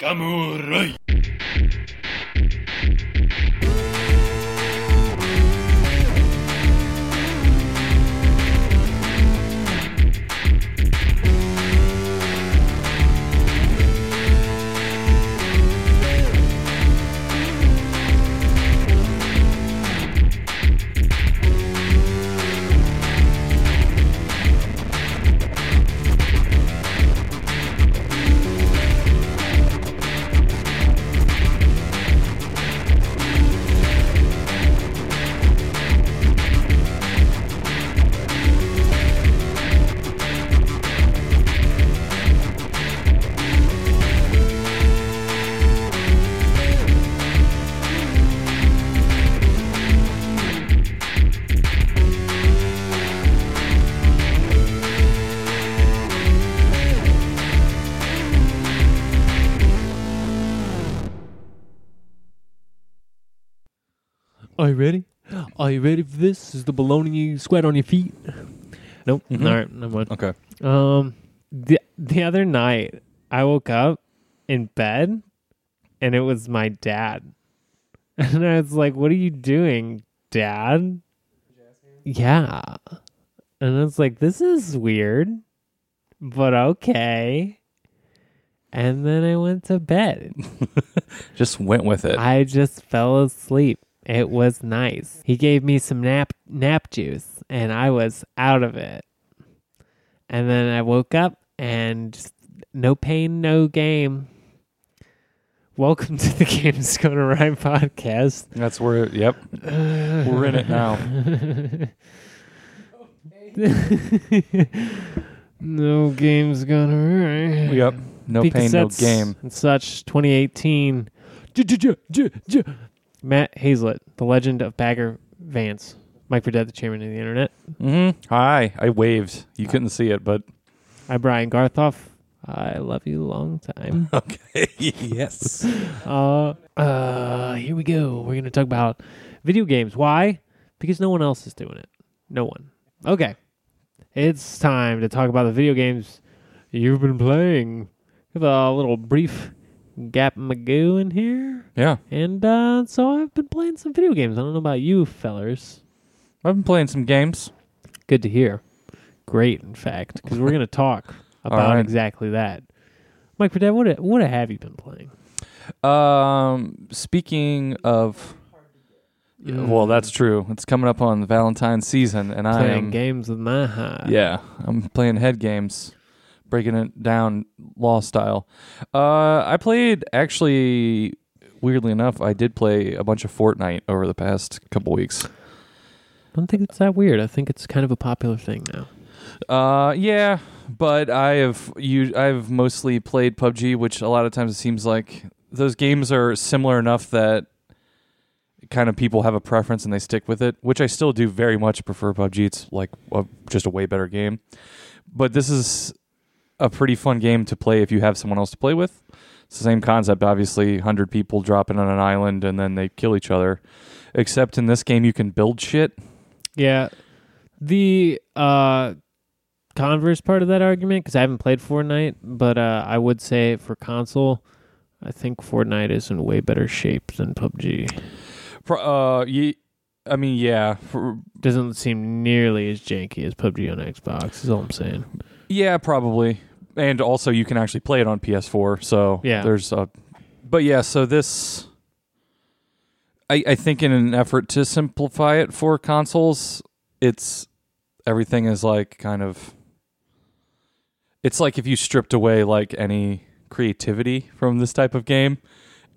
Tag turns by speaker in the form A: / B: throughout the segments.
A: Kamuroy.
B: Are you ready? Are you ready for this? Is the baloney you sweat on your feet? Nope.
C: Mhm.
B: All right. No mind.
C: Okay.
B: Um, the the other night I woke up in bed, and it was my dad, and I was like, "What are you doing, Dad?" Yeah, and I was like, "This is weird, but okay." And then I went to bed.
C: Just went with it.
B: I just fell asleep. It was nice. He gave me some nap nap juice and I was out of it. And then I woke up and just no pain, no game. Welcome to the Games Gonna Rhyme podcast.
C: That's where. Yep. We're in it now.
B: no games gonna rhyme.
C: Yep. No
B: Pete
C: pain, no
B: Cassettes
C: game.
B: And such 2018. J- j- j- j- j- Matt Hazlett, the legend of Bagger Vance. Mike Burdett, the chairman of the internet.
C: hmm Hi. I waved. You couldn't see it, but
B: I'm Brian Garthoff. I love you long time.
C: okay. yes.
B: uh, uh, here we go. We're going to talk about video games. Why? Because no one else is doing it. No one. Okay. It's time to talk about the video games you've been playing. Give a little brief gap magoo in here.
C: Yeah.
B: And uh, so I've been playing some video games. I don't know about you, fellers.
C: I've been playing some games.
B: Good to hear. Great, in fact, because we're going to talk about
C: right.
B: exactly that. Mike, for what what have you been playing?
C: Um. Speaking of. Yeah, Well, that's true. It's coming up on Valentine's season, and I
B: Playing
C: am.
B: games with my high.
C: Yeah, I'm playing head games, breaking it down law style. Uh, I played actually. Weirdly enough, I did play a bunch of Fortnite over the past couple weeks.
B: I don't think it's that weird. I think it's kind of a popular thing now.
C: Uh, yeah, but I have you. I've mostly played PUBG, which a lot of times it seems like those games are similar enough that kind of people have a preference and they stick with it. Which I still do very much prefer PUBG. It's like a, just a way better game. But this is a pretty fun game to play if you have someone else to play with. It's the same concept, obviously. Hundred people drop in on an island and then they kill each other. Except in this game, you can build shit.
B: Yeah, the uh, converse part of that argument, because I haven't played Fortnite, but uh, I would say for console, I think Fortnite is in way better shape than PUBG.
C: Pro- Uh, ye- I mean, yeah. For,
B: doesn't seem nearly as janky as PUBG on Xbox. Is all I'm saying.
C: Yeah, probably. And also, you can actually play it on PS4. So
B: Yeah.
C: there's a. But yeah, so this. I, I think in an effort to simplify it for consoles, it's everything is like kind of. It's like if you stripped away like any creativity from this type of game,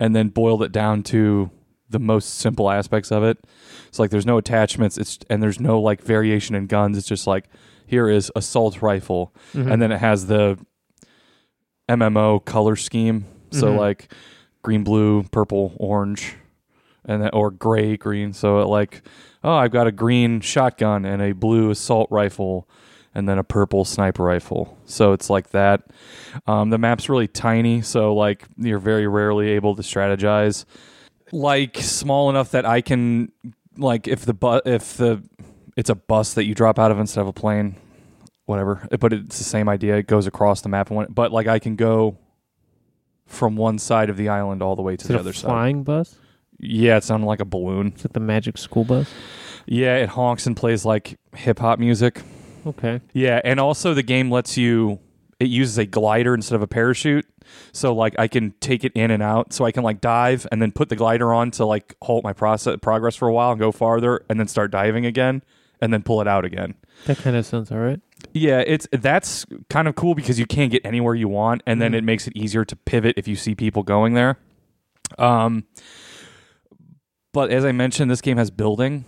C: and then boiled it down to the most simple aspects of it. It's like there's no attachments. It's and there's no like variation in guns. It's just like here is assault rifle,
B: Mm-hmm.
C: and then it has the MMO color scheme. So
B: Mhm.
C: like green, blue, purple, orange, and that, or gray, green. So it like oh, I've got a green shotgun and a blue assault rifle, and then a purple sniper rifle. So it's like that. Um, the map's really tiny, so like you're very rarely able to strategize. Like small enough that I can like if the bu- if the it's a bus that you drop out of instead of a plane, whatever. But it's the same idea. It goes across the map and what, but like I can go from one side of the island all the way to
B: Is
C: the
B: it
C: other
B: a
C: side.
B: flying bus?
C: Yeah, it sounded like a balloon.
B: Is it the magic school bus?
C: Yeah, it honks and plays like hip hop music.
B: Okay.
C: Yeah, and also the game lets you it uses a glider instead of a parachute. So like I can take it in and out. So I can like dive and then put the glider on to like halt my process progress for a while and go farther and then start diving again and then pull it out again.
B: That kind of sounds all right.
C: Yeah, it's that's kind of cool because you can get anywhere you want, and then it makes it easier to pivot if you see people going there. Um, but as I mentioned, this game has building,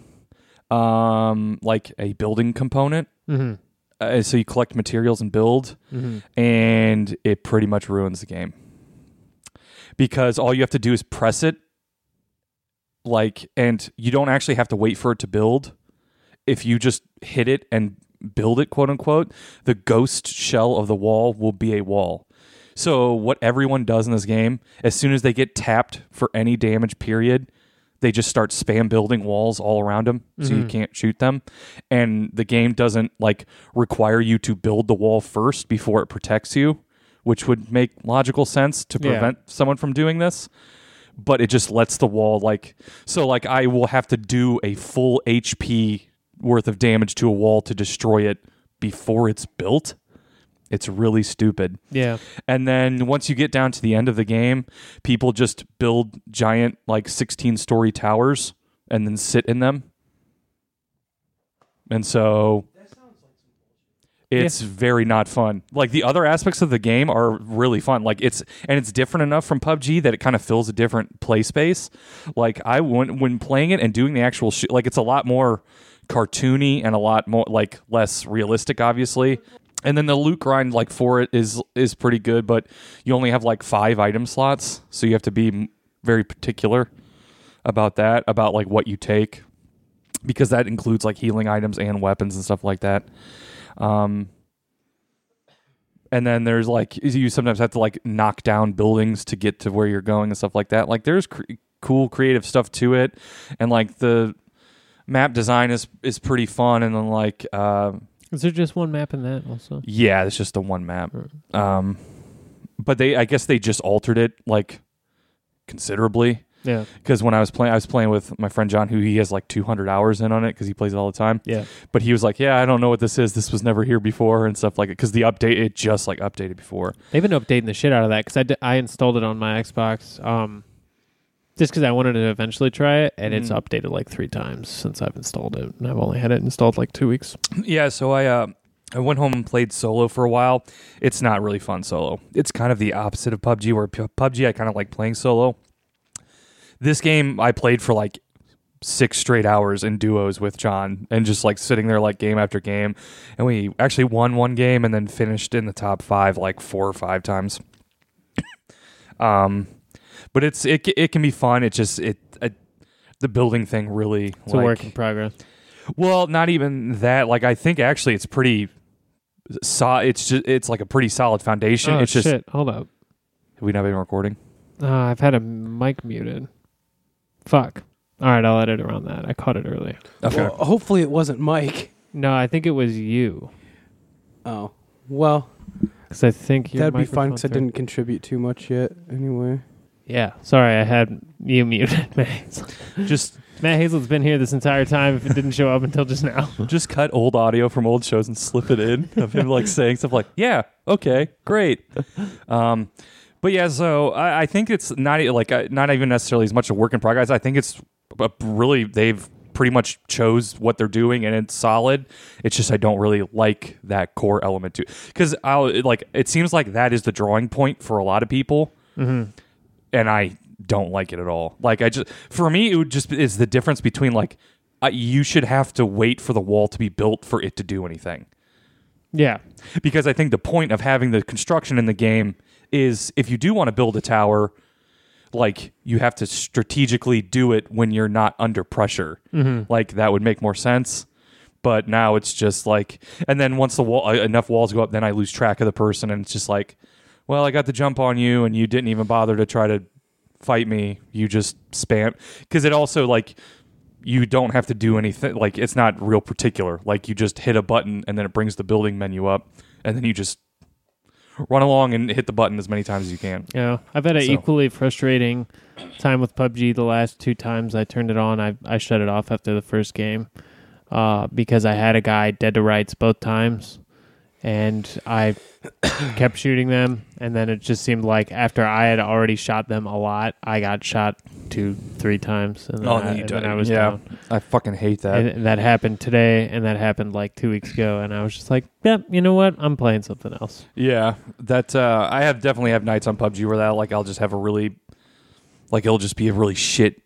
C: um, like a building component.
B: Mm-hmm.
C: Uh, so you collect materials and build,
B: Mm-hmm.
C: and it pretty much ruins the game because all you have to do is press it, like, and you don't actually have to wait for it to build. If you just hit it and build it, quote unquote, the ghost shell of the wall will be a wall. So what everyone does in this game, as soon as they get tapped for any damage period, they just start spam building walls all around them so you can't shoot them. And the game doesn't like require you to build the wall first before it protects you, which would make logical sense to
B: Yeah.
C: prevent someone from doing this. But it just lets the wall like so like I will have to do a full HP worth of damage to a wall to destroy it before it's built. It's really stupid.
B: Yeah.
C: And then once you get down to the end of the game, people just build giant, like 16 story towers and then sit in them. And so it's very not fun. Like the other aspects of the game are really fun. Like it's and it's different enough from PUBG that it kind of fills a different play space. Like I when when playing it and doing the actual sh- like it's a lot more cartoony and a lot more like less realistic obviously. And then the loot grind like for it is is pretty good, but you only have like 5 item slots, so you have to be m- very particular about that, about like what you take because that includes like healing items and weapons and stuff like that. Um, and then there's like you sometimes have to like knock down buildings to get to where you're going and stuff like that. Like there's cr- cool creative stuff to it, and like the map design is is pretty fun. And then like uh,
B: Is there just one map in that also?
C: yeah, it's just the one map.
B: Right.
C: Um, but they I guess they just altered it like considerably
B: Yeah.
C: because when I was playing, I was playing with my friend John, who he has like 200 hours in on it because he plays it all the time.
B: Yeah.
C: But he was like, "Yeah, I don't know what this is. This was never here before and stuff like it." Because the update, it just like updated before.
B: They've been updating the shit out of that because I, d- I installed it on my Xbox um, just because I wanted to eventually try it, and it's
C: Mhm.
B: updated like three times since I've installed it, and I've only had it installed like two weeks.
C: yeah, so I uh, I went home and played solo for a while. It's not really fun solo. It's kind of the opposite of PUBG, where P- PUBG I kind of like playing solo. This game I played for like six straight hours in duos with John and just like sitting there like game after game. And we actually won one game and then finished in the top five like four or five times. um, but it's it c- it can be fun. It just it. I the building thing really
B: It's
C: like,
B: a work in progress.
C: well, not even that. Like I think actually it's pretty so it's just it's like a pretty solid foundation.
B: Oh,
C: it's just
B: shit. Hold up.
C: have we not been recording?
B: Uh, I've had a mic muted. Fuck. All right, I'll edit around that. I caught it earlier.
A: Well, hopefully it wasn't Mike.
B: No, I think it was you
A: Oh. Well,
B: because I think your
A: that'd be fun because I
B: microphone turned-
A: didn't contribute too much yet anyway.
B: Yeah, sorry, I had you muted, Matt Hazel.
C: just
B: Matt Hazel's been here this entire time. If it didn't show up until just now,
C: just cut old audio from old shows and slip it in of him like saying stuff like, "Yeah, okay, great." Um, but yeah, so I, I think it's not e- like uh, not even necessarily as much a work in progress. I think it's uh, really they've pretty much chose what they're doing and it's solid. It's just I don't really like that core element to because I like it seems like that is the drawing point for a lot of people and I don't like it at all. Like I just for me it would just is the difference between like I, you should have to wait for the wall to be built for it to do anything.
B: yeah,
C: Because I think the point of having the construction in the game is if you do want to build a tower, like you have to strategically do it when you're not under pressure. Like that would make more sense. But now it's just like, and then once the wall uh, enough walls go up, then I lose track of the person, and it's just like, well, I got the jump on you, and you didn't even bother to try to fight me. You just spam because it also like you don't have to do anything. Like it's not real particular. Like you just hit a button, and then it brings the building menu up, and then you just run along and hit the button as many times as you can.
B: Yeah, I've had an
C: So-
B: equally frustrating time with PUBG. The last two times I turned it on, I I shut it off after the first game uh, because I had a guy dead to rights both times, and I kept shooting them, and then it just seemed like after I had already shot them a lot, I got shot two, three times, and then,
C: Oh,
B: I,
C: then you
B: and
C: died.
B: then I was
C: Yeah.
B: down.
C: I fucking hate that.
B: And that happened today, and that happened like two weeks ago, and I was just like, "Yep, you know what? I'm playing something else."
C: Yeah, that uh, I have definitely have nights on PUBG where that like I'll just have a really like it'll just be a really shit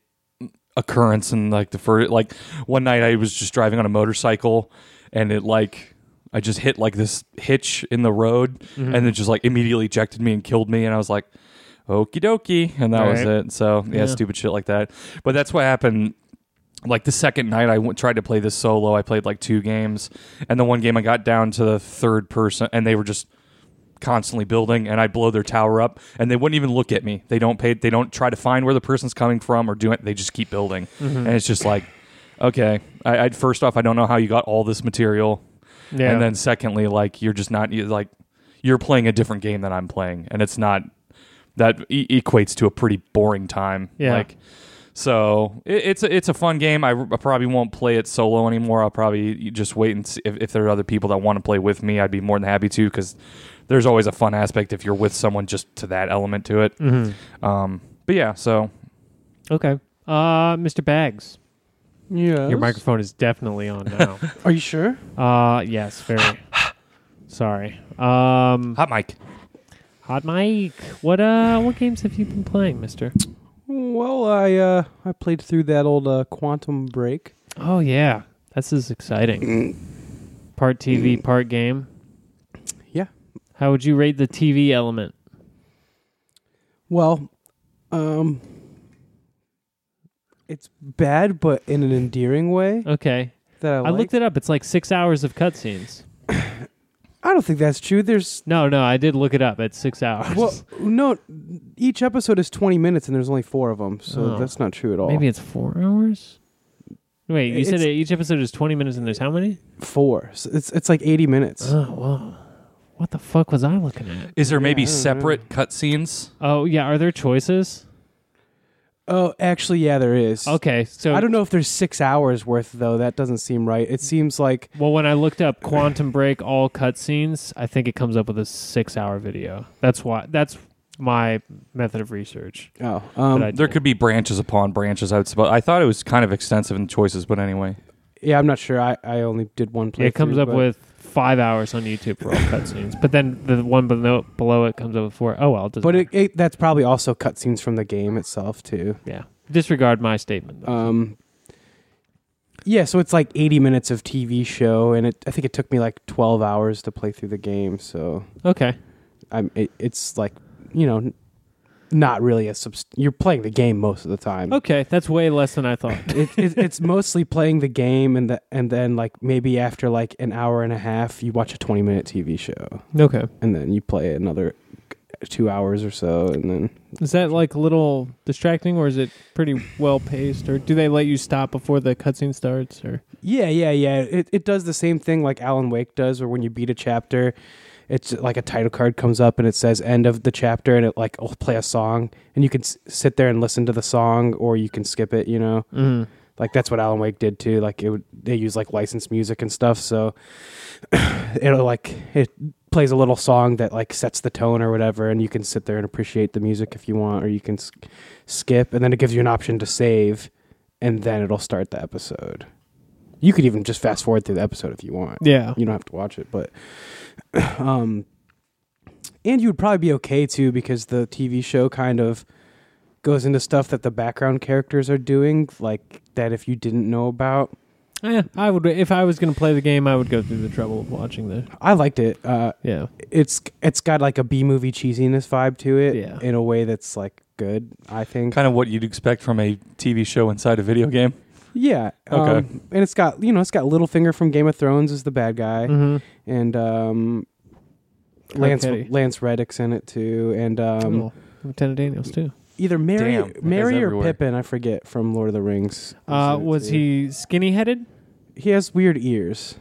C: occurrence and like the first like one night I was just driving on a motorcycle and it like I just hit like this hitch in the road and it just like immediately ejected me and killed me and I was like okie dokie and that was
B: Right.
C: it so yeah,
B: Yeah.
C: stupid shit like that but that's what happened like the second night I w- tried to play this solo I played like two games and the one game I got down to the third person and they were just constantly building and I blow their tower up and they wouldn't even look at me. They don't pay they don't try to find where the person's coming from or do it. They just keep building. And it's just like okay, I I first off I don't know how you got all this material.
B: Yeah,
C: And then secondly like you're just not you like you're playing a different game than I'm playing and it's not that e- equates to a pretty boring time.
B: Yeah.
C: Like so it, it's a, it's a fun game. I, r- I probably won't play it solo anymore. I'll probably just wait and see if, if there are other people that want to play with me. I'd be more than happy to because there's always a fun aspect if you're with someone just to that element to it.
B: hmm
C: Um, but yeah, so
B: okay, uh, Mr. Bags.
A: Yeah.
B: Your microphone is definitely on now.
A: Are you sure?
B: uh yes, very. Sorry. Um
C: hot mic.
B: hot mic. What uh what games have you been playing, mister?
A: Well, I uh, I played through that old uh, Quantum Break.
B: Oh yeah. This is exciting. part TV, part game.
A: Mm. Yeah.
B: How would you rate the TV element?
A: Well, um, it's bad, but in an endearing way
B: Okay.
A: that I,
B: I,
A: like.
B: looked it up. It's like 6 hours of cutscenes.
A: I don't think that's true. There's
B: No, no, I did look it up. It's 6 hours.
A: well, no. Each episode is 20 minutes, and there's only four of them, so
B: Oh.
A: that's not true at all.
B: Maybe it's 4 hours? Wait, you said
A: It's-
B: that each episode is 20 minutes and there's how many?
A: four. So it's it's like 80 minutes.
B: Oh, wow. What the fuck was I looking at?
C: Is there maybe
A: maybe Yeah, I don't separate
C: separate cutscenes?
B: Oh yeah, are there choices?
A: Oh, actually, yeah, there is.
B: Okay, so
A: I don't know if there's six hours worth though. That doesn't seem right. It seems like
B: Well, when I looked up Quantum Break all cutscenes, I think it comes up with a six-hour video. That's why. That's my method of research.
A: oh,
B: that
A: um,
B: I
C: There
B: did.
C: could be branches upon branches. I would suppose. I thought it was kind of extensive in choices, but anyway.
A: yeah, I'm not sure. I, I only did one.
B: It comes
A: playthrough,
B: up
A: but-
B: with five hours on YouTube for all cutscenes, but then the one below, below it comes up with four. Oh well, it doesn't
A: But it,
B: matter.
A: it, that's probably also cutscenes from the game itself too.
B: yeah. Disregard my statement. Though.
A: Um, yeah, so it's like 80 minutes of TV show, and it, I think it took me like 12 hours to play through the game. So
B: okay.
A: I'm it, it's like you know, n- not really a subst- you're playing the game most of the time.
B: Okay, that's way less than I thought.
A: it, it, it's mostly playing the game, and the, and then like maybe after like an hour and a half, you watch a 20 minute TV show,
B: okay.
A: and then you play another two hours or so, and then
B: Is that like a little distracting, or is it pretty well paced, or do they let you stop before the cutscene starts, or
A: Yeah, yeah, yeah. It it does the same thing like Alan Wake does, where when you beat a chapter, it's like a title card comes up and it says end of the chapter, and it like will play a song, and you can s- sit there and listen to the song, or you can skip it. You know,
B: mm.
A: like that's what Alan Wake did too. Like it would they use like licensed music and stuff, so it'll like it plays a little song that like sets the tone or whatever, and you can sit there and appreciate the music if you want, or you can s- skip, and then it gives you an option to save, and then it'll start the episode. You could even just fast forward through the episode if you want.
B: yeah,
A: You don't have to watch it, but um and you would probably be okay too because the TV show kind of goes into stuff that the background characters are doing like that if you didn't know about.
B: Yeah, I would if I was going to play the game, I would go through the trouble of watching the.
A: I liked it. Uh
B: Yeah,
A: it's it's got like a B movie cheesiness vibe to it
B: Yeah.
A: in a way that's like good, I think.
C: Kind of what you'd expect from a TV show inside a video game.
A: Yeah.
C: Okay.
A: um, and it's got, you know, it's got Littlefinger from Game of Thrones is the bad guy.
B: mm-hmm.
A: and um, Lance
B: Arcady.
A: Lance Reddick's in it too, and um,
B: Lieutenant Daniels too.
A: either Mary
C: Damn, that
A: Mary
C: guy's
A: or
C: everywhere.
A: Pippin, I forget from Lord of the Rings. is
B: Uh,
A: in it,
B: was
A: too.
B: he skinny headed?
A: He has weird ears.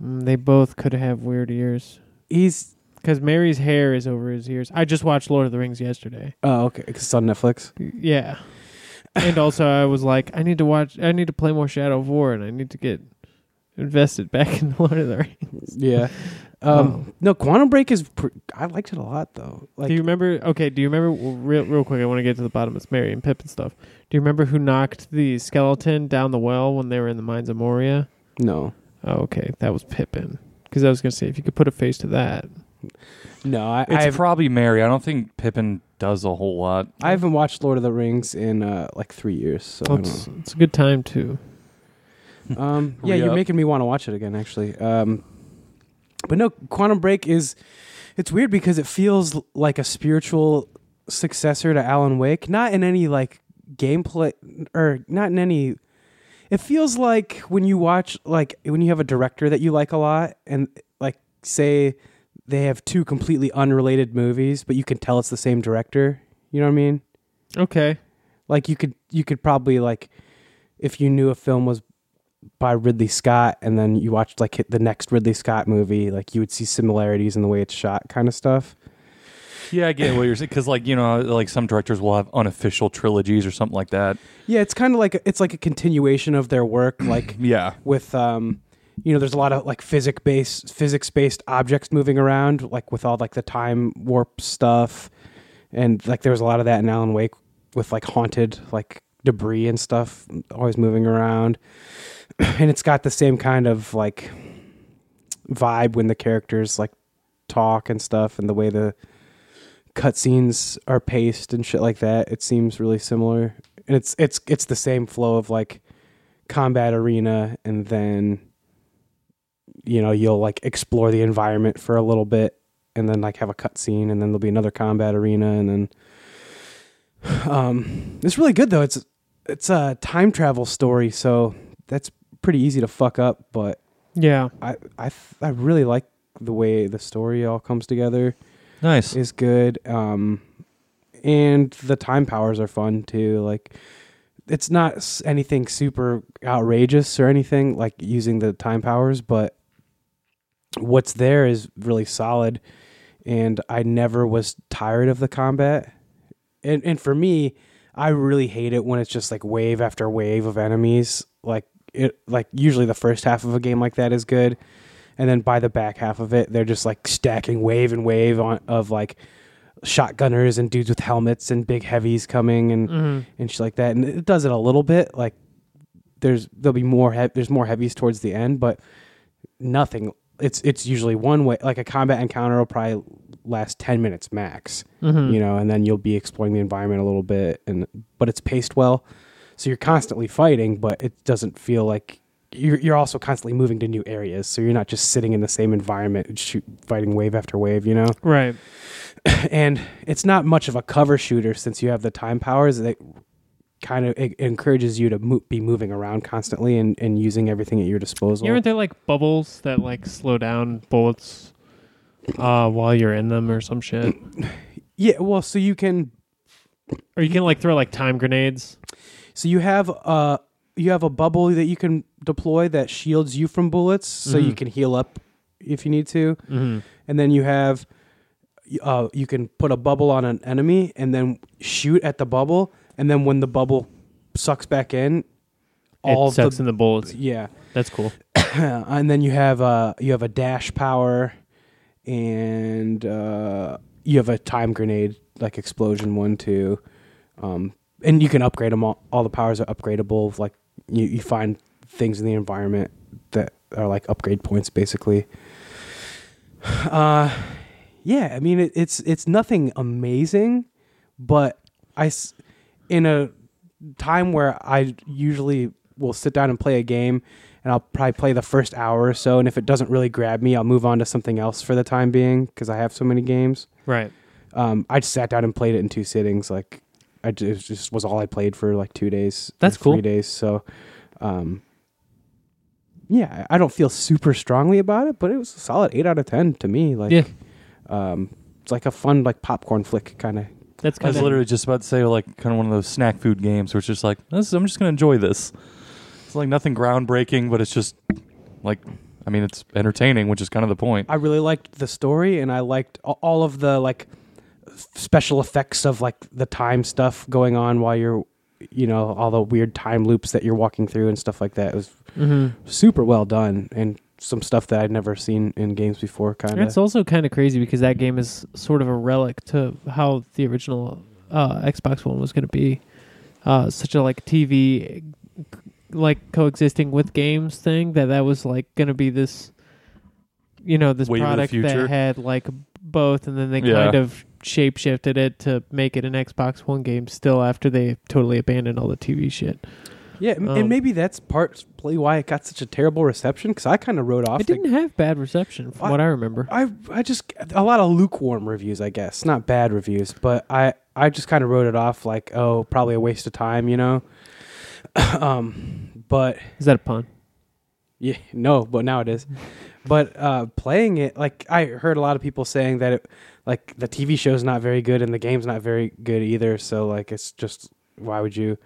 B: Mm, they both could have weird ears.
A: He's
B: because Mary's hair is over his ears. I just watched Lord of the Rings yesterday.
A: Oh, okay. 'cause it's on Netflix.
B: Yeah, and also I was like, I need to watch. I need to play more Shadow of War, and I need to get invested back in Lord of the Rings.
A: Yeah. Um, No, Quantum Break is. Pr- I liked it a lot though. Like,
B: Oh. do you remember? Okay, do you remember? well, Real, real quick, I want to get to the bottom of Mary and Pip and stuff. Do you remember who knocked the skeleton down the well when they were in the mines of Moria?
A: no,
B: Oh, okay, that was Pippin. Because I was gonna say, if you could put a face to that,
A: no. I,
C: It's
A: I've,
C: probably Mary. I don't think Pippin does a whole lot.
A: I haven't watched Lord of the Rings in uh, like three years. So I don't
B: it's, it's a good time too.
A: Um, yeah,
C: Hurry
A: you're
C: up.
A: making me want to watch it again, actually. Um, but no, Quantum Break is it's weird because it feels l- like a spiritual successor to Alan Wake, not in any like gameplay or not in any. It feels like when you watch like when you have a director that you like a lot, and like say they have two completely unrelated movies, but you can tell it's the same director. You know what I mean?
B: Okay,
A: like you could you could probably like if you knew a film was by Ridley Scott and then you watched like hit the next Ridley Scott movie like you would see similarities in the way it's shot kind of stuff
C: Yeah, I get what you're saying. Because, like, you know, like some directors will have unofficial trilogies or something like that.
A: yeah it's kind of like it's like a continuation of their work like
C: Yeah.
A: with um you know there's a lot of like physics based physics based objects moving around like with all like the time warp stuff and like there was a lot of that in alan wake with like haunted like debris and stuff always moving around and it's got the same kind of like vibe when the characters like talk and stuff and the way the cutscenes are paced and shit like that it seems really similar and it's it's it's the same flow of like combat arena and then you know you'll like explore the environment for a little bit and then like have a cutscene and then there'll be another combat arena and then um it's really good though it's it's a time travel story so that's pretty easy to fuck up but
B: yeah,
A: i i th- i really like the way the story all comes together
C: Nice.
A: is good. Um, and the time powers are fun too. Like, it's not s- anything super outrageous or anything like using the time powers, but what's there is really solid. And I never was tired of the combat. And and for me, I really hate it when it's just like wave after wave of enemies. Like it, like usually the first half of a game like that is good and then by the back half of it they're just like stacking wave and wave on of like shotgunners and dudes with helmets and big heavies coming and
B: Mhm.
A: and shit like that and it does it a little bit like there's there'll be more heav there's more heavies towards the end but nothing it's it's usually one way like a combat encounter will probably last 10 minutes max
B: Mhm.
A: you know and then you'll be exploring the environment a little bit and but it's paced well so you're constantly fighting but it doesn't feel like you're, you're also constantly moving to new areas so you're not just sitting in the same environment and shoot fighting wave after wave you know
B: right.
A: and it's not much of a cover shooter since you have the time powers that kind of it encourages you to mo- be moving around constantly and, and using everything at your disposal
B: aren't there like bubbles that like slow down bullets uh, while you're in them or some shit?
A: yeah well so you can
B: Or you can like throw like time grenades.
A: So you have uh you have a bubble that you can deploy that shields you from bullets, so you
B: Mhm.
A: can heal up if you need to,
B: Mm-hmm.
A: and then you have uh you can put a bubble on an enemy and then shoot at the bubble, and then when the bubble sucks back in, all
B: It
A: of the
B: sucks in the bullets.
A: yeah,
B: That's cool.
A: and then you have uh you have a dash power, and uh, you have a time grenade like explosion one too, um, and you can upgrade them all. All the powers are upgradable. Like you, you find things in the environment that are like upgrade points basically. Uh, yeah, I mean it, it's it's nothing amazing, but I s- in a time where I usually will sit down and play a game and I'll probably play the first hour or so and if it doesn't really grab me, I'll move on to something else for the time being cuz I have so many games.
B: Right.
A: Um I just sat down and played it in two sittings like I ju- it just was all I played for like 2 days.
B: That's
A: or 3
B: cool.
A: days, so um yeah, I I don't feel super strongly about it, but it was a solid 8 out of 10 to me like
B: yeah.
A: um it's like a fun like popcorn flick kind of
B: That's
C: I
B: kind
C: was
B: of
C: literally just about to say, like, kind of one of those snack food games where it's just like, this, I'm just going to enjoy this. It's like nothing groundbreaking, but it's just like I mean, it's entertaining, which is kind of the point.
A: I really liked the story, and I liked a- all of the like f- special effects of like the time stuff going on while you're, you know, all the weird time loops that you're walking through and stuff like that. It was
B: Mm-hmm.
A: super well done, and some stuff that I'd never seen in games before. Kind
B: It's
A: of
B: also kind of crazy because that game is sort of a relic to how the original uh, Xbox One was going to be, uh, such a like TV, like coexisting with games thing that that was like going to be this, you know, this
C: Wave of the
B: product
C: future.
B: that had like both, and then they
C: Yeah.
B: kind of shapeshifted it to make it an Xbox One game still after they totally abandoned all the TV shit.
A: yeah, m-
B: um,
A: and maybe that's partly why it got such a terrible reception because I kind of wrote off.
B: It
A: the-
B: didn't have bad reception from
A: I-
B: what I remember.
A: I I just a lot of lukewarm reviews, I guess, not bad reviews, but I I just kind of wrote it off like, oh, probably a waste of time, you know. um, but
B: Is that a pun?
A: yeah, no, but now it is. But uh, playing it, like I heard a lot of people saying that, it, like the TV show's not very good and the game's not very good either. So like, it's just why would you?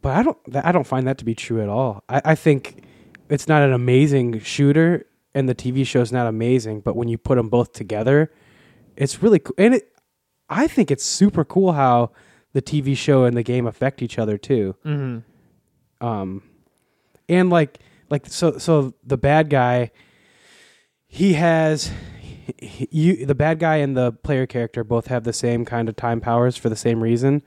A: But I don't, th- I don't find that to be true at all. I, I think it's not an amazing shooter, and the TV show's not amazing. But when you put them both together, it's really cool. And it, I think it's super cool how the TV show and the game affect each other too
B: Mm-hmm.
A: um and like like so so the bad guy he has he, you the bad guy and the player character both have the same kind of time powers for the same reason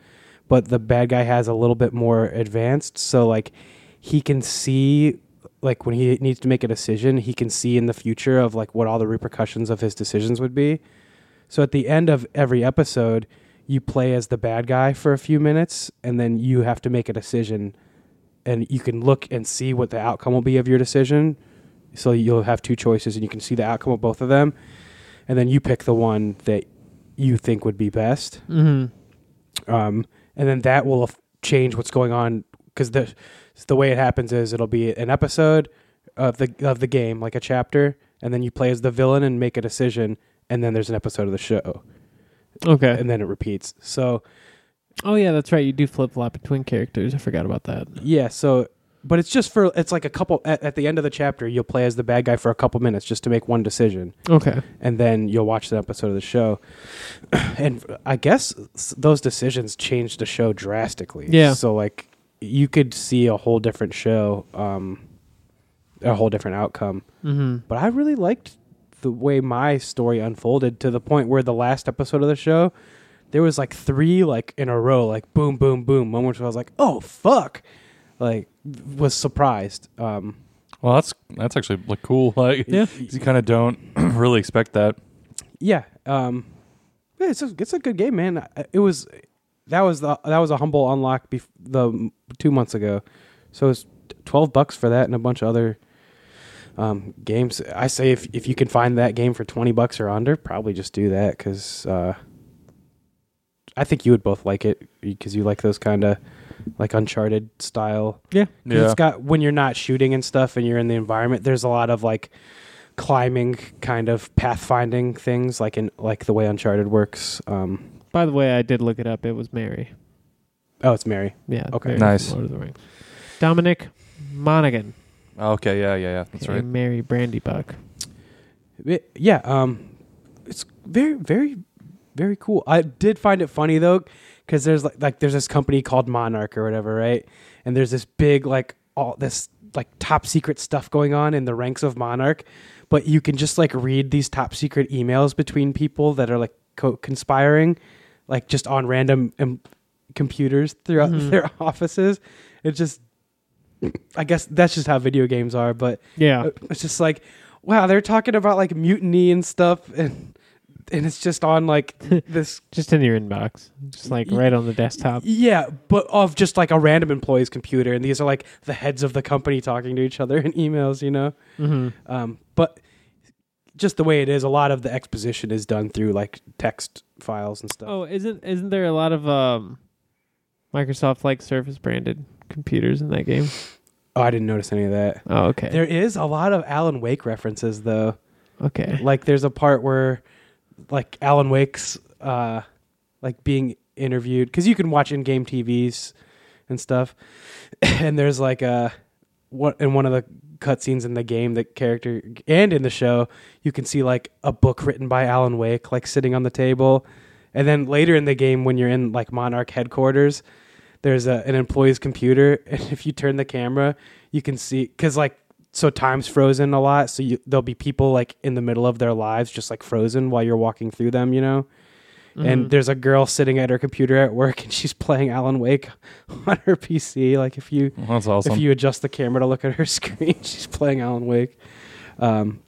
A: but the bad guy has a little bit more advanced so like he can see like when he needs to make a decision he can see in the future of like what all the repercussions of his decisions would be so at the end of every episode you play as the bad guy for a few minutes and then you have to make a decision and you can look and see what the outcome will be of your decision. So you'll have two choices and you can see the outcome of both of them. And then you pick the one that you think would be best.
B: Mm-hmm.
A: Um, and then that will f- change what's going on because the the way it happens is it'll be an episode of the of the game, like a chapter, and then you play as the villain and make a decision, and then there's an episode of the show,
B: Okay.
A: and then it repeats. So
B: Oh yeah, that's right. You do flip flop between characters. I forgot about that.
A: Yeah, so but it's just for it's like a couple at, at the end of the chapter you'll play as the bad guy for a couple minutes just to make one decision
B: Okay.
A: and then you'll watch the episode of the show. and I guess s- those decisions changed the show drastically.
B: Yeah.
A: So like you could see a whole different show um a whole different outcome.
B: Mm-hmm.
A: But I really liked the way my story unfolded to the point where the last episode of the show there was like three like in a row like boom boom boom moments where I was like oh fuck like was surprised um
C: Well, that's that's actually like cool. Like,
B: Yeah.
C: you kind of don't really expect that.
A: yeah um yeah, it's a, it's a good game man I- it was that was the that was a humble unlock bef- the m- 2 months ago so it's 12 bucks for that and a bunch of other um, games I say if if you can find that game for 20 bucks or under probably just do that cuz uh I think you would both like it because you like those kind of like uncharted style 'Cause
C: Yeah.
A: It's got when you're not shooting and stuff and you're in the environment, there's a lot of like climbing kind of pathfinding things like in like the way Uncharted works. Um
B: By the way, I did look it up. It was Mary.
A: oh it's Mary.
B: Yeah.
A: Okay.
B: Mary
C: Nice.
B: from Lord of the Rings. Dominic Monaghan.
C: okay. Yeah. Yeah. Yeah. That's
B: aka
C: right.
B: Mary Brandybuck.
A: Y- yeah, um it's very very very cool. I did find it funny though cuz there's like like there's this company called Monarch or whatever, right? And there's this big like all this like top secret stuff going on in the ranks of Monarch, but you can just like read these top secret emails between people that are like co- conspiring like just on random um, computers throughout
B: Mhm.
A: their offices. It's just I guess that's just how video games are, but
B: Yeah.
A: uh, it's just like wow they're talking about like mutiny and stuff and and it's just on like this
B: Just in your inbox. Just like
A: Y-
B: right on the desktop.
A: yeah but of just like a random employee's computer and these are like the heads of the company talking to each other in emails you know
B: Mm-hmm.
A: um but just the way it is a lot of the exposition is done through like text files and stuff
B: Oh, isn't isn't there a lot of um, Microsoft like Surface branded computers in that game?
A: oh i didn't notice any of that
B: Oh, okay.
A: there is a lot of alan wake references though
B: okay.
A: like there's a part where like alan wake's uh like being interviewed because you can watch in-game tvs and stuff and there's like a what in one of the cutscenes in the game, the character and in the show, you can see like a book written by Alan Wake like sitting on the table, and then later in the game when you're in like Monarch headquarters, there's a, an employee's computer, and if you turn the camera, you can see because like so time's frozen a lot, so you, there'll be people like in the middle of their lives just like frozen while you're walking through them, you know
B: Mm-hmm.
A: and there's a girl sitting at her computer at work and she's playing Alan Wake on her PC. Like if you
C: Well, that's awesome.
A: if you adjust the camera to look at her screen, she's playing Alan Wake. Um,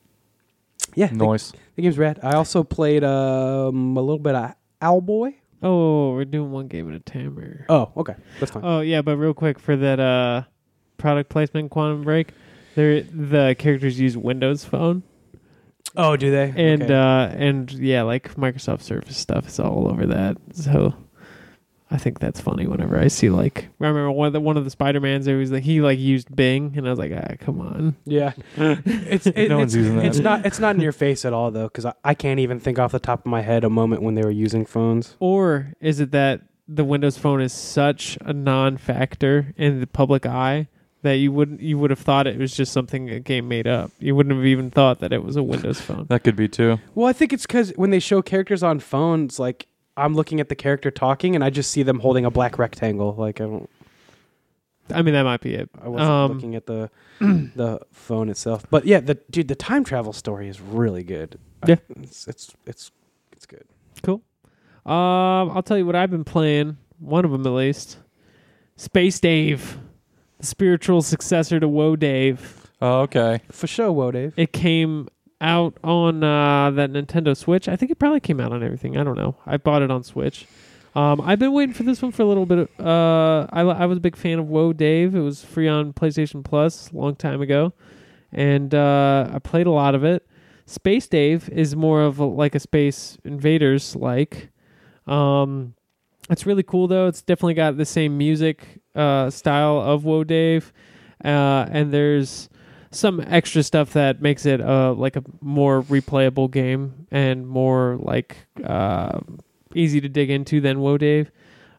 A: yeah, the,
C: Noise.
A: the game's rad. I also played um, a little bit of Owlboy.
B: Oh, we're doing one game at a time. Or...
A: Oh, okay, that's fine.
B: Oh yeah, but real quick for that uh product placement quantum break, there the characters use Windows Phone
A: oh, do they?
B: and
A: Okay.
B: uh and yeah, like Microsoft Surface stuff is all over that. So I think that's funny whenever I see like I remember one of the one of the Spider Mans it was like he like used Bing and I was like, ah, come on.
A: yeah, it's it-
C: No one's
A: it's,
C: using that.
A: it's not it's not in your face at all though because I, I can't even think off the top of my head a moment when they were using phones.
B: Or is it that the Windows Phone is such a non-factor in the public eye that you wouldn't you would have thought it was just something a game made up. You wouldn't have even thought that it was a Windows Phone.
C: That could be too.
A: Well, I think it's because when they show characters on phones, like I'm looking at the character talking, and I just see them holding a black rectangle. Like I don't,
B: I mean, that might be it.
A: I wasn't
B: Um,
A: looking at the the phone itself. But yeah, the dude, the time travel story is really good. I-
B: Yeah.
A: it's it's it's it's good.
B: Um, I'll tell you what I've been playing. One of them, at least, Space Dave, the spiritual successor to Woe Dave.
C: Oh, okay.
A: For sure, whoa, Dave.
B: It came out on uh, that Nintendo Switch. I think it probably came out on everything. I don't know. I bought it on Switch. Um, I've been waiting for this one for a little bit. Uh, I li- I was a big fan of Woe Dave. It was free on PlayStation Plus a long time ago, and uh, I played a lot of it. Space Dave is more of a, like a Space Invaders like. Um, it's really cool though. It's definitely got the same music uh, style of Woe Dave, uh, and there's some extra stuff that makes it uh, like a more replayable game and more like uh, easy to dig into than Woe Dave.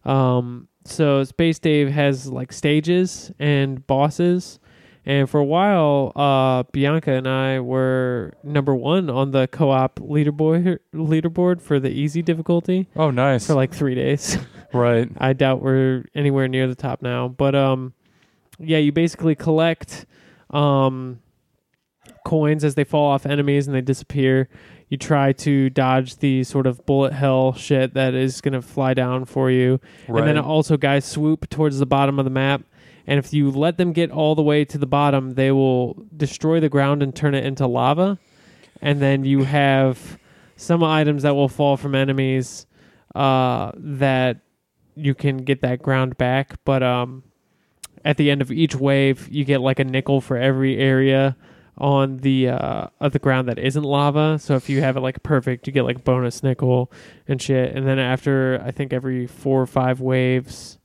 B: Um, so Space Dave has like stages and bosses. And for a while, uh, Bianca and I were number one on the co-op leaderboard leaderboard for the easy difficulty
C: Oh, nice.
B: for like three days.
C: right.
B: I doubt we're anywhere near the top now. But um, yeah, you basically collect um, coins as they fall off enemies and they disappear. You try to dodge the sort of bullet hell shit that is going to fly down for you.
C: Right.
B: And then also guys swoop towards the bottom of the map. And if you let them get all the way to the bottom, they will destroy the ground and turn it into lava. And then you have some items that will fall from enemies uh, that you can get that ground back. But um, at the end of each wave, you get like a nickel for every area on the uh, of the ground that isn't lava. So if you have it like perfect, you get like bonus nickel and shit. And then after I think every four or five waves,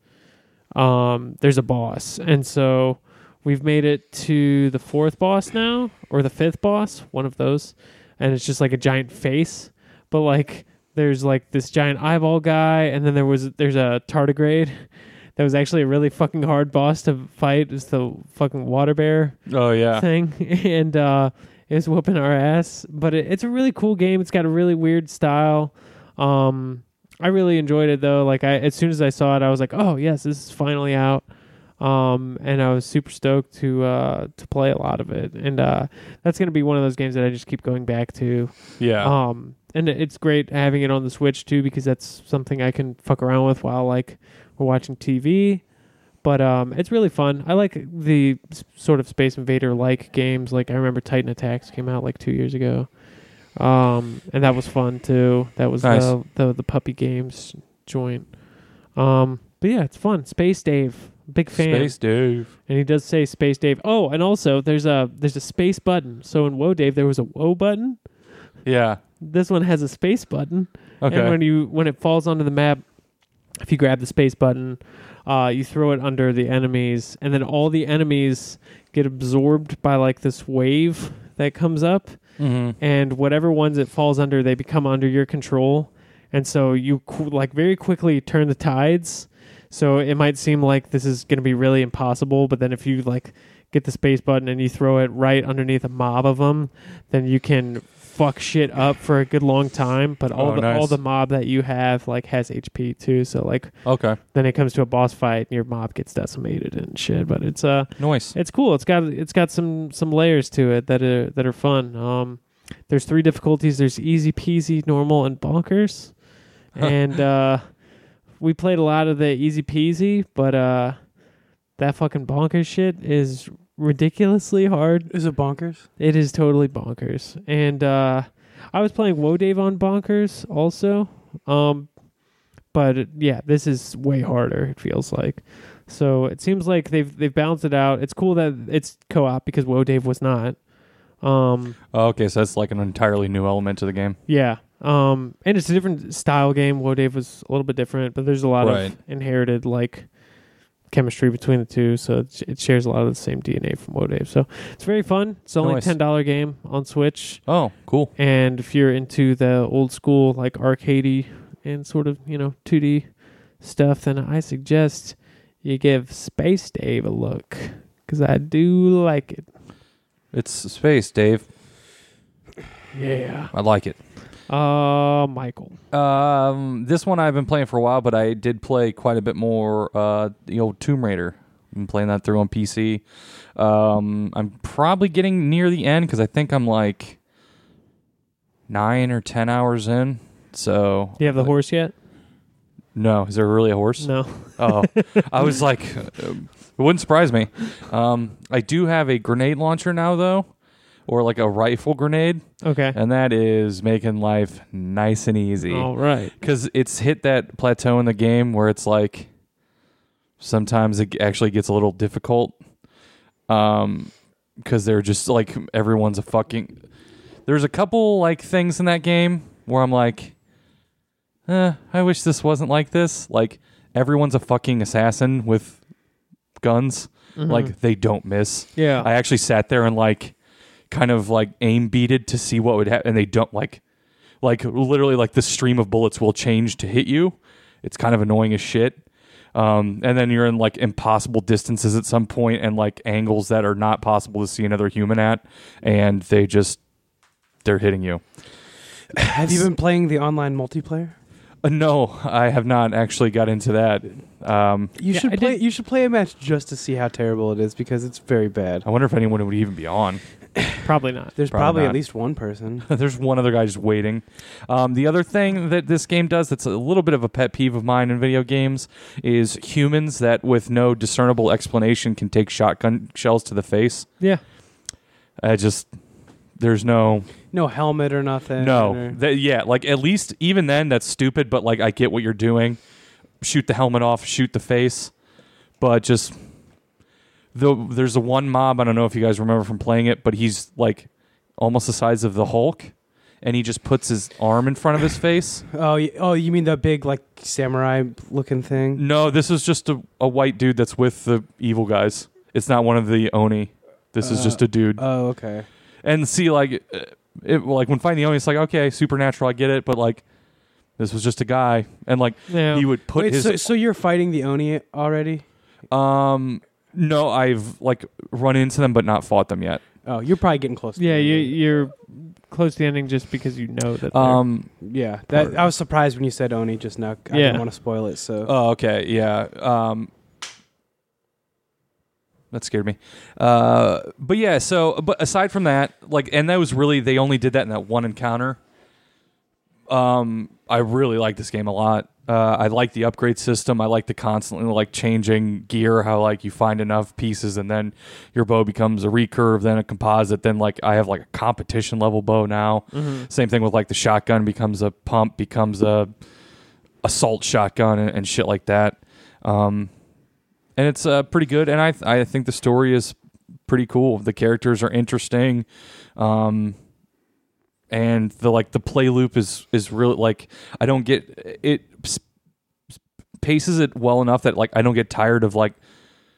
B: um, there's a boss. And so we've made it to the fourth boss now, or the fifth boss, one of those. And it's just like a giant face, but like there's like this giant eyeball guy, and then there was there's a tardigrade. That was actually a really fucking hard boss to fight. Is the fucking water bear
C: oh, yeah.
B: thing and uh is whooping our ass but it, it's a really cool game it's got a really weird style um i really enjoyed it though like i as soon as i saw it i was like oh yes this is finally out um and i was super stoked to uh to play a lot of it and uh that's gonna be one of those games that i just keep going back to
C: Yeah.
B: um, and it's great having it on the Switch too because that's something I can fuck around with while like we're watching TV. But um, it's really fun. I like the s- sort of Space Invader like games. Like I remember Titan Attacks came out like two years ago, um, and that was fun too. That was
C: Nice.
B: the, the the puppy games joint. Um, but yeah, it's fun. Space Dave, big fan
C: Space Dave.
B: and he does say space dave oh and also there's a there's a space button so in whoa dave there was a whoa button
C: Yeah.
B: this one has a space button and
C: Okay.
B: when you when it falls onto the map if you grab the space button uh, you throw it under the enemies and then all the enemies get absorbed by like this wave that comes up
C: Mm-hmm.
B: and whatever ones it falls under, they become under your control. And so you qu- like very quickly turn the tides. So it might seem like this is going to be really impossible, but then if you like get the space button and you throw it right underneath a mob of them, then you can fuck shit up for a good long time. But all
C: Oh,
B: the all
C: nice.
B: the mob that you have like has HP too, so like
C: Okay.
B: then it comes to a boss fight and your mob gets decimated and shit. But it's uh
C: Nice.
B: it's cool. It's got it's got some some layers to it that are that are fun. Um, there's three difficulties. There's easy peasy, normal, and bonkers. and uh, we played a lot of the easy peasy, but uh, that fucking bonkers shit is ridiculously hard.
A: Is it bonkers?
B: It is totally bonkers. And uh, I was playing Woe Dave on bonkers also. Um, but yeah, this is way harder. It feels like. So it seems like they've they've balanced it out. It's cool that it's co-op because Woe Dave was not. Um,
C: Oh, okay, so that's like an entirely new element to the game.
B: yeah. Um, and it's a different style game. Woe Dave was a little bit different, but there's a lot
C: Right.
B: of inherited like chemistry between the two, so it, sh- it shares a lot of the same DNA from Woe Dave. So it's very fun. It's only
C: Nice.
B: ten dollar game on Switch.
C: Oh, cool.
B: And if you're into the old school, like arcadey and sort of, you know, 2D stuff, then I suggest you give Space Dave a look because I do like it.
C: It's space, Dave.
B: Yeah.
C: I like it.
B: Uh, Michael.
C: Um, this one I've been playing for a while, but I did play quite a bit more. Uh, the old Tomb Raider. I'm playing that through on PC. Um, I'm probably getting near the end because I think I'm like nine or ten hours in. So
B: Do you have the horse yet?
C: No, is there really a horse?
B: No.
C: Oh, I was like, um, it wouldn't surprise me. Um, I do have a grenade launcher now, though, or like a rifle grenade,
B: Okay.
C: and that is making life nice and easy
B: All right.
C: because it's hit that plateau in the game where it's like sometimes it actually gets a little difficult um because they're just like everyone's a fucking there's a couple like things in that game where i'm like eh, i wish this wasn't like this like everyone's a fucking assassin with guns
B: Mm-hmm.
C: like they don't miss
B: yeah.
C: I actually sat there and like kind of like aim beated to see what would happen and they don't like like literally like the stream of bullets will change to hit you. It's kind of annoying as shit. Um, and then you're in like impossible distances at some point and like angles that are not possible to see another human at and they just they're hitting you.
A: Have you been playing the online multiplayer?
C: Uh, no, I have not actually got into that. Um,
A: You
B: Yeah,
A: should
B: I
A: play.
B: did-
A: You should play a match just to see how terrible it is because it's very bad.
C: I wonder if anyone would even be on.
B: Probably not.
A: There's
C: Probably
A: probably,
C: not.
A: at least one person.
C: There's one other guy just waiting. Um, the other thing that this game does that's a little bit of a pet peeve of mine in video games is humans that, with no discernible explanation, can take shotgun shells to the face.
B: Yeah.
C: I just. There's no
A: No helmet or nothing.
C: no
A: or-
C: That- yeah like at least even then that's stupid but like I get what you're doing shoot the helmet off shoot the face but just the there's a one mob I don't know if you guys remember from playing it but he's like almost the size of the Hulk and he just puts his arm in front of his face
A: Oh, y- oh, you mean the big like samurai looking thing?
C: No, this is just a, a white dude that's with the evil guys. It's not one of the Oni. This is
A: Uh,
C: just a dude.
A: Oh, okay.
C: and see, like, uh, it, like when finding the Oni, it's like okay, supernatural, I get it, but like, this was just a guy, and like
B: Yeah.
C: he would put
A: Wait,
C: his
A: so, so you're fighting the oni already?
C: um. No, I've like run into them, but not fought them yet.
A: Oh, you're probably getting close. to
B: yeah.
A: the
B: You,
A: Oni.
B: you're close to the ending just because you know that. they're-
C: Um.
A: yeah. That I was surprised when you said oni just now. I
B: Yeah. Uh,
A: didn't want to spoil it. So
C: Oh, okay. Yeah. Um. That scared me. Uh. But yeah. So, but aside from that, like, and that was really they only did that in that one encounter. um i really like this game a lot uh i like the upgrade system i like the constantly like changing gear how like you find enough pieces and then your bow becomes a recurve then a composite then like i have like a competition level bow now same thing with like the shotgun becomes a pump becomes a assault shotgun and, and shit like that um and it's uh pretty good and i th- i think the story is pretty cool the characters are interesting um and the like the play loop is is really like I don't get it s- s- paces it well enough that like I don't get tired of like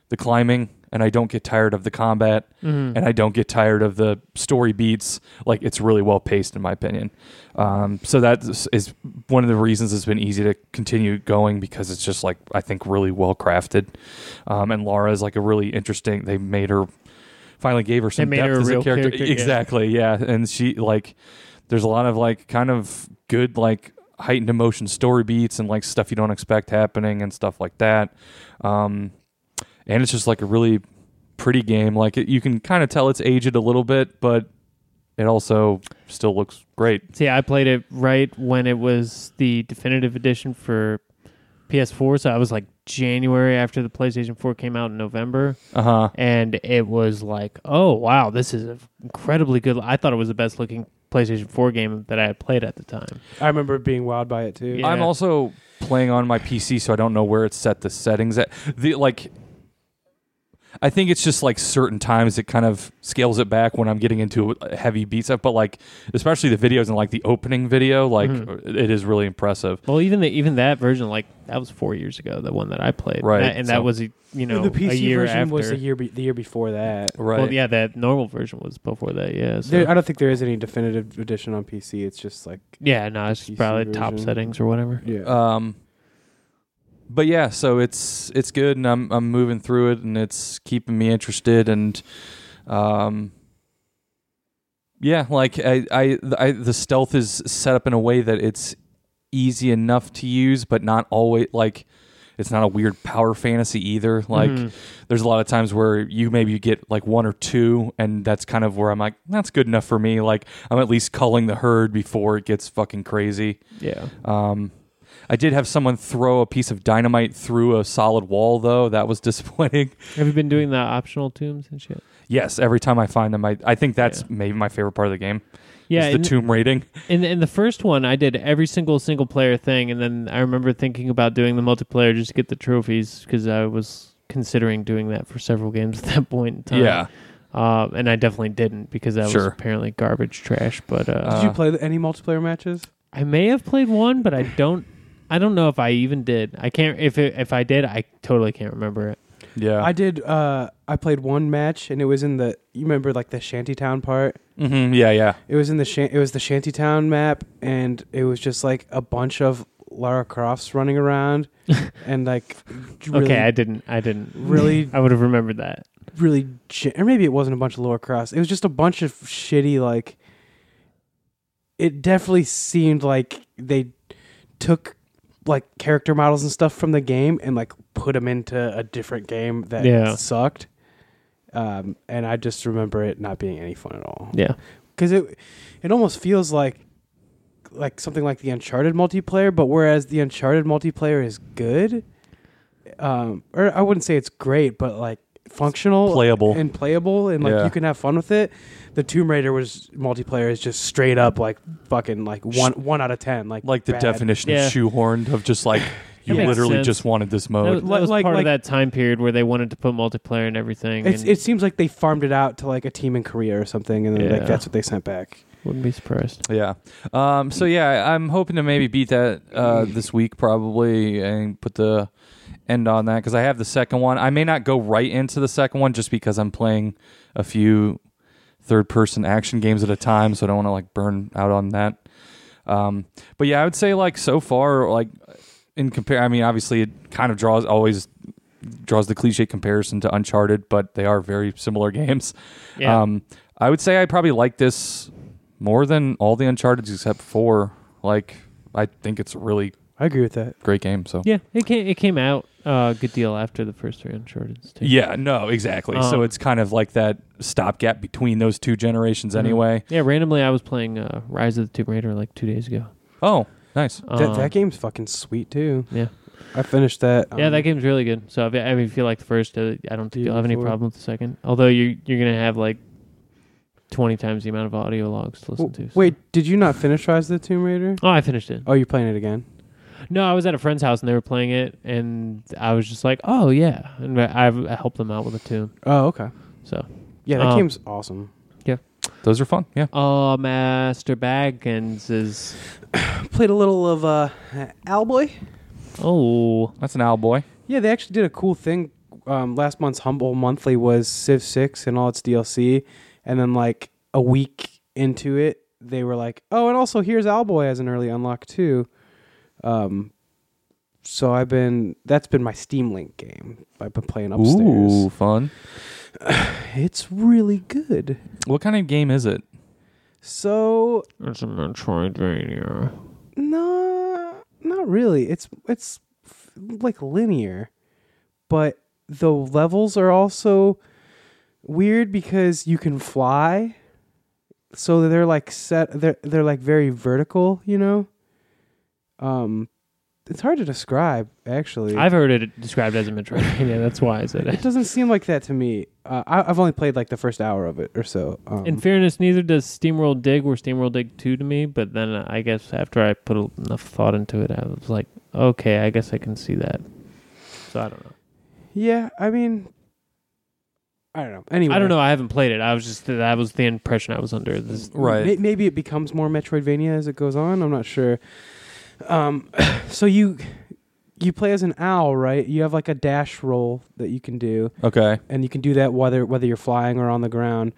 C: the climbing and I don't get tired of the combat
B: Mhm.
C: and I don't get tired of the story beats like it's really well paced in my opinion um, so that is- is one of the reasons it's been easy to continue going because it's just like I think really well crafted um, and Laura is like a really interesting they made her finally gave her some
B: made
C: depth
B: her a
C: as
B: real
C: character.
B: character, yeah.
C: Exactly, yeah. And she like there's a lot of like kind of good like heightened emotion story beats and like stuff you don't expect happening and stuff like that. Um, and it's just like a really pretty game. Like it, you can kind of tell it's aged a little bit, but it also still looks great.
B: See, I played it right when it was the definitive edition for PS4, so I was like January after the PlayStation 4 came out in November,
C: Uh huh.
B: and it was like, oh wow, this is an incredibly good. I thought it was the best looking PlayStation 4 game that I had played at the time.
A: I remember being wowed by it too.
B: Yeah.
C: I'm also playing on my PC, so I don't know where it's set the settings at. The like, I think it's just like certain times it kind of scales it back when I'm getting into uh, heavy beats up. But like, especially the videos and like the opening video, like
B: Mm-hmm.
C: it is really impressive.
B: Well, even the even that version, like that was four years ago, the one that I played,
C: Right,
B: And that, and that
C: so-
B: was you know
A: the PC
B: a year
A: version
B: after.
A: was the year be- the year before that.
C: Right.
B: Well, yeah, the normal version was before that. Yeah, so-
A: There, I don't think there is any definitive edition on PC. It's just like
B: yeah, no, it's
A: PC
B: probably top
A: version.
B: settings or whatever.
A: yeah.
C: Um. But yeah, so it's it's good, and I'm I'm moving through it, and it's keeping me interested, and um. Yeah, like I, I, I, the stealth is set up in a way that it's easy enough to use, but not always like it's not a weird power fantasy either. Like
B: Mhm.
C: there's a lot of times where you maybe get like one or two, and that's kind of where I'm like, that's good enough for me. Like I'm at least culling the herd before it gets fucking crazy.
B: yeah,
C: Um, I did have someone throw a piece of dynamite through a solid wall, though. That was disappointing.
B: have you been doing the optional tombs and shit?
C: Yes, every time I find them, I, I think that's
B: Yeah.
C: maybe my favorite part of the game.
B: Yeah,
C: is the
B: and-
C: tomb raiding.
B: In in the first one, I did every single single player thing, and then I remember thinking about doing the multiplayer just to get the trophies because I was considering doing that for several games at that point in time.
C: Yeah,
B: uh, and I definitely didn't because that was
C: Sure.
B: apparently garbage trash. But uh,
A: Did
C: Uh,
A: you play any multiplayer matches?
B: I may have played one, but I don't. I don't know if I even did. I can't. If it, if I did, I totally can't remember it.
C: yeah.
A: I did. Uh, I played one match, and it was in the. You remember like the shantytown part?
C: hmm yeah, yeah.
A: It was in the. Shan- it was the shantytown map, and it was just like a bunch of Lara Crofts running around, and like really,
B: okay, I didn't. I didn't.
A: Really-
B: I would have remembered that.
A: really, j- or maybe it wasn't a bunch of Lara Crofts. It was just a bunch of shitty like. It definitely seemed like they took like character models and stuff from the game and like put them into a different game that
B: Yeah.
A: sucked. Um, and I just remember it not being any fun at all
B: Yeah.
A: because it it almost feels like like something like the Uncharted multiplayer, but whereas the Uncharted multiplayer is good, um, or I wouldn't say it's great, but like functional,
C: Playable.
A: and playable, and like
C: Yeah.
A: you can have fun with it. The Tomb Raider was multiplayer is just straight up like fucking like one one out of ten, like
C: like the
A: bad.
C: definition
B: Yeah.
C: of shoehorned of just like you
B: makes
C: literally
B: sense.
C: just wanted this
B: That
C: mode.
B: was, that was
A: Oh, Like-
B: part
A: like-
B: of that time period where they wanted to put multiplayer and everything.
A: It's,
B: and
A: it seems like they farmed it out to like a team in Korea or something, and then
B: Yeah.
A: like that's what they sent back.
B: wouldn't be surprised.
C: Yeah. Um, so yeah, I'm hoping to maybe beat that uh, this week probably and put the end on that because I have the second one. I may not go right into the second one just because I'm playing a few third person action games at a time, so I don't want to like burn out on that. Um, but yeah, I would say like so far, like in compare, I mean, obviously it kind of draws always draws the cliche comparison to Uncharted, but they are very similar games.
B: Yeah.
C: Um, I would say I probably like this more than all the Uncharted except four. Like, I think it's a really
A: I agree with that.
C: great game. So
B: yeah. It came. It came out uh, a good deal after the first three Uncharted. Too.
C: Yeah, no, exactly. so
B: Um,
C: it's kind of like that stopgap between those two generations,
B: Mhm.
C: anyway.
B: Yeah. Randomly, I was playing uh, Rise of the Tomb Raider like two days ago.
C: Oh, nice.
B: Um,
A: that that game's fucking sweet too.
B: Yeah.
A: I finished that.
B: Yeah,
A: um,
B: that game's really good. So if, I mean, if you like the first, uh, I don't think
A: Do you
B: you'll have any
A: enjoy it?
B: problem with the second. Although you you're gonna have like twenty times the amount of audio logs to listen
A: W-
B: to. so-
A: Wait, did you not finish Rise of the Tomb Raider?
B: Oh, I finished it.
A: Oh, you're playing it again?
B: No, I was at a friend's house and they were playing it, and I was just like, "Oh yeah," and I, I helped them out with a tune.
A: Oh, okay.
B: So,
A: Yeah, that
B: Um,
A: game's awesome.
C: Those are fun. Yeah.
B: oh, Master Baggins is
A: Played a little of uh, Owlboy.
B: oh
C: That's an owl boy.
A: Yeah, they actually did a cool thing. Um, last month's Humble Monthly was Civ 6 and all its DLC. And then, like, a week into it, they were like, oh, and also here's Owlboy as an early unlock, too. Um, so I've been, that's been my Steam Link game. I've been playing upstairs.
C: Ooh, fun.
A: It's really good.
C: What kind of game is it?
A: So
B: It's a Metroidvania.
A: No, not really. It's it's f- like linear, but the levels are also weird because you can fly, so they're like set. They're they're like very vertical, you know. Um, it's hard to describe actually.
B: I've heard it described as a Metroidvania. That's why I said
A: it
B: it.
A: doesn't seem like that to me. Uh, I, I've only played like the first hour of it or so. Um,
B: In fairness, neither does SteamWorld Dig or SteamWorld Dig 2 to me, but then I guess after I put enough thought into it, I was like, okay, I guess I can see that. So I don't know.
A: yeah, I mean, I don't know. Anyway,
B: I don't know. I haven't played it. I was just, that was the impression I was under. This,
C: Right.
A: May- maybe it becomes more Metroidvania as it goes on. I'm not sure. Um, so you you play as an owl, right? You have like a dash roll that you can do,
C: Okay.
A: and you can do that whether whether you're flying or on the ground.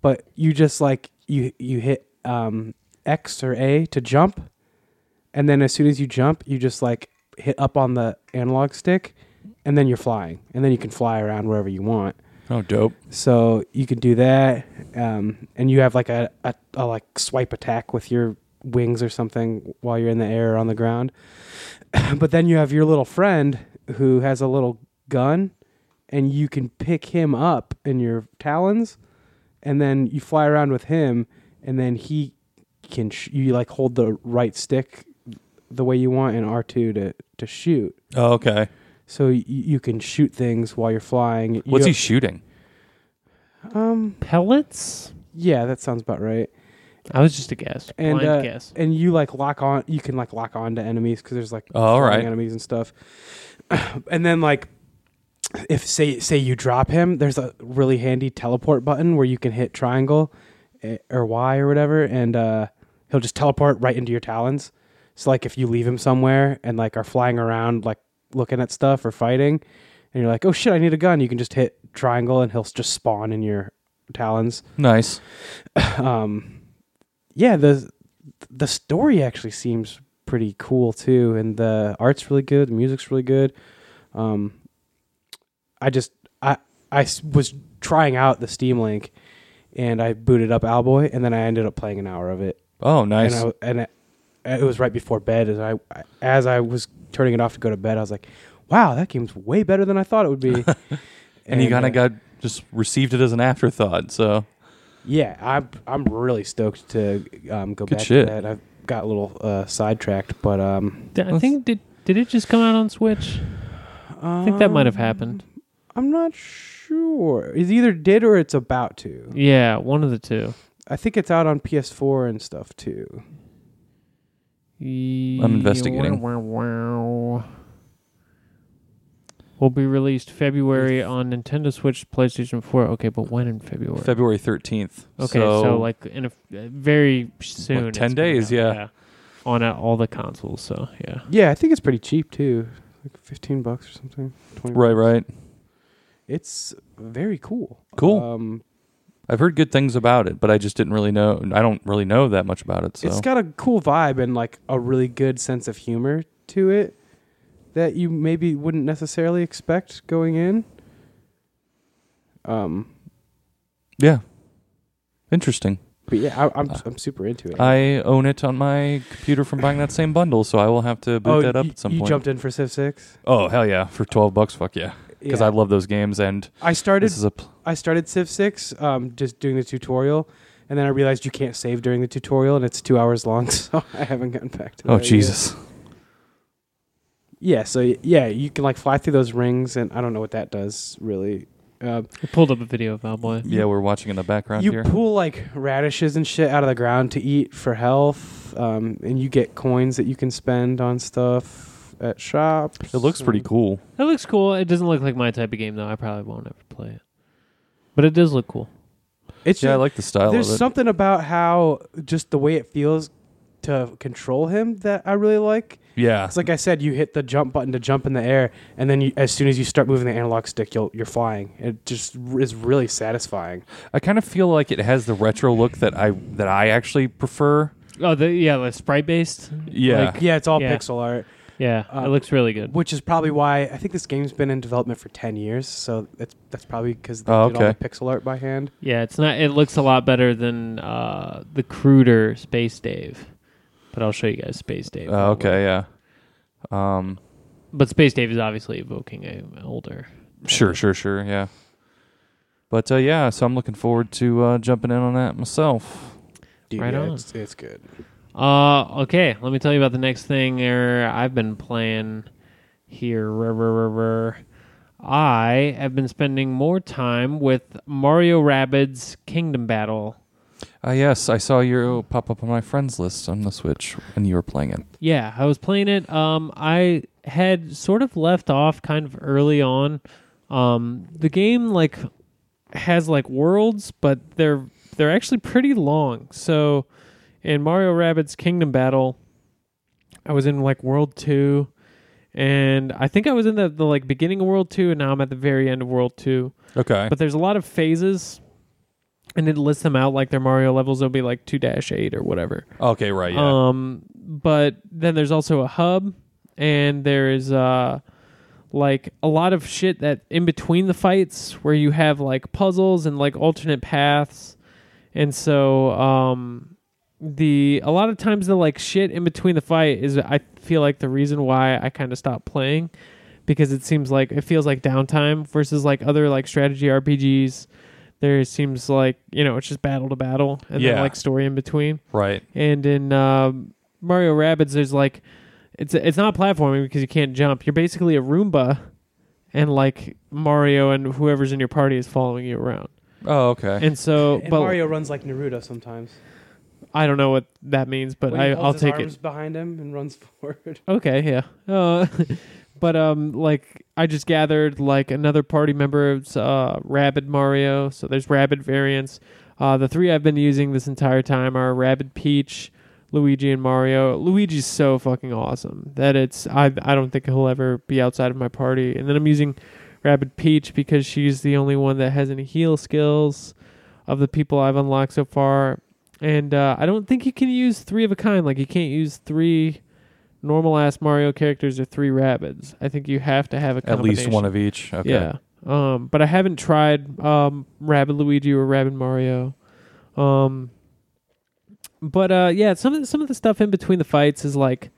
A: But you just like you you hit um, X or A to jump, and then as soon as you jump, you just like hit up on the analog stick, and then you're flying, and then you can fly around wherever you want.
C: Oh, dope.
A: So you can do that, um, and you have like a, a, a like swipe attack with your wings or something while you're in the air or on the ground. but then you have your little friend who has a little gun, and you can pick him up in your talons, and then you fly around with him, and then he can sh- you like hold the right stick the way you want in R two to to shoot.
C: Oh, okay.
A: So y- you can shoot things while you're flying. You-
C: What's he shooting?
A: um.
B: Pellets?
A: Yeah, that sounds about right.
B: I was just a guess.
A: And,
B: Blind
A: uh,
B: guess.
A: And you like lock on, you can like lock on to enemies because there's like
C: Oh, all
A: flying
C: right.
A: enemies and stuff. and then like, if say say you drop him, there's a really handy teleport button where you can hit triangle eh, or Y or whatever, and uh, he'll just teleport right into your talons. So like, if you leave him somewhere and like are flying around like looking at stuff or fighting, and you're like, oh shit, I need a gun, you can just hit triangle and he'll s- just spawn in your talons
C: Nice.
A: um yeah the the story actually seems pretty cool too and the art's really good the music's really good um i just i i s- was trying out the steam link and i booted up owlboy and then i ended up playing an hour of it
C: Oh, nice.
A: and, I, and it, it was right before bed as I as I was turning it off to go to bed I was like wow that game's way better than I thought it would be and,
C: and you kind
A: uh,
C: of got just received it as an afterthought. So
A: Yeah, I'm I'm really stoked to um, go
C: Good
A: back
C: shit.
A: to that. I've got a little uh, sidetracked, but um,
B: D- I think, did, did it just come out on Switch? I think that might have
A: um,
B: happened.
A: I'm not sure. It either did or it's about to.
B: Yeah, one of the two.
A: I think it's out on PS4 and stuff too.
B: I'm
C: investigating.
B: Will be released February on Nintendo Switch, PlayStation 4. Okay, but when in February?
C: February thirteenth.
B: okay, so, like in a uh, very soon.
C: What, 10
B: it's coming
C: days,
B: out,
C: yeah.
B: On uh, all the consoles, so yeah.
A: Yeah, I think it's pretty cheap too, like 15 bucks or something. 20
C: right, right.
A: It's very cool.
C: Cool.
A: Um,
C: I've heard good things about it, but I just didn't really know. I don't really know that much about it. So
A: It's got a cool vibe and like a really good sense of humor to it that you maybe wouldn't necessarily expect going in. Um,
C: yeah, interesting.
A: But yeah, I, I'm
C: Uh,
A: I'm super into it.
C: I own it on my computer from buying that same bundle, so I will have to boot that up
A: Oh, you,
C: at some
A: you
C: point.
A: jumped in for Civ Six
C: oh hell yeah, for twelve bucks, fuck yeah, because
A: Yeah.
C: I love those games. And
A: I started
C: this is a pl-
A: I started Civ Six um, just doing the tutorial, and then I realized you can't save during the tutorial, and it's two hours long, so I haven't gotten back to.
C: oh
A: that yet.
C: Jesus,
A: Yeah, so y- yeah, you can like fly through those rings, and I don't know what that does really. Um,
B: I pulled up a video of Owlboy.
C: yeah, we're watching in the background
A: you
C: here.
A: pull like radishes and shit out of the ground to eat for health, um, and you get coins that you can spend on stuff at shops.
C: It looks pretty
A: and-
C: cool.
B: That looks cool. It doesn't look like my type of game though. I probably won't ever play it, but it does look cool.
A: It's
C: Yeah, I
A: just-
C: like the style
A: There's
C: of it.
A: something about how just the way it feels to control him that I really like.
C: yeah,
A: It's like I said, you hit the jump button to jump in the air, and then you, as soon as you start moving the analog stick, you'll, you're flying. It just r- is really satisfying.
C: I kind of feel like it has the retro look that I that I actually prefer.
B: Oh, the yeah, the sprite based.
C: Yeah.
B: Like,
A: Yeah, it's all
B: Yeah.
A: pixel art.
B: Yeah,
A: Uh,
B: it looks really good.
A: which is probably why I think this game's been in development for ten years. So that's that's probably because they
C: Oh,
A: did all
C: okay.
A: the pixel art by hand.
B: Yeah, it's not. It looks a lot better than uh, the cruder Space Dave, but I'll show you guys Space Dave.
C: Oh, okay, yeah. Um,
B: But Space Dave is obviously evoking a an older.
C: sure, sure, sure, yeah. But uh, yeah, so I'm looking forward to uh, jumping in on that myself.
A: Dude,
B: Right
A: yeah,
B: on.
A: It's, it's good.
B: Uh, okay. Let me tell you about the next thing er, I've been playing here. Rr, rr, rr, rr. I have been spending more time with Mario Rabbids Kingdom Battle.
C: Ah, yes, I saw your oh, pop up on my friends list on the Switch, and you were playing it.
B: Yeah, I was playing it. Um, I had sort of left off kind of early on. Um, the game like has like worlds, but they're they're actually pretty long. So in Mario Rabbit's Kingdom Battle, I was in like World Two, and I think I was in the, the like beginning of World Two, and now I'm at the very end of World Two.
C: Okay.
B: But there's a lot of phases, and it lists them out like their Mario levels. They'll be like two dash eight or whatever.
C: okay, right, yeah.
B: Um, but then there's also a hub, and there is uh, like a lot of shit that in between the fights where you have like puzzles and like alternate paths, and so um, the a lot of times the like shit in between the fight is I feel like the reason why I kind of stopped playing because it seems like it feels like downtime versus like other like strategy RPGs. There seems like you know it's just battle to battle and
C: Yeah.
B: then like story in between.
C: right.
B: And in um Mario Rabbids, there's like, it's it's not platforming because you can't jump. You're basically a Roomba, and like Mario and whoever's in your party is following you around.
C: Oh, okay.
B: And so,
A: And
B: but
A: Mario runs like Naruto sometimes.
B: I don't know what that means, but
A: When
B: I,
A: he holds
B: I'll
A: his
B: take
A: arms
B: it.
A: behind him and runs forward.
B: Okay, yeah. Uh, but um, like I just gathered like another party member's uh, Rabid Mario. So there's Rabid variants. Uh, the three I've been using this entire time are Rabid Peach, Luigi, and Mario. Luigi's so fucking awesome that it's I I don't think he'll ever be outside of my party. And then I'm using Rabid Peach because she's the only one that has any heal skills of the people I've unlocked so far. And uh, I don't think you can use three of a kind. Like you can't use three normal ass Mario characters or three rabbits. I think you have to have a
C: At least
B: combination.
C: one of each. Okay.
B: Yeah. Um, but I haven't tried um Rabbit Luigi or Rabbit Mario. Um but uh yeah, some of the, some of the stuff in between the fights is like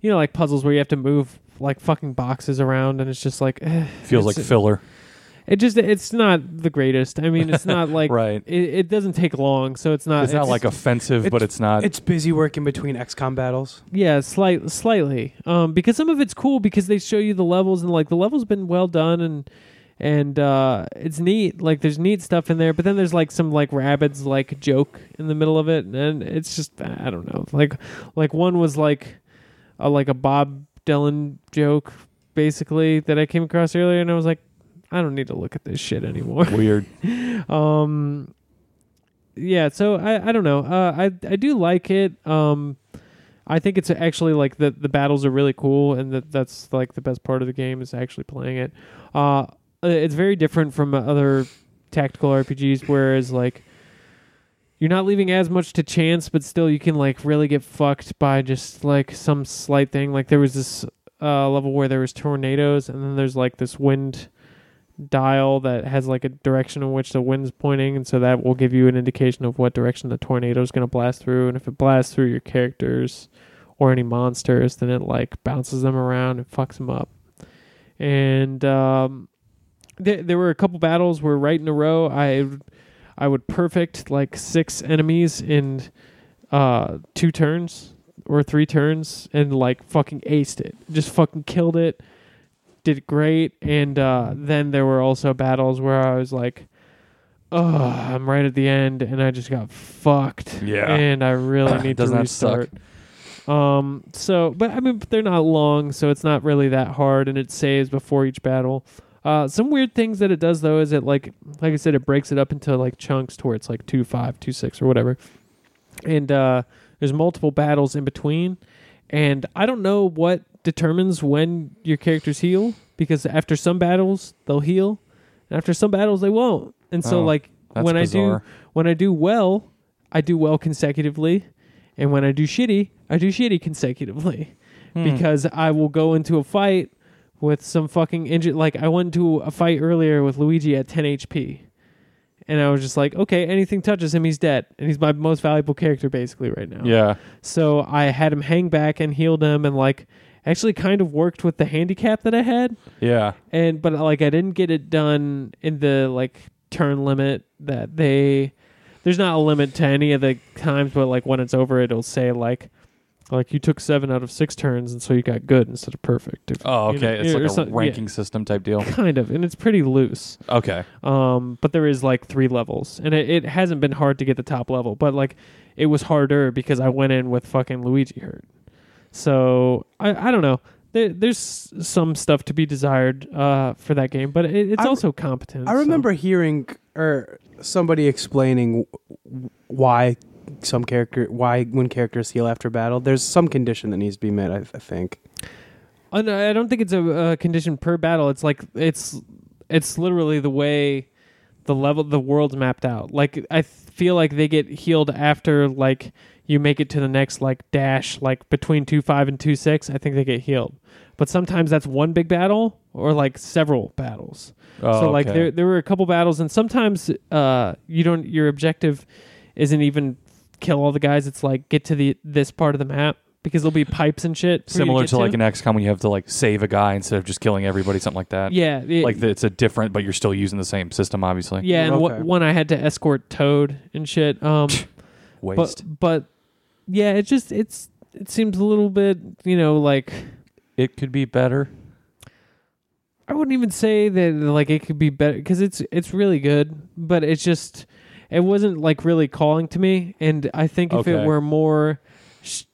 B: you know, like puzzles where you have to move like fucking boxes around and it's just like eh,
C: Feels like
B: it's-
C: filler.
B: it just it's not the greatest. I mean, it's not like
C: Right.
B: it, it doesn't take long, so it's not
C: uh, it's, not like offensive, but
A: it's-
C: it's not.
A: It's busy working between XCOM battles.
B: Yeah, slight, slightly. Um, because some of it's cool because they show you the levels and like the levels been well done and and uh, it's neat. Like there's neat stuff in there, but then there's like some like rabbits like joke in the middle of it, and it's just I don't know. Like like one was like a, like a Bob Dylan joke basically that I came across earlier, and I was like, I don't need to look at this shit anymore.
C: Weird.
B: um yeah so i i don't know uh i i do like it um i think it's actually like the the battles are really cool and that that's like the best part of the game is actually playing it uh it's very different from other tactical rpgs whereas like you're not leaving as much to chance but still you can like really get fucked by just like some slight thing like there was this uh level where there was tornadoes and then there's like this wind dial that has like a direction in which the wind's pointing and so that will give you an indication of what direction the tornado is going to blast through and if it blasts through your characters or any monsters then it like bounces them around and fucks them up and um there, there were a couple battles where right in a row i i would perfect like six enemies in uh two turns or three turns and like fucking aced it just fucking killed it did great and uh, then there were also battles where i was like oh i'm right at the end and i just got fucked
C: Yeah.
B: and i really need to
C: Doesn't that suck?
B: restart um so but i mean they're not long so it's not really that hard and it saves before each battle uh some weird things that it does though is it like like i said it breaks it up into like chunks to where it's like two five two six or whatever and uh there's multiple battles in between and i don't know what determines when your characters heal because after some battles they'll heal and after some battles they won't and so
C: Oh,
B: like
C: That's
B: when i do
C: bizarre.
B: when I do well, I do well consecutively, and when I do shitty, I do shitty consecutively.
C: Hmm.
B: because I will go into a fight with some fucking injured. Like I went into a fight earlier with Luigi at 10 HP, and I was just like, okay, anything touches him, he's dead, and he's my most valuable character basically right now.
C: yeah,
B: So I had him hang back and healed him, and like actually kind of worked with the handicap that I had,
C: yeah,
B: and but like I didn't get it done in the like turn limit that they. There's not a limit to any of the times, but like when it's over, it'll say like. Like you took seven out of six turns, and so you got good instead of perfect. if-
C: Oh,
B: you know,
C: okay.
B: or
C: it's like a
B: some- yeah,
C: ranking system type deal.
B: kind of, and it's pretty loose.
C: Okay.
B: Um, but there is like three levels, and it, it hasn't been hard to get the top level, but like it was harder because I went in with fucking Luigi hurt. So I, I don't know. There, there's some stuff to be desired uh, for that game, but it, it's
A: I-
B: also competent.
A: I
B: so-
A: remember hearing or somebody explaining w- why some character why when characters heal after battle. There's some condition that needs to be met. I, I think.
B: Uh, no, I don't think it's a, uh condition per battle. It's like it's it's literally the way the level the world's mapped out. Like I th- feel like they get healed after like you make it to the next like dash like between two five and two six. I think they get healed, but sometimes that's one big battle or like several battles
C: Oh,
B: so like
C: okay.
B: there there were a couple battles and sometimes uh you don't your objective isn't even kill all the guys it's like get to the this part of the map because there'll be pipes and shit for you
C: similar
B: get
C: to, like an XCOM, when you have to like save a guy instead of just killing everybody, something like that.
B: yeah it-
C: Like the, it's a different, but you're still using the same system, obviously.
B: yeah and
A: Okay.
B: wh- one I had to escort Toad and shit um but
C: Waste.
B: but yeah it just it's it seems a little bit you know like
C: it could be better.
B: I wouldn't even say that like it could be better because it's it's really good, but it's just it wasn't like really calling to me. And I think if
C: Okay.
B: it were more, sh-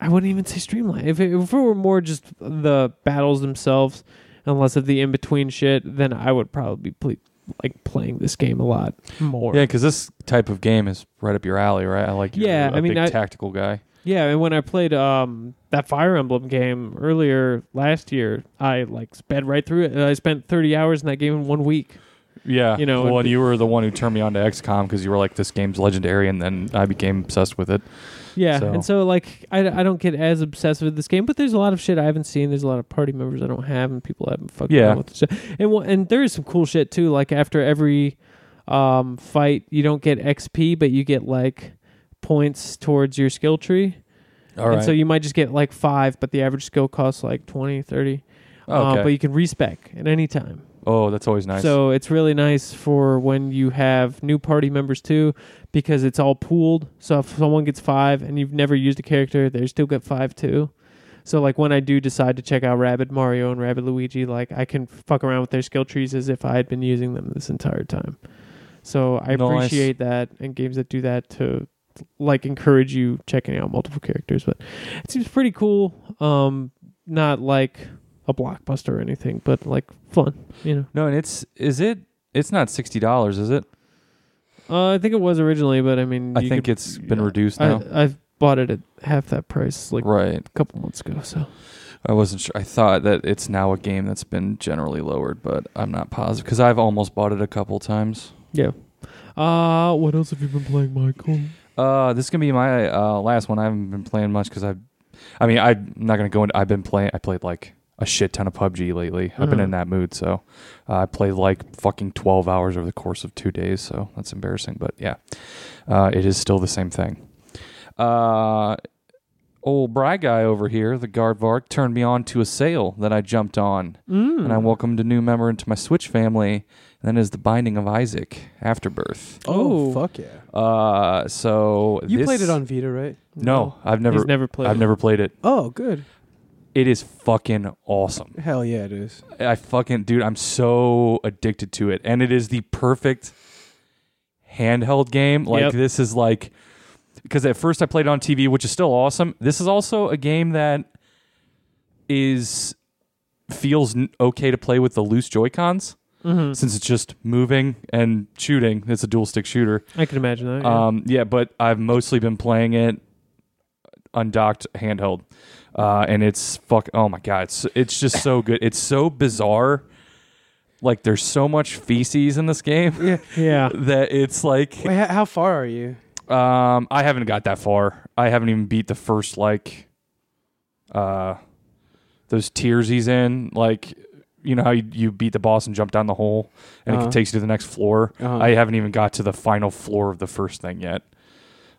B: I wouldn't even say streamlined. If it, if it were more just the battles themselves and less of the in between shit, then I would probably be ple- like playing this game a lot more.
C: Yeah, because this type of game is right up your alley, right? I like. you're
B: Yeah,
C: a
B: I mean,
C: big
B: I-
C: tactical guy.
B: Yeah, and when I played um that Fire Emblem game earlier last year, I like sped right through it. And I spent thirty hours in that game in one week.
C: Yeah,
B: You know,
C: Well,
B: it'd
C: and
B: be-
C: you were the one who turned me on to XCOM because you were like, "This game's legendary," and then I became obsessed with it.
B: Yeah,
C: So-
B: and so like I, I don't get as obsessed with this game, but there's a lot of shit I haven't seen. There's a lot of party members I don't have, and people I haven't fucked
C: Yeah.
B: around with. So- And wha- and there is some cool shit too. Like after every um, fight, you don't get XP, but you get like points towards your skill tree.
C: All right.
B: And so you might just get like five, but the average skill costs like 20, 30. Uh,
C: okay.
B: but you can respec at any time.
C: oh, that's always nice.
B: So it's really nice for when you have new party members too, because it's all pooled. So if someone gets five and you've never used a character, they still get five too. So like when I do decide to check out Rabbit Mario and Rabbit Luigi, like I can fuck around with their skill trees as if I had been using them this entire time. So I
C: Nice.
B: appreciate that and games that do that to like encourage you checking out multiple characters. But it seems pretty cool. Um not like a blockbuster or anything, but like fun, you know.
C: no, and it's is it. It's not sixty dollars, is it?
B: Uh, I think it was originally, but I mean,
C: I
B: you
C: think
B: could-
C: it's been
B: yeah.
C: reduced
B: I,
C: now.
B: I've bought it at half that price like
C: right.
B: a couple months ago. So
C: I wasn't sure. I thought that it's now a game that's been generally lowered, but I'm not positive because I've almost bought it a couple times.
B: yeah. Uh, what else have you been playing, Michael?
C: Uh, this is gonna be my uh, last one. I haven't been playing much because I, I mean, I'm not gonna go into. I've been playing. I played like a shit ton of PUBG lately. I've been
B: Mhm.
A: Mm.
C: in that mood, so uh, I played like fucking 12 hours over the course of two days. So that's embarrassing, but yeah, uh, it is still the same thing. Uh, old Bry guy over here, the Garvark, turned me on to a sale that I jumped on.
B: Mm.
C: and
A: Hmm.
C: I welcomed a new member into my Switch family, and that is the Binding of Isaac Afterbirth.
B: Oh.
A: fuck yeah!
C: Uh, so
A: You
C: this-
A: played it on Vita, right?
C: No, I've
B: he's
C: never,
B: never played.
C: I've
B: it.
C: never played it.
A: Oh, good.
C: It is fucking awesome.
A: Hell yeah, it is.
C: I fucking dude, I'm so addicted to it, and it is the perfect handheld game. Like
B: Yep.
C: this is like because at first I played it on TV, which is still awesome. This is also a game that is feels n- okay to play with the loose Joy Cons.
B: Mhm.
C: since it's just moving and shooting. It's a dual stick shooter.
B: I can imagine that. yeah.
C: Um, yeah, but I've mostly been playing it undocked handheld, uh, and it's fuck. Oh my god, it's it's just so good. It's so bizarre. Like there's so much feces in this game
A: Yeah.
B: yeah.
C: that it's like
A: Wait, how, how far are you?
C: um, I haven't got that far. I haven't even beat the first like uh those tiers he's in, like you know how you, you beat the boss and jump down the hole, and
A: Uh-huh.
C: it takes you to the next floor.
A: Uh-huh.
C: I haven't even got to the final floor of the first thing yet.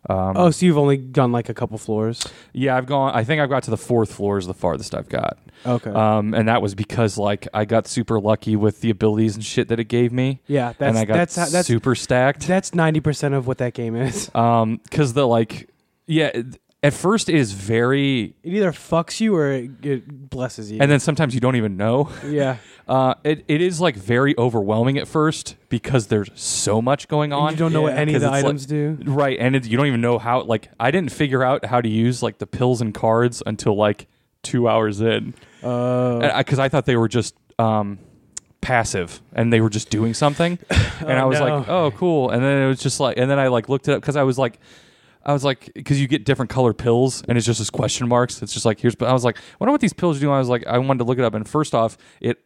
C: Um,
A: Oh, so you've only gone like a couple floors.
C: yeah, I've gone. I think I've got to the fourth floor is the farthest I've got.
A: Okay.
C: Um, and that was because like I got super lucky with the abilities and shit that it gave me,
A: yeah, that's
C: and I got
A: that's how, that's
C: super stacked.
A: that's ninety percent of what that game is.
C: Um, because the like, yeah, it- at first it is very,
A: It either fucks you or it, it blesses you.
C: and then sometimes you don't even know.
A: yeah,
C: Uh, it, it is like very overwhelming at first because there's so much going
A: And
C: on.
A: you don't know what
C: Yeah.
A: any of
C: 'Cause
A: the
C: it's like-
A: items do.
C: Right, and it, you don't even know how. Like, I didn't figure out how to use like the pills and cards until like two hours in,
A: Oh,
C: because Uh, I, thought they were just um, passive and they were just doing something, and
A: Oh,
C: I was
A: no.
C: like, oh, cool. And then it was just like, and then I like looked it up because I was like. I was like, because you get different colored pills, and it's just as question marks. It's just like here's. But I was like, I wonder what these pills do. I was like, I wanted to look it up, and first off, it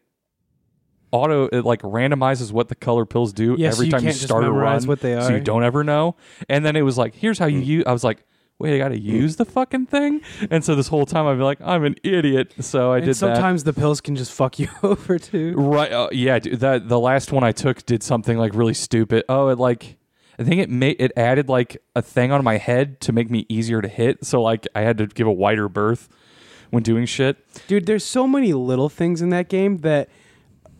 C: auto it like randomizes what the color pills do
A: Yeah, so
C: every
A: you
C: time you
A: can't just
C: start a
A: memorize
C: run,
A: what they
C: so
A: are. Mm.
C: you don't ever know. And then it was like, here's how you use. I was like, wait, I got to use the fucking thing. And so this whole time I've been like, I'm an idiot. So I
A: and
C: did that.
A: sometimes the pills can just fuck you over too.
C: Right. Uh, yeah. Dude, that the last one I took did something like really stupid. Oh, it like I think it made it added like a thing on my head to make me easier to hit. So like I had to give a wider berth when doing shit.
A: Dude, there's so many little things in that game that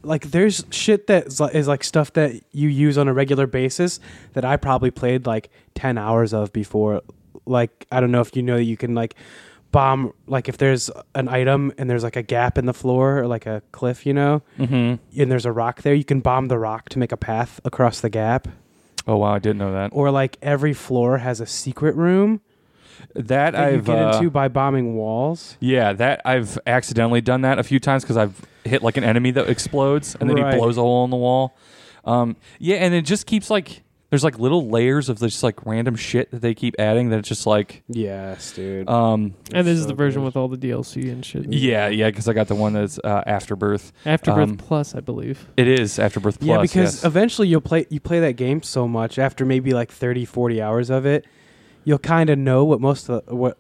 A: like there's shit that is, li- is like stuff that you use on a regular basis that I probably played like 10 hours of before. Like I don't know if you know that you can like bomb like if there's an item and there's like a gap in the floor or like a cliff, you know,
C: Mm-hmm.
A: and there's a rock there, you can bomb the rock to make a path across the gap.
C: Oh wow, I didn't know that.
A: Or like every floor has a secret room
C: That
A: that you
C: I've
A: get
C: uh,
A: into by bombing walls.
C: yeah, that I've accidentally done that a few times because I've hit like an enemy that explodes and then
A: Right.
C: he blows a hole in the wall. Um, yeah, and it just keeps like there's like little layers of this like random shit that they keep adding that it's just like
A: Yes, dude.
C: um
B: and this is
A: so
B: the version
A: good.
B: with all the DLC and shit.
C: Yeah, yeah, because I got the one that's uh, Afterbirth.
B: Afterbirth
C: Um,
B: Plus, I believe.
C: It is Afterbirth Plus.
A: yeah, because
C: yes.
A: eventually you'll play you play that game so much after maybe like 30, 40 hours of it, you'll kind of know what most of the, what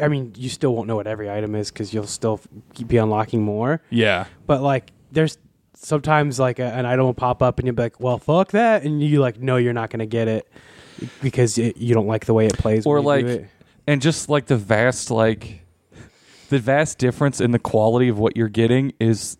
A: I mean, you still won't know what every item is cuz you'll still f- be unlocking more,
C: yeah,
A: but like there's sometimes like a, an item will pop up and you'll be like, "Well, fuck that." And you like, "No, you're not going to get it." Because it, you don't like the way it plays,
C: Or
A: when you do
C: like-
A: it.
C: and just like the vast like the vast difference in the quality of what you're getting is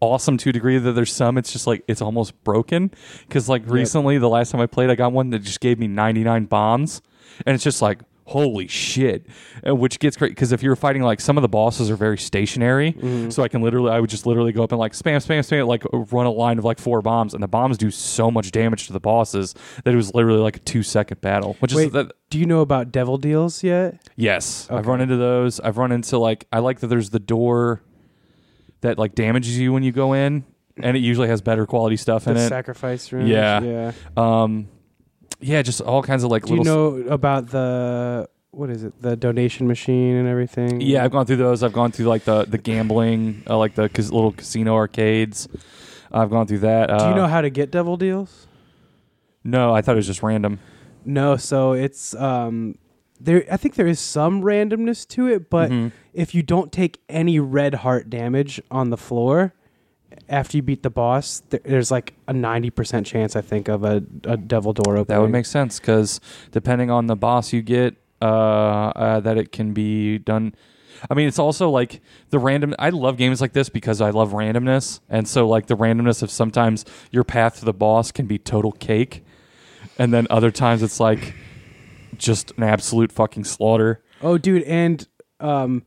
C: awesome to a degree that there's some it's just like it's almost broken because like recently the last time I played I got one that just gave me 99 bombs and it's just like holy shit Uh, which gets great because if you're fighting like some of the bosses are very stationary
A: Mm-hmm.
C: so I can literally I would just literally go up and like spam spam spam like run a line of like four bombs and the bombs do so much damage to the bosses that it was literally like a two second battle which
A: Wait,
C: is that
A: do you know about devil deals yet?
C: Yes, I've
A: Okay.
C: run into those. I've run into like I like that there's the door that like damages you when you go in, and it usually has better quality stuff in
A: The
C: it.
A: sacrifice rooms.
C: Yeah.
A: yeah.
C: um, yeah, just all kinds of like
A: Do you
C: little. s-
A: know about the what is it? The donation machine and everything.
C: yeah, I've gone through those. I've gone through like the the gambling, uh, like the cas- little casino arcades. I've gone through that. Uh,
A: Do you know how to get devil deals?
C: No, I thought it was just random.
A: No, so it's um there I think there is some randomness to it, but
C: Mhm.
A: if you don't take any red heart damage on the floor after you beat the boss, there, there's like a 90% chance I think of a, a devil door opening.
C: That would make sense because depending on the boss you get, uh, uh, that it can be done. I mean, it's also like the random. I love games like this because I love randomness, and so like the randomness of sometimes your path to the boss can be total cake, and then other times it's like just an absolute fucking slaughter.
A: Oh, dude, and um,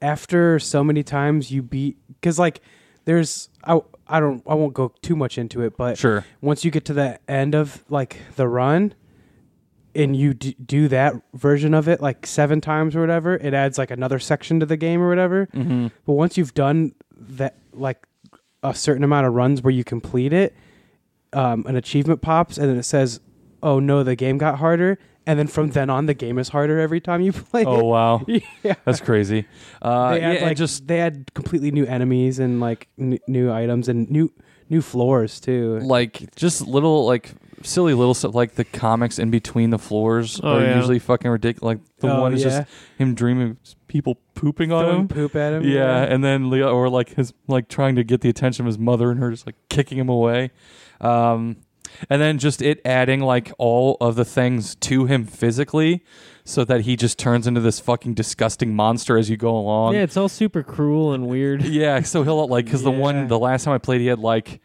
A: after so many times you beat, because like there's I I don't I won't go too much into it, but
C: Sure.
A: once you get to the end of like the run, and you d- do that version of it like seven times or whatever, it adds like another section to the game or whatever.
C: Mm-hmm.
A: But once you've done that, like a certain amount of runs where you complete it, um, an achievement pops, and then it says, "Oh no, the game got harder." And then from then on, the game is harder every time you play.
C: Oh wow,
A: it. yeah.
C: that's crazy. Uh,
A: They
C: yeah,
A: add
C: and
A: like
C: just
A: they had completely new enemies and like n- new items and new new floors too.
C: like just little like silly little stuff like the comics in between the floors
B: Oh,
C: are
B: yeah.
C: usually fucking ridiculous. Like the
A: Oh,
C: one is
A: yeah.
C: just him dreaming of people pooping on
A: Throwing
C: him.
A: poop at him.
C: Yeah, and then Leo or like his like trying to get the attention of his mother and her just like kicking him away. Um and then just it adding like all of the things to him physically so that he just turns into this fucking disgusting monster as you go along.
B: yeah, it's all super cruel and weird.
C: Yeah, so he'll like because the
A: Yeah.
C: one the last time I played, he had like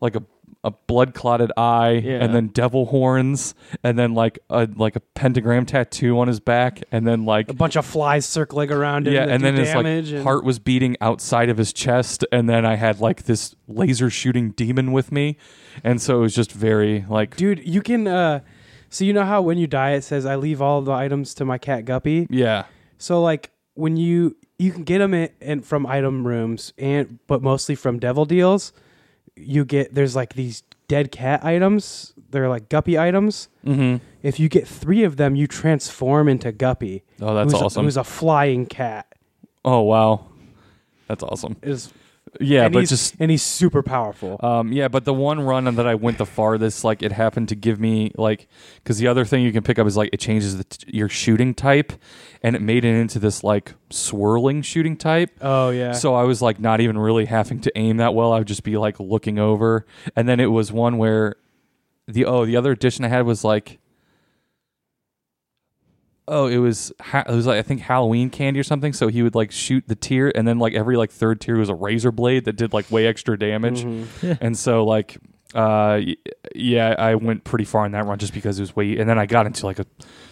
C: like a a blood clotted eye,
B: Yeah.
C: and then devil horns, and then like a like a pentagram tattoo on his back, and then like
A: a bunch of flies circling around him.
C: yeah,
A: that
C: and
A: do
C: then his like
A: damage and-
C: heart was beating outside of his chest, and then I had like this laser shooting demon with me, and so it was just very like
A: Dude, you can. uh So you know how when you die, it says I leave all the items to my cat Guppy.
C: yeah
A: So like when you you can get them in, in from item rooms and but mostly from devil deals. You get there's like these dead cat items. They're like Guppy items.
C: mm-hmm.
A: If you get three of them, you transform into Guppy.
C: oh that's
A: who's
C: awesome
A: A, who's a flying cat?
C: oh wow that's awesome
A: Is
C: yeah
A: and
C: but
A: he's,
C: just
A: and he's super powerful.
C: Um, yeah, but the one run that I went the farthest, like it happened to give me like because the other thing you can pick up is like it changes the t- your shooting type, and it made it into this like swirling shooting type.
A: oh yeah.
C: So I was like not even really having to aim that well. I would just be like looking over, and then it was one where the oh the other addition I had was like oh it was ha- it was like I think Halloween candy or something. So he would like shoot the tier, and then like every like third tier was a razor blade that did like way extra damage,
A: Mm-hmm.
C: and so like. Uh y- yeah, I went pretty far in that run just because it was way, and then I got into like a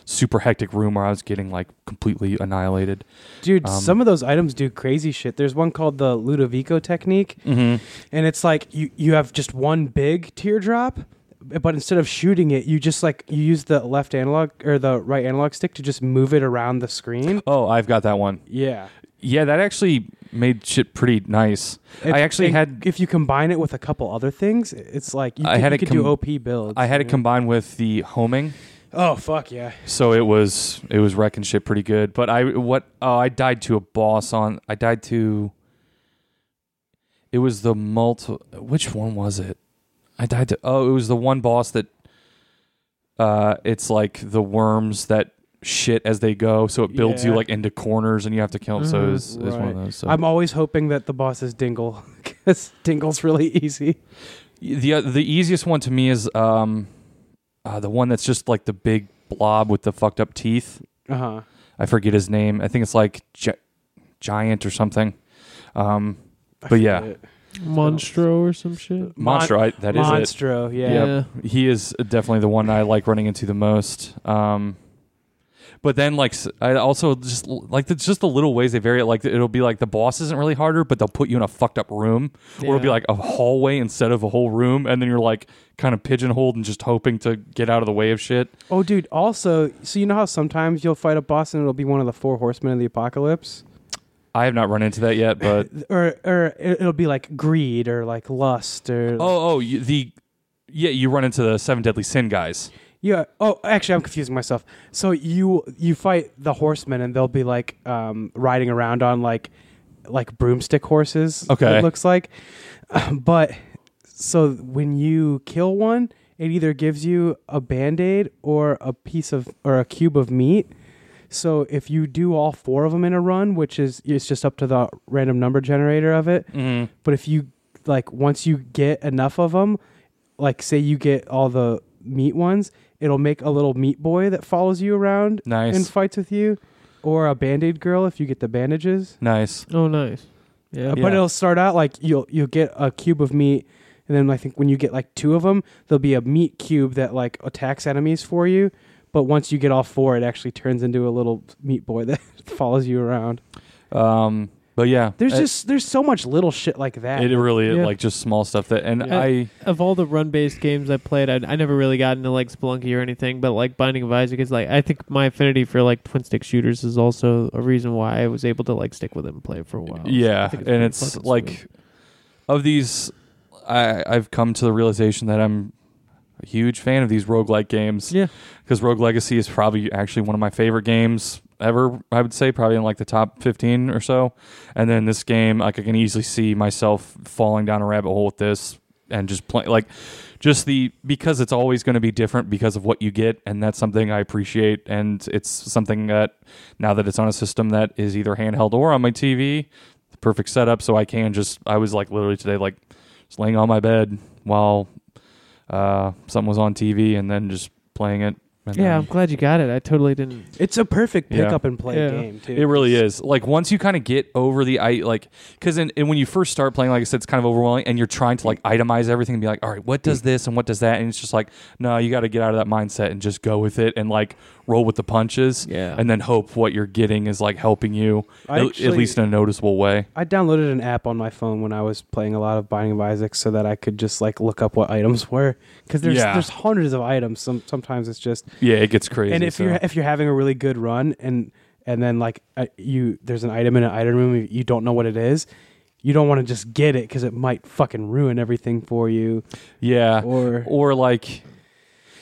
C: super hectic room where I was getting like completely annihilated.
A: Dude,
C: Um,
A: some of those items do crazy shit. There's one called the Ludovico technique,
C: Mm-hmm.
A: and it's like you you have just one big teardrop, but instead of shooting it, you just like you use the left analog or the right analog stick to just move it around the screen.
C: Oh, I've got that one.
A: Yeah,
C: Yeah, that actually made shit pretty nice. I actually
A: and
C: had
A: if you combine it with a couple other things, it's like you could,
C: I had
A: you
C: it
A: could
C: com-
A: do OP builds.
C: I had
A: you
C: it
A: know?
C: combined with the homing,
A: Oh fuck yeah!
C: so it was it was wrecking shit pretty good. But I what oh I died to a boss on I died to it was the multi which one was it? I died to oh it was the one boss that uh it's like the worms that shit as they go, so it builds you
A: Yeah.
C: like into corners and you have to kill them. so it
B: Mhm.
C: was, it was one of
A: Right.
C: those. So.
A: I'm always hoping that the boss is Dingle because Dingle's really easy.
C: the uh, the easiest one to me is um uh, the one that's just like the big blob with the fucked up teeth.
A: Uh huh.
C: I forget his name. I think it's like gi- giant or something. Um, But yeah.
B: Monstro or some shit.
A: Mon-
C: monster. I, that is
A: Monstro.
C: it.
A: yeah.
B: Yeah.
C: Yep. He is definitely the one I like running into the most. Um, but then like s- I also just l- like it's just the little ways they vary it. Like it'll be like the boss isn't really harder, but they'll put you in a fucked up room, or it'll be
B: Yeah.
C: like a hallway instead of a whole room, and then you're like kind of pigeonholed and just hoping to get out of the way of shit.
A: Oh, dude. Also, so you know how sometimes you'll fight a boss and it'll be one of the four horsemen of the apocalypse,
C: I have not run into that yet, but
A: or or it- it'll be like greed or like lust or
C: oh, oh, you, the yeah, you run into the seven deadly sin guys.
A: yeah. Oh, actually, I'm confusing myself. So you you fight the horsemen and they'll be like um, riding around on like like broomstick horses.
C: Okay.
A: it looks like, but so when you kill one, it either gives you a band aid or a piece of or a cube of meat. So if you do all four of them in a run, which is it's just up to the random number generator of it.
C: Mm-hmm.
A: But if you like once you get enough of them, like say you get all the meat ones, it'll make a little meat boy that follows you around
C: Nice,
A: and fights with you, or a band-aid girl if you get the bandages.
C: nice.
B: Oh, nice. Yeah.
C: Yeah.
A: But it'll start out like you'll you'll get a cube of meat, and then I think when you get like two of them, there'll be a meat cube that like attacks enemies for you. But once you get all four, it actually turns into a little meat boy that follows you around.
C: Um, but yeah,
A: There's
C: it-
A: just there's so much little shit like that.
C: it really is
B: Yeah.
C: like just small stuff that, and
B: Yeah.
C: I
B: Of all the run-based games I played, I, I never really got into like Spelunky or anything, but like Binding of Isaac is like I think my affinity for like twin-stick shooters is also a reason why I was able to like stick with it and play it for a while. So Oh, I
C: yeah,
B: think
C: and
B: pretty
C: it's
B: fucking
C: like
B: sweet.
C: of these, I I've come to the realization that I'm a huge fan of these roguelike games.
B: yeah,
C: because Rogue Legacy is probably actually one of my favorite games ever. I would say probably in like the top fifteen or so. And then this game, like I can easily see myself falling down a rabbit hole with this and just play like just the because it's always going to be different because of what you get and that's something i appreciate and it's something that now that it's on a system that is either handheld or on my tv the perfect setup so i can just i was like literally today like just laying on my bed while uh something was on tv and then just playing it and
B: Yeah, I'm
C: then-
B: glad you got it. I totally didn't.
A: It's a perfect
C: Yeah.
A: pick up and play
B: Yeah.
A: game too.
C: It really is. Like once you kind of get over the i like because and when you first start playing, like I said, it's kind of overwhelming, and you're trying to like itemize everything and be like, all right, what does this and what does that, and it's just like, no, you got to get out of that mindset and just go with it and like roll with the punches,
B: Yeah.
C: and then hope what you're getting is like helping you
A: I
C: at- at
A: actually-
C: least in a noticeable way.
A: I downloaded an app on my phone when I was playing a lot of Binding of Isaac so that I could just like look up what items were because there's
C: Yeah.
A: there's hundreds of items. Some sometimes it's just
C: Yeah, it gets crazy.
A: and if
C: so-
A: you're if you're having a really good run and and then like uh, you there's an item in an item room you don't know what it is, you don't want to just get it because it might fucking ruin everything for you.
C: yeah,
A: Or
C: or like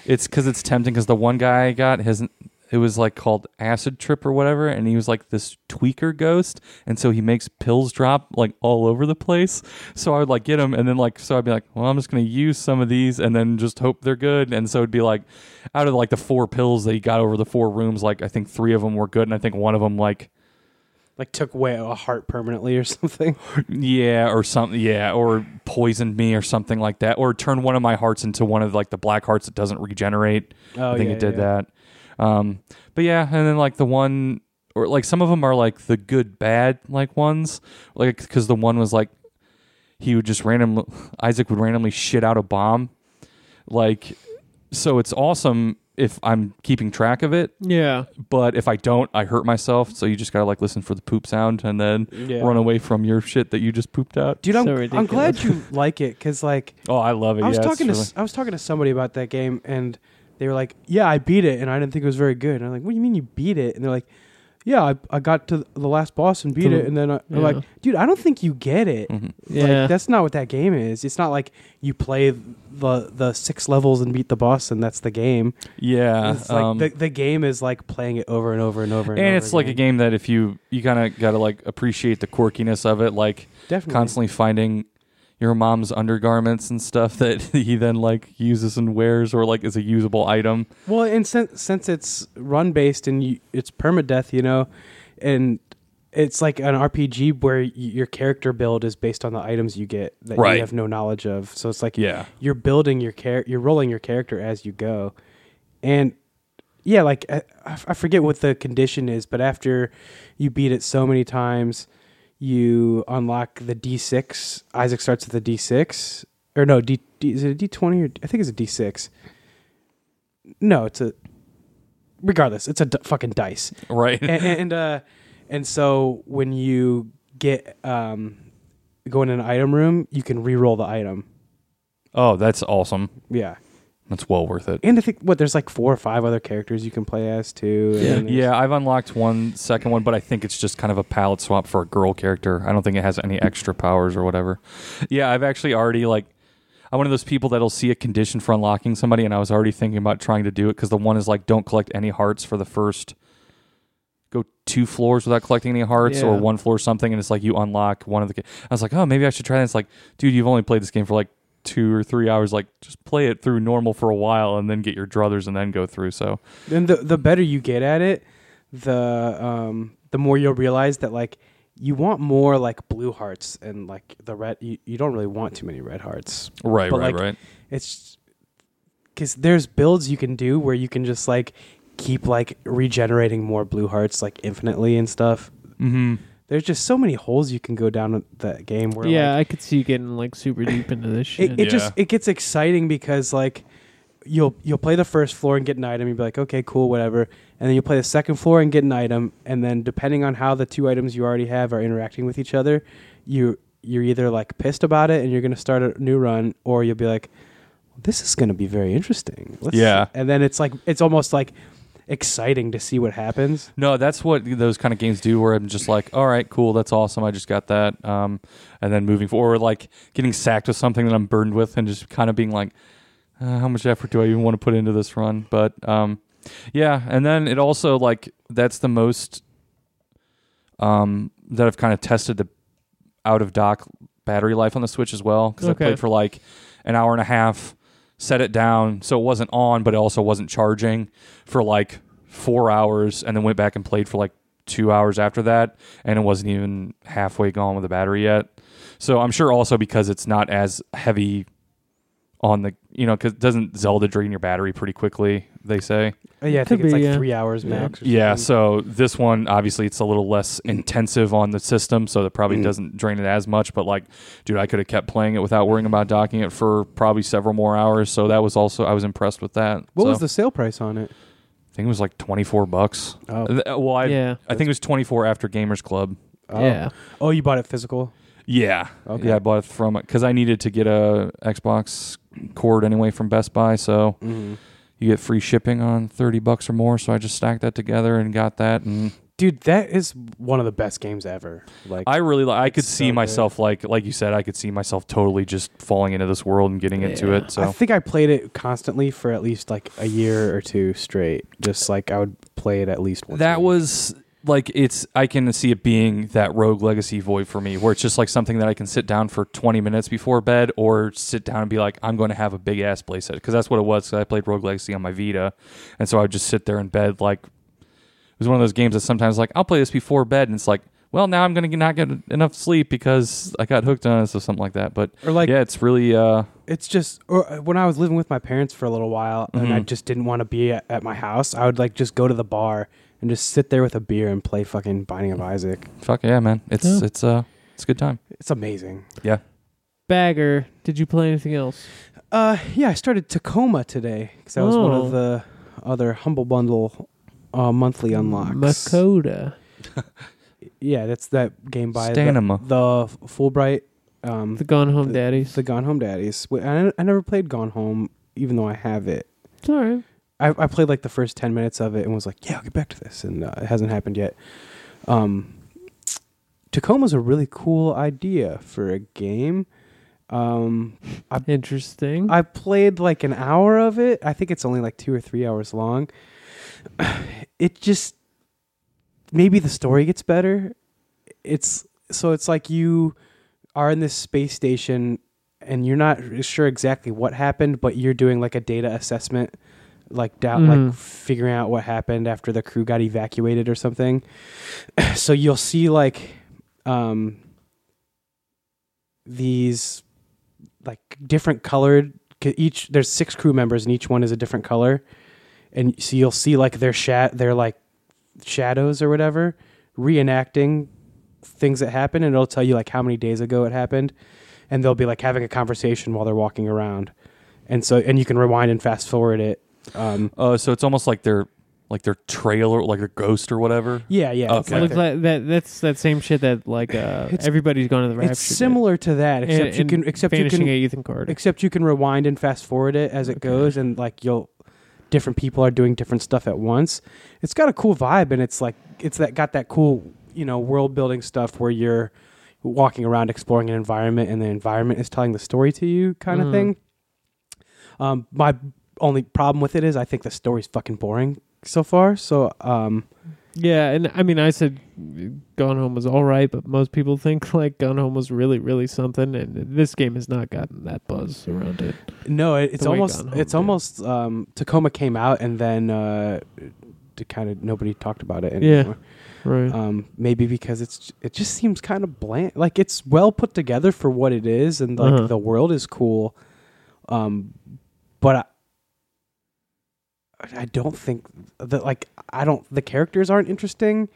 C: it's because it's tempting because the one guy I got his it was like called acid trip or whatever and he was like this tweaker ghost and so he makes pills drop like all over the place so i would like get him and then like so i'd be like well i'm just gonna use some of these and then just hope they're good and so it'd be like out of like the four pills that he got over the four rooms like i think three of them were good and i think one of them like
A: like took away a heart permanently or something.
C: yeah, or something. Yeah, or poisoned me or something like that, or turned one of my hearts into one of like the black hearts that doesn't regenerate.
A: Oh,
C: I think
A: yeah,
C: it did
A: yeah.
C: that. Um, but yeah, and then like the one, or like some of them are like the good bad like ones, like because the one was like he would just randomly Isaac would randomly shit out a bomb, like so it's awesome if I'm keeping track of it,
B: Yeah.
C: but if I don't, I hurt myself. So you just gotta like listen for the poop sound and then
A: Yeah.
C: run away from your shit that you just pooped out.
A: Dude, I'm,
B: So
A: I'm glad
B: ridiculous.
A: you like it because like
C: Oh, I love it.
A: I was
C: yeah, it's
A: talking to
C: really-
A: s I was talking to somebody about that game, and they were like, "Yeah, I beat it," and I didn't think it was very good. And I'm like, "What do you mean you beat it?" And they're like, "Yeah, I, I got to the last boss and beat
B: the-
A: it." And then I,
B: yeah.
A: I'm like, "Dude, I don't think you get it.
C: Mhm.
B: Yeah.
A: Like, that's not what that game is. It's not like you play the the six levels and beat the boss, and that's the game.
C: Yeah,
A: it's like
C: um,
A: the the game is like playing it over and over and over. And,
C: and
A: over
C: it's like a
A: again.
C: game that if you you kind of gotta like appreciate the quirkiness of it, like
A: Definitely.
C: constantly finding your mom's undergarments and stuff that he then like uses and wears or like is a usable item.
A: Well, and since since it's run based and you, it's permadeath, you know, and it's like an RPG where y- your character build is based on the items you get that
C: Right.
A: you have no knowledge of. So it's like
C: Yeah.
A: you're building your character, you're rolling your character as you go, and yeah, like I, I f- I forget what the condition is, but after you beat it so many times, you unlock the D6. Isaac starts at the D6, or no, D, D is it a D20 or I think it's a D6. No, it's a. Regardless, it's a d- fucking dice
C: Right.
A: and and, uh, and so when you get um, go in an item room, you can re-roll the item.
C: oh, that's awesome.
A: Yeah,
C: That's well worth it.
A: and I think what there's like four or five other characters you can play as too. and
B: Yeah.
A: there's-
C: Yeah, I've unlocked one second one, but I think it's just kind of a palette swap for a girl character. I don't think it has any extra powers or whatever. Yeah, I've actually already like I'm one of those people that'll see a condition for unlocking somebody, and I was already thinking about trying to do it because the one is like don't collect any hearts for the first go two floors without collecting any hearts or
B: Yeah.
C: one floor or something, and it's like you unlock one of the. ca- I was like, oh, maybe I should try that. It's like, dude, you've only played this game for like two or three hours. Like, just play it through normal for a while, and then get your druthers, and then go through. So
A: And the the better you get at it, the um the more you'll realize that like you want more like blue hearts and like the red. You, you don't really want too many red hearts.
C: right,
A: But,
C: right,
A: like,
C: right.
A: It's because there's builds you can do where you can just like keep like regenerating more blue hearts like infinitely and stuff.
C: Mm-hmm.
A: there's just so many holes you can go down with that game where
B: yeah,
A: like,
B: I could see you getting like super deep into this shit.
A: it, it just
C: Yeah.
A: it gets exciting because like you'll you'll play the first floor and get an item you'll be like okay cool whatever and then you play the second floor and get an item and then depending on how the two items you already have are interacting with each other you you're either like pissed about it and you're going to start a new run or you'll be like this is going to be very interesting Let's
C: Yeah.
A: and then it's like it's almost like exciting to see what happens
C: No, that's what those kind of games do. Where I'm just like, all right, cool, that's awesome. I just got that, um, and then moving forward, like getting sacked with something that I'm burdened with, and just kind of being like, uh, how much effort do I even want to put into this run? But um, yeah, and then it also like that's the most um, that I've kind of tested the out of dock battery life on the Switch as well because
B: Okay.
C: I played for like an hour and a half, set it down so it wasn't on, but it also wasn't charging for like four hours, and then went back and played for like two hours after that, and it wasn't even halfway gone with the battery yet. So I'm sure also because it's not as heavy on the you know because doesn't Zelda drain your battery pretty quickly? They say.
A: Uh, yeah, I
B: Could
A: think it's
B: be,
A: like
B: yeah.
A: three hours
B: Yeah.
A: max. or
C: Yeah, so
A: something.
C: this one obviously it's a little less intensive on the system, so it
A: Mm.
C: probably doesn't drain it as much. But like, dude, I could have kept playing it without worrying about docking it for probably several more hours. So that was also I was impressed with that.
A: What
C: So,
A: was the sale price on it?
C: I think it was like twenty four bucks.
A: Oh,
C: Th- Well, I
B: yeah.
C: I think it was twenty four after Gamers Club.
A: oh.
B: Yeah.
A: Oh, you bought it physical.
C: Yeah,
A: Okay.
C: yeah, I bought it from because I needed to get a Xbox cord anyway from Best Buy, so
A: Mm-hmm.
C: you get free shipping on thirty bucks or more. So I just stacked that together and got that and.
A: Dude, that is one of the best games ever. Like,
C: I really like. I could
A: It's
C: see
A: so good.
C: myself like like you said. I could see myself totally just falling into this world and getting into
B: Yeah.
C: it.
A: I
C: So
A: think I played it constantly for at least like a year or two straight. Just like I would play it at least once. a
C: that
A: week.
C: was like it's. I can see it being that Rogue Legacy void for me, where it's just like something that I can sit down for twenty minutes before bed, or sit down and be like, I'm going to have a big ass playset because that's what it was. 'cause I played Rogue Legacy on my Vita, and so I would just sit there in bed like. It was one of those games that sometimes like I'll play this before bed, and it's like, well, now I'm going to not get enough sleep because I got hooked on it, so something like that. But
A: or like
C: yeah, it's really. uh
A: it's just or uh, when I was living with my parents for a little while and I
C: Mhm.
A: just didn't want to be at, at my house, I would like just go to the bar and just sit there with a beer and play fucking Binding of Isaac.
C: Fuck yeah, man! It's
B: Yeah.
C: it's uh it's a good time.
A: It's amazing.
B: Bagger, did you play anything else?
A: Uh, yeah, I started Tacoma today because that was one
B: Oh.
A: of the other Humble Bundle uh, monthly unlocks.
B: Makoda.
A: Yeah, that's that game by the,
C: Stanima.
A: the Fulbright. Um,
B: The Gone Home
A: The-
B: Daddies.
A: The Gone Home Daddies. Wait, I, I never played Gone Home, even though I have it.
B: it's all right.
A: I, I played like the first 10 minutes of it and was like, yeah, I'll get back to this. And uh, it hasn't happened yet. Um, Tacoma's a really cool idea for a game. Um,
B: Interesting.
A: I played like an hour of it. I think it's only like two or three hours long. It just maybe the story gets better. It's so it's like you are in this space station and you're not sure exactly what happened, but you're doing like a data assessment, like down,
B: Mhm.
A: like figuring out what happened after the crew got evacuated or something. so you'll see like um, these like different colored 'cause each there's six crew members and each one is a different color and so you'll see like their shat their like shadows or whatever reenacting things that happened and it'll tell you like how many days ago it happened and they'll be like having a conversation while they're walking around and so and you can rewind and fast forward it um
C: Uh, so it's almost like they're like their trailer, like their ghost or whatever.
A: yeah yeah it's
C: Okay.
A: like
B: Looks
A: they're-
B: like that. That's that same shit that like uh,
A: It's-
B: everybody's gone to the rapture.
A: it's similar to that
B: did.
A: except
B: And-
A: you can
B: and
A: except you
B: vanishing
A: can
B: at Ethan Carter.
A: Except you can rewind and fast forward it as it
B: Okay.
A: goes, and like you'll different people are doing different stuff at once. It's got a cool vibe, and it's like it's that got that cool you know world building stuff where you're walking around exploring an environment, and the environment is telling the story to you, kind of
B: Mm.
A: thing. Um, my only problem with it is I think the story's fucking boring so far. So um,
B: yeah, and I mean, I said Gone Home was all right, but most people think like Gone Home was really, really something, and this game has not gotten that buzz around it.
A: No, it, it's
B: The way
A: almost
B: Gone Home
A: it's
B: did.
A: almost um, Tacoma came out and then uh, kind of nobody talked about it
B: Yeah.
A: anymore.
B: Right.
A: Um, maybe because it's it just seems kind of bland. Like it's well put together for what it is, and like
B: Uh-huh.
A: the world is cool. Um, but I, I don't think that like I don't the characters aren't interesting,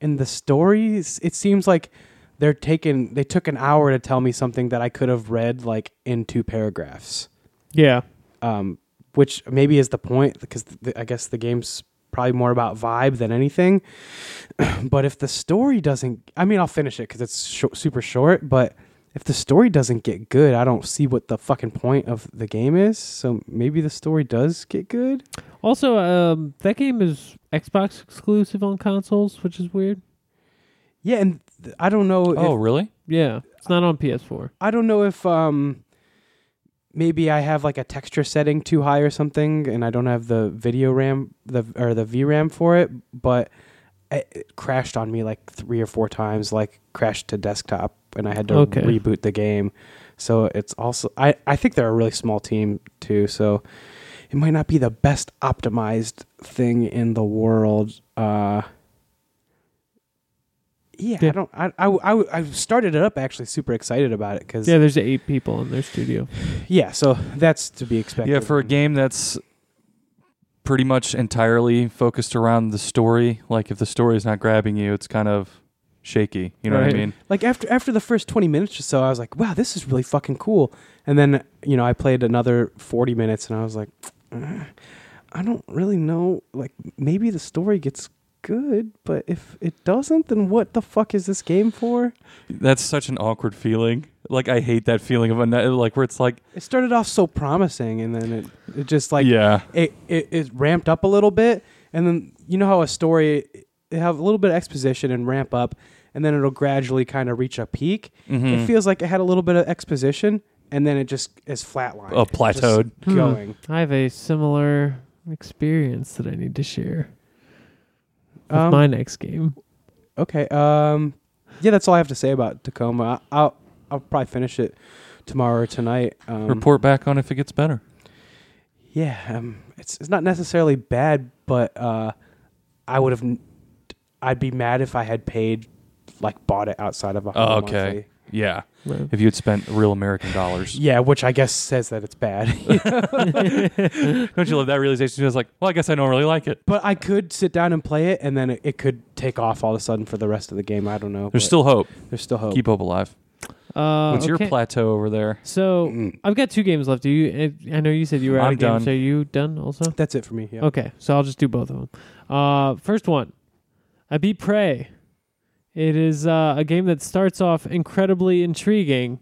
A: and the stories. It seems like they're taking they took an hour to tell me something that I could have read like in two paragraphs
B: yeah.
A: um, which maybe is the point because th- I guess the game's probably more about vibe than anything. but if the story doesn't, I mean, I'll finish it because it's sho super short. But if the story doesn't get good, I don't see what the fucking point of the game is. So maybe the story does get good.
B: Also, um, that game is Xbox exclusive on consoles, which is weird.
A: Yeah, and th- I don't know.
C: Oh,
A: If,
C: really?
B: Yeah, it's not on PS4.
A: I don't know if um, maybe I have like a texture setting too high or something, and I don't have the video RAM the or the VRAM for it. But it, it crashed on me like three or four times. Like crashed to desktop and I had to
B: Okay.
A: reboot the game. So it's also I I think they're a really small team too. So it might not be the best optimized thing in the world. Uh, yeah,
B: Yeah.
A: I don't. I, I I I started it up actually super excited about it because
B: Yeah, there's eight people in their studio.
A: yeah. So that's to be expected.
C: Yeah, for a game that's pretty much entirely focused around the story, like if the story's not grabbing you, it's kind of shaky. You know what
B: Right.
C: I mean?
A: like after after the first 20 minutes or so i was like wow this is really fucking cool and then you know i played another 40 minutes and i was like "Uh, i don't really know like maybe the story gets good but if it doesn't then what the fuck is this game for
C: That's such an awkward feeling. Like I hate that feeling of a like where it's like
A: it started off so promising and then it, it just like
C: yeah
A: it, it it ramped up a little bit, and then you know how a story it have a little bit of exposition and ramp up, and then it'll gradually kind of reach a peak.
C: Mhm.
A: It feels like it had a little bit of exposition, and then it just is flatlined.
C: Oh, plateaued.
A: Just going.
B: I have a similar experience that I need to share with
A: Um,
B: my next game.
A: Okay. Um, yeah, that's all I have to say about Tacoma. I, I'll I'll probably finish it tomorrow or tonight. Um,
C: report back on if it gets better.
A: Yeah, um, it's it's not necessarily bad, but uh, I would have. I'd be mad if I had paid, like, bought it outside of a.
C: Oh,
A: Hallmark
C: okay.
A: fee.
C: Yeah,
B: Well,
C: if you had spent real American dollars,
A: Yeah, which I guess says that it's bad.
C: don't you love that realization? It's like, well, I guess I don't really like it.
A: but I could sit down and play it, and then it, it could take off all of a sudden for the rest of the game. I don't know.
C: There's
A: but
C: still hope.
A: there's still hope.
C: Keep hope Oh, alive.
B: uh,
C: What's your
B: okay.
C: plateau over there?
B: So I've got two games left. Do you? eh, I I know you said you were out
C: I'm
B: of games.
C: done.
B: Are you done also?
A: That's it for me. Yeah.
B: Okay, so I'll just do both of them. Uh, first one, I beat Prey. It is uh, a game that starts off incredibly intriguing.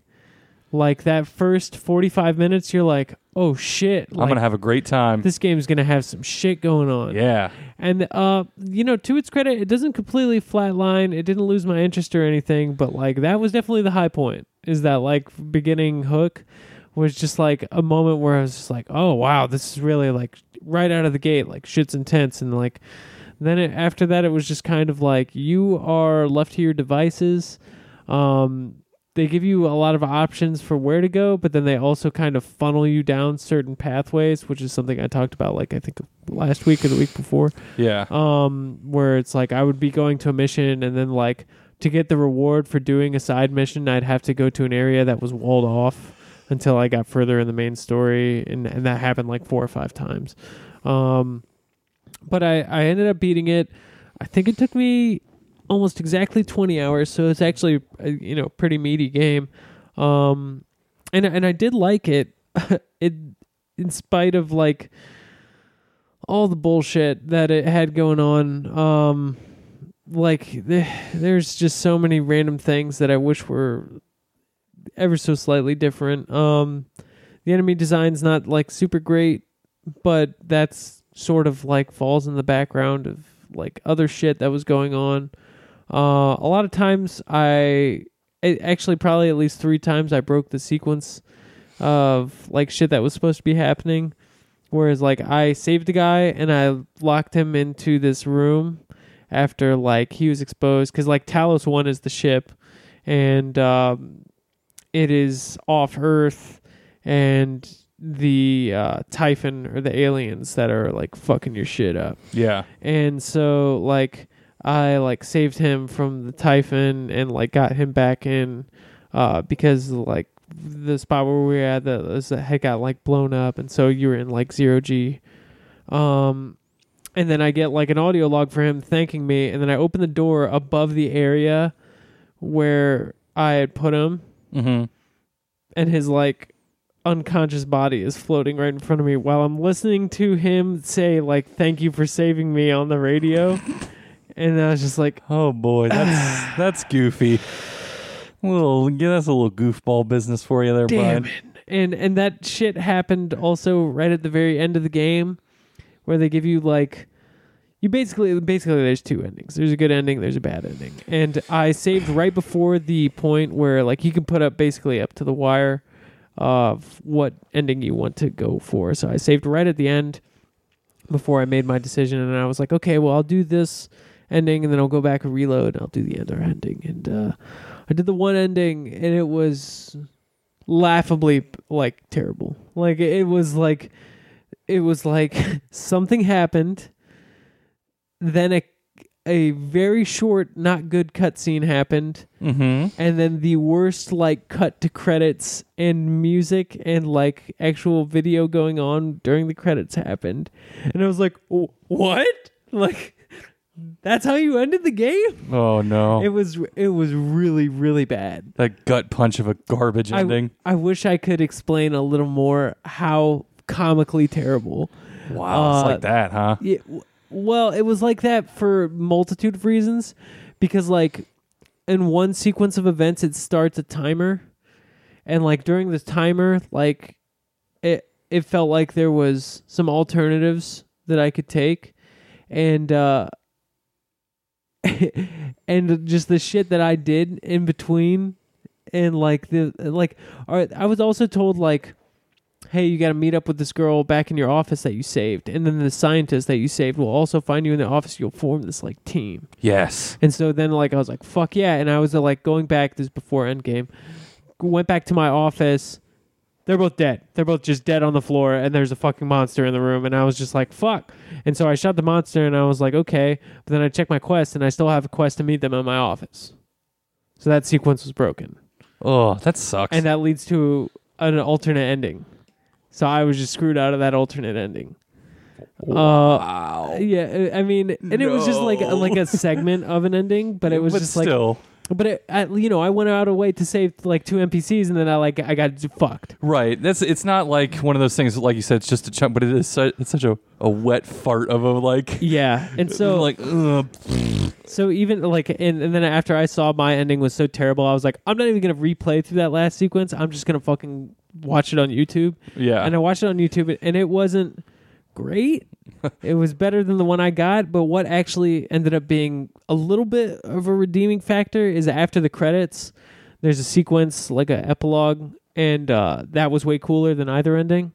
B: Like that first 45 minutes, you're like, oh shit.
C: I'm
B: like,
C: gonna have a great time.
B: this game's going to have some shit going on.
C: yeah,
B: And, uh, you know, to its credit, it doesn't completely flatline. It didn't lose my interest or anything, but, like, that was definitely the high point is that, like, beginning hook was just, like, a moment where I was just like, oh, wow, this is really, like, right out of the gate. Like, shit's intense. And, like, then it, after that, it was just kind of like, you are left to your devices. Um, they give you a lot of options for where to go, but then they also kind of funnel you down certain pathways, which is something I talked about, like, I think last week or the week before
C: yeah.
B: um where it's like i would be going to a mission and then like to get the reward for doing a side mission i'd have to go to an area that was walled off until i got further in the main story and, and that happened like four or five times um but i i ended up beating it i think it took me almost exactly 20 hours so it's actually a, you know pretty meaty game um and and i did like it it in spite of like all the bullshit that it had going on. Um, like th- there's just so many random things that I wish were ever so slightly different. Um, the enemy design's not like super great, but that's sort of like falls in the background of like other shit that was going on. Uh, a lot of times I a- actually probably at least three times I broke the sequence of like shit that was supposed to be happening. Whereas like I saved a guy and I locked him into this room after like he was exposed because like Talos One is the ship and um, it is off Earth and the uh, Typhon or the aliens that are like fucking your shit up
C: Yeah.
B: and so like i like saved him from the typhon and like got him back in uh because like the spot where we were at that was- that had got like blown up and so you were in like zero g um and then i get like an audio log for him thanking me and then i open the door above the area where i had put him
C: Mm-hmm.
B: and his like unconscious body is floating right in front of me while I'm listening to him say like thank you for saving me on the radio. and I was just like
C: Oh boy, that's that's goofy. Little, yeah, that's a little goofball business for you there,
B: Damn
C: bud.
B: and and that shit happened also right at the very end of the game where they give you like you basically basically there's two endings there's a good ending there's a bad ending and i saved right before the point where like you can put up basically up to the wire of what ending you want to go for so i saved right at the end before i made my decision and i was like okay well i'll do this ending and then i'll go back and reload and i'll do the other ending and uh I did the one ending and it was laughably like terrible. Like it was like it was like something happened then a a very short not good cutscene happened
C: Mm-hmm.
B: and then the worst like cut to credits and music and like actual video going on during the credits happened and i was like "Wh- what like that's how you ended the game
C: Oh no.
B: it was it was really really bad
C: that gut punch of a garbage
B: I-
C: ending.
B: I, wish i could explain a little more how comically terrible
C: wow. it's
B: uh,
C: like that, huh?
B: yeah, w- well, it was like that for multitude of reasons because like in one sequence of events it starts a timer and like during the timer like it it felt like there was some alternatives that I could take and uh and just the shit that I did in between and like the like all right, I was also told like hey, you got to meet up with this girl back in your office that you saved, and then the scientist that you saved will also find you in the office. You'll form this like team,
C: Yes.
B: and so then like I was like, fuck yeah, and I was uh, like going back this is before Endgame, went back to my office. They're both dead. They're both just dead on the floor, and there's a fucking monster in the room. And I was just like, "Fuck!" And so I shot the monster, and I was like, "Okay." But then I checked my quest, and I still have a quest to meet them in my office. So that sequence was broken
C: Oh, that sucks.
B: and that leads to an alternate ending. So I was just screwed out of that alternate ending. Wow. yeah, I I mean, and it was just like
C: No.
B: like a segment of an ending, but it was just like,
C: still
B: but it, I, you know, I went out of way to save like two NPCs, and then I like I got j- fucked.
C: right. That's it's not like one of those things. Like you said, it's just a chunk, but it is such, it's such a, a wet fart of a like.
B: Yeah, and so
C: like ugh,
B: so even like and, and then after I saw my ending was so terrible, I was like, I'm not even gonna replay through that last sequence. I'm just gonna fucking watch it on YouTube.
C: yeah.
B: and I watched it on YouTube, and it wasn't great. it was better than the one I got, but what actually ended up being a little bit of a redeeming factor is after the credits, there's a sequence like an epilogue, and uh, that was way cooler than either ending.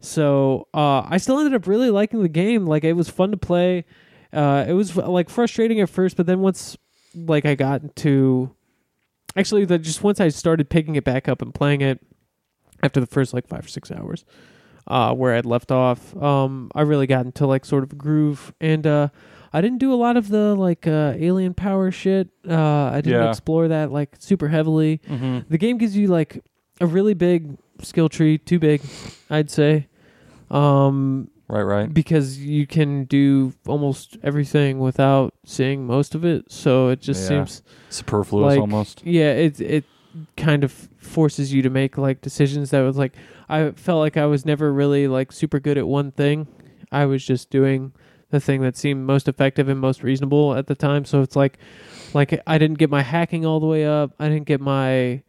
B: So uh, I still ended up really liking the game. Like it was fun to play. Uh, it was like frustrating at first, but then once like I got into actually the, just once I started picking it back up and playing it after the first like five or six hours uh, where I'd left off, um, I really got into like sort of a groove and uh, I didn't do a lot of the like uh, alien power shit. Uh, I didn't
C: Yeah.
B: explore that like super heavily
C: Mhm.
B: the game gives you like a really big skill tree too big i'd say um
C: Right, right.
B: because you can do almost everything without seeing most of it so it just
C: Yeah.
B: seems
C: Superfluous
B: like,
C: almost.
B: yeah it it kind of forces you to make like decisions that was like i felt like i was never really like super good at one thing i was just doing the thing that seemed most effective and most reasonable at the time so it's like like i didn't get my hacking all the way up i didn't get my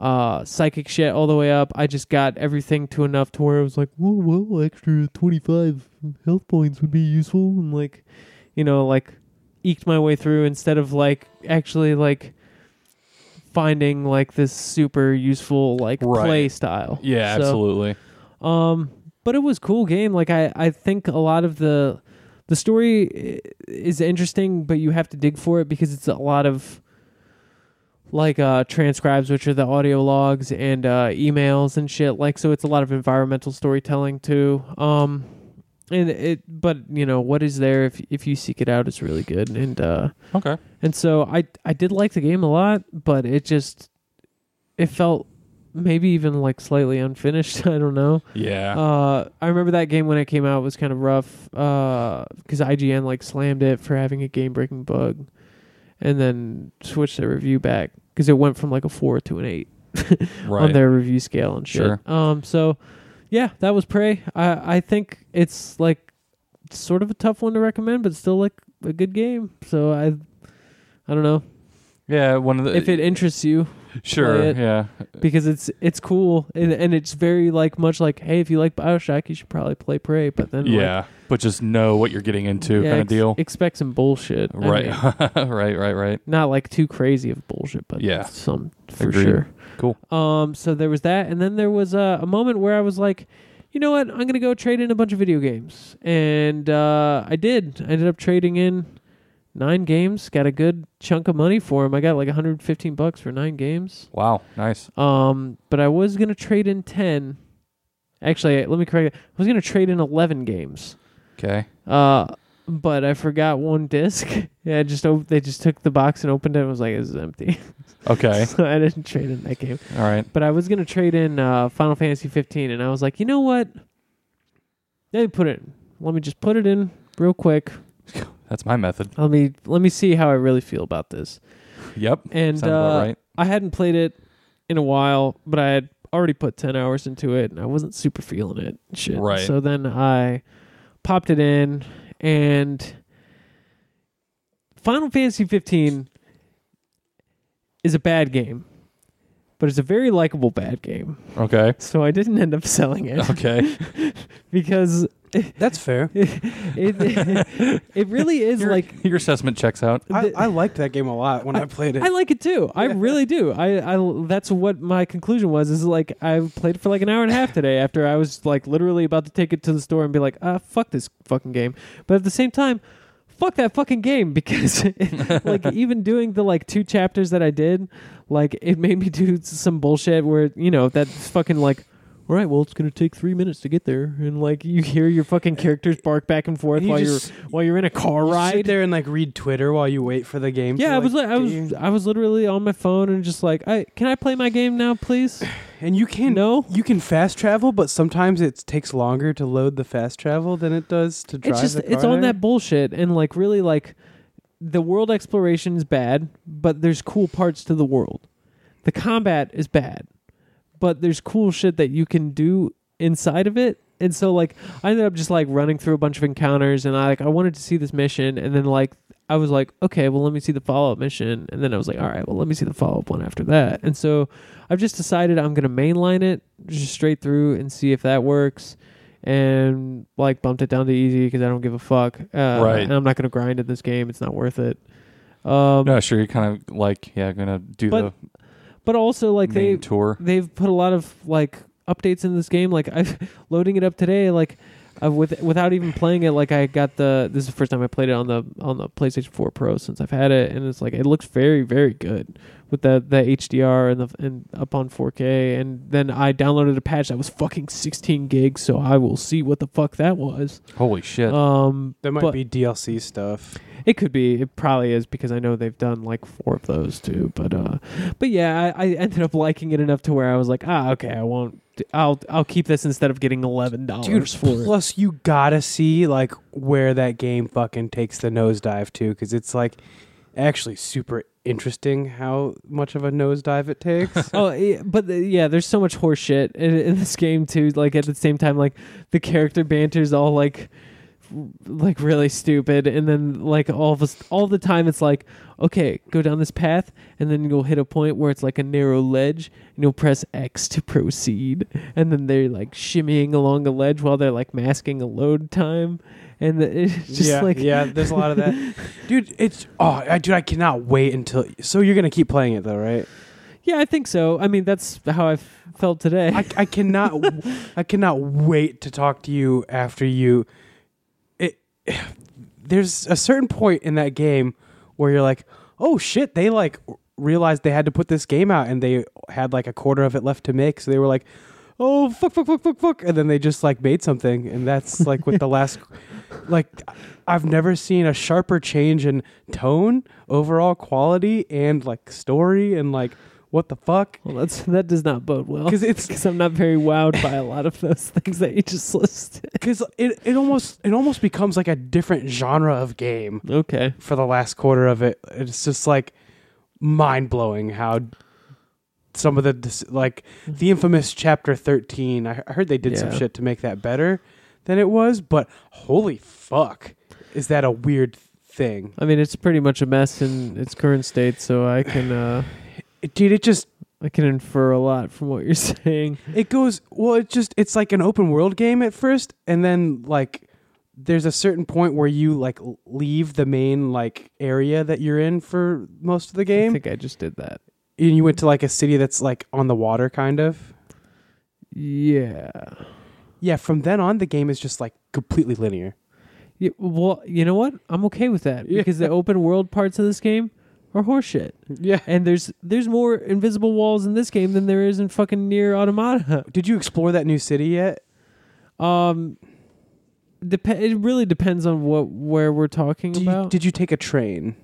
B: uh psychic shit all the way up i just got everything to enough to where i was like whoa whoa extra 25 health points would be useful and like you know like eked my way through instead of like actually like finding like this super useful like
C: Right.
B: play style
C: Yeah,
B: So,
C: absolutely.
B: um but it was cool game like i i think a lot of the the story i- is interesting but you have to dig for it because it's a lot of like uh transcribes which are the audio logs and uh emails and shit like so it's a lot of environmental storytelling too um and it but you know what is there if if you seek it out is really good and uh
C: Okay.
B: and so I I did like the game a lot, but it just it felt maybe even like slightly unfinished. I don't know.
C: Yeah.
B: Uh, I remember that game when it came out was kind of rough uh, because IGN like slammed it for having a game breaking bug, and then switched their review back because it went from like a four to an eight
C: right.
B: on their review scale and shit.
C: Sure.
B: Um, so yeah, that was Prey. I I think it's like sort of a tough one to recommend, but still like a good game. So I I don't know
C: yeah. One of the.
B: if it interests you
C: uh, sure.
B: play it.
C: Yeah.
B: because it's it's cool and, and it's very like much like hey if you like Bioshock you should probably play Prey, but then like,
C: yeah. but just know what you're getting into,
B: yeah,
C: kind of
B: ex-
C: deal.
B: expect some bullshit I
C: right.
B: mean,
C: right. Right. Right.
B: not like too crazy of bullshit, but
C: Yeah.
B: some for
C: Agreed.
B: sure.
C: Cool.
B: Um, so there was that, and then there was uh, a moment where I was like, you know what, I'm gonna go trade in a bunch of video games, and uh, I did. I ended up trading in nine games. Got a good chunk of money for him. I got like 115 bucks for nine games.
C: Wow, nice.
B: Um, but I was gonna trade in 10. Actually, let me correct. It. I was gonna trade in 11 games.
C: Okay.
B: Uh, but I forgot one disc. Yeah, I just op- they just took the box and opened it and was like, "This is empty."
C: Okay.
B: so I didn't trade in that game.
C: All right.
B: But I was gonna trade in uh, Final Fantasy 15, and I was like, you know what? Let me put it. Let me just put it in real quick.
C: That's my method.
B: Let me let me see how I really feel about this.
C: Yep.
B: And
C: Sounds about
B: uh,
C: right.
B: I hadn't played it in a while, but I had already put 10 hours into it and I wasn't super feeling it. and Shit.
C: Right.
B: So then I popped it in and Final Fantasy 15 is a bad game, but it's a very likable bad game.
C: Okay.
B: So I didn't end up selling it
C: Okay.
B: because
A: That's fair.
B: it, it really is
C: Your-
B: like
C: your assessment checks out.
A: I,
B: The-
A: I liked that game a lot when I, played it.
B: I like it too. I really do. I, I that's what my conclusion was. Is like I played for like an hour and a half today after I was like literally about to take it to the store and be like, ah, fuck this fucking game. But at the same time, fuck that fucking game because like even doing the like two chapters that I did, like it made me do some bullshit where you know that fucking like. All right, well, it's gonna take three minutes to get there, and like you hear your fucking characters bark back and forth
A: And you
B: while
A: just-
B: you're while you're in a car
A: You
B: ride.
A: sit there and like read Twitter while you wait for the game.
B: Yeah,
A: to,
B: I was like,
A: like,
B: I was,
A: game.
B: I was literally on my phone and just like, I can I play my game now, please?
A: and you can
B: No,
A: you can fast travel, but sometimes it takes longer to load the fast travel than it does to drive.
B: it's just
A: the car
B: it's on
A: there.
B: that bullshit and like really like the world exploration is bad, but there's cool parts to the world. The combat is bad, but there's cool shit that you can do inside of it. And so like I ended up just like running through a bunch of encounters and I like I wanted to see this mission and then like I was like, okay, well let me see the follow up mission and then I was like, all right, well let me see the follow up one after that. And so I've just decided I'm gonna mainline it just straight through and see if that works. And like bumped it down to easy because I don't give a fuck. Uh,
C: Right.
B: And I'm not gonna grind at this game. It's not worth it. Um,
C: No, sure. You're kind of like, yeah, gonna do
B: But,
C: the
B: but also like
C: main
B: they
C: tour.
B: they've put a lot of like updates in this game. Like I've loading it up today, like uh, with without even playing it, like I got the this is the first time I played it on the on the PlayStation 4 Pro since I've had it, and it's like it looks very very good with the the HDR and the and up on 4K. And then I downloaded a patch that was fucking 16 gigs, so I will see what the fuck that was.
C: Holy shit!
B: Um,
A: That might
B: but-
A: be DLC stuff.
B: it could be. It probably is because I know they've done like four of those too. But uh, but yeah, I, I ended up liking it enough to where I was like, ah, okay, I won't. I'll I'll keep this instead of getting eleven dollars for it.
A: plus you gotta see like where that game fucking takes the nosedive to, because it's like actually super interesting how much of a nosedive it takes.
B: Oh, yeah, but the, yeah, there's so much horseshit in, in this game too. Like at the same time, like the character banter's all like r- like really stupid and then like all of us all the time it's like okay go down this path and then you'll hit a point where it's like a narrow ledge and you'll press x to proceed and then they're like shimmying along the ledge while they're like masking a load time and the, it's just
A: yeah,
B: like
A: yeah, there's a lot of that, dude. It's oh, I, dude, I cannot wait until. So you're gonna keep playing it though, right?
B: yeah i think so i mean that's how i f- felt today
A: I, I cannot, I cannot wait to talk to you after you. It, there's a certain point in that game where you're like, oh shit, they like realized they had to put this game out and they had like a quarter of it left to make, so they were like. Oh fuck fuck fuck fuck fuck and then they just like made something and that's like with the last like I've never seen a sharper change in tone, overall quality and like story and like what the fuck
B: well that's that does not bode well
A: cuz it's
B: because i'm not very wowed by a lot of those things that you just listed
A: because it, it almost it almost becomes like a different genre of game
B: okay
A: for the last quarter of it. It's just like mind blowing how some of the dis- like the infamous chapter thirteen. I, I heard they did some
B: Yeah.
A: shit to make that better than it was, but holy fuck, is that a weird thing,
B: I mean, it's pretty much a mess in its current state, so I can uh,
A: It- dude? It just
B: I can infer a lot from what you're saying.
A: it goes well it just it's like an open world game at first and then like there's a certain point where you like l- leave the main like area that you're in for most of the
B: I
A: game
B: think I just did that.
A: and you went to like a city that's like on the water kind of
B: Yeah,
A: yeah from then on the game is just like completely linear
B: Yeah, well, you know what? I'm okay with that
A: Yeah.
B: because the open world parts of this game are horseshit.
A: Yeah.
B: And there's there's more invisible walls in this game than there is in fucking near Automata.
A: Did you explore that new city yet?
B: Um, dep- it really depends on what where we're talking
A: Do you,
B: about.
A: did you take a train?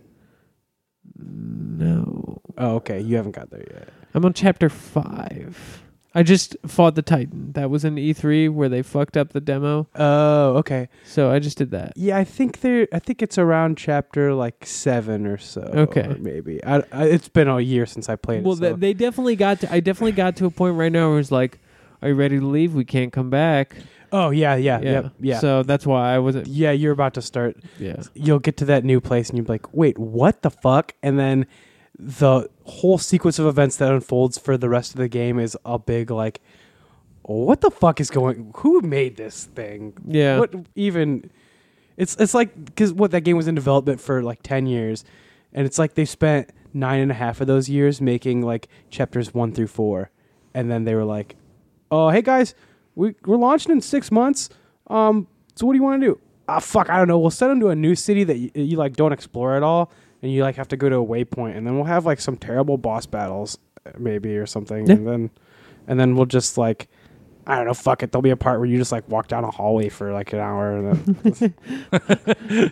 B: no,
A: Oh, okay. You haven't got there yet.
B: I'm on chapter five. I just fought the Titan. That was in E3 where they fucked up the demo.
A: Oh, okay.
B: So I just did that.
A: Yeah, I think there. I think it's around chapter like seven or so.
B: Okay.
A: or maybe. I, I, it's been a year since I played.
B: Well,
A: it,
B: they,
A: so-
B: they definitely got. To, I definitely got to a point right now where it's like, "Are you ready to leave? We can't come back."
A: oh yeah, yeah, yeah, yeah.
B: So that's why I wasn't.
A: yeah, you're about to start.
B: Yeah.
A: You'll get to that new place and you're like, wait, what the fuck? And then the whole sequence of events that unfolds for the rest of the game is a big like, what the fuck is going? Who made this thing?
B: Yeah.
A: what even it's it's like because what that game was in development for like 10 years and it's like they spent nine and a half of those years making like chapters one through four and then they were like oh hey guys we, we're launching in six months um so what do you want to do ah fuck i don't know we'll send them to a new city that you, you like don't explore at all and you like have to go to a waypoint and then we'll have like some terrible boss battles uh, maybe or something
B: Yeah.
A: and then and then we'll just like I don't know, fuck it. There'll be a part where you just like walk down a hallway for like an hour. And then,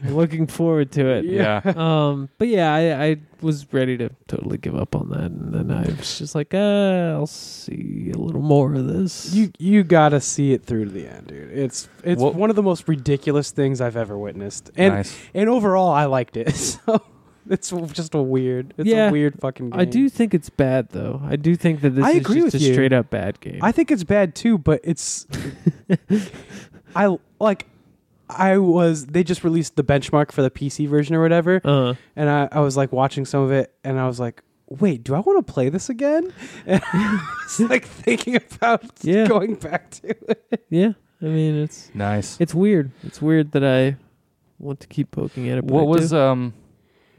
B: Looking forward to it.
C: Yeah.
B: um but yeah I, I was ready to totally give up on that and then i was just like uh i'll see a little more of this
A: you you gotta see it through to the end, dude. It's it's
C: What-
A: one of the most ridiculous things I've ever witnessed, and
C: nice.
A: and overall I liked it. So it's just a weird, it's
B: Yeah.
A: a weird fucking. Game.
B: i do think it's bad though i do think that this
A: I
B: is
A: agree
B: just
A: with
B: a
A: you.
B: straight up bad game
A: I think it's bad too, but it's I like I was they just released the benchmark for the PC version or whatever,
B: uh
A: and I, I was like watching some of it and I was like, wait, do I want to play this again? And I was like thinking about
B: Yeah.
A: going back to it.
B: yeah i mean it's
C: Nice.
B: it's weird it's weird that i want to keep poking at it but I
C: What was
B: do.
C: um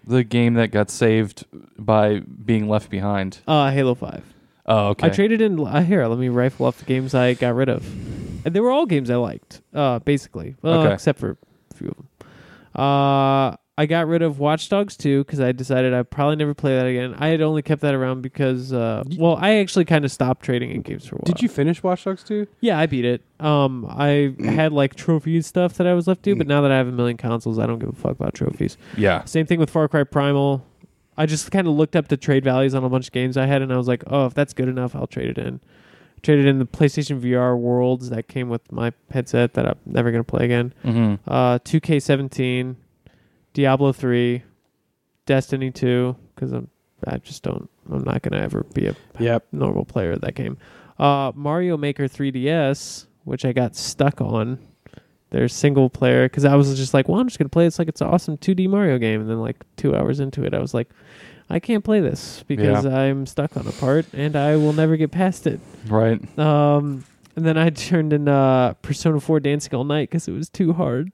C: the game that got saved by being left behind?
B: uh halo 5
C: Oh, okay.
B: I traded in. Uh, here, let me rifle off the games I got rid of. And they were all games I liked, uh, basically, uh,
C: Okay.
B: except for a few of them. Uh, I got rid of Watch Dogs 2 because I decided I'd probably never play that again. I had only kept that around because, uh, well, I actually kind of stopped trading in games for a while.
A: Did you finish Watch Dogs 2?
B: Yeah, I beat it. Um, I had like trophy and stuff that I was left to, but now that I have a million consoles, I don't give a fuck about trophies.
C: yeah.
B: Same thing with Far Cry Primal. I just kind of looked up the trade values on a bunch of games I had, and I was like, oh, if that's good enough, I'll trade it in. Traded in the PlayStation VR Worlds that came with my headset that I'm never gonna play again.
C: hmm
B: Uh, 2K17, Diablo 3, Destiny 2, because I'm I just don't I'm not gonna ever be a
A: Yep.
B: normal player of that game. Uh, Mario Maker 3DS, which I got stuck on. Their single player, because I was just like, well, I'm just gonna play this like it's an awesome 2D Mario game, and then like two hours into it, I was like, I can't play this because I'm stuck on a part and I will never get past it.
C: Right.
B: Um, and then I turned in uh, Persona 4 Dancing All Night because it was too hard.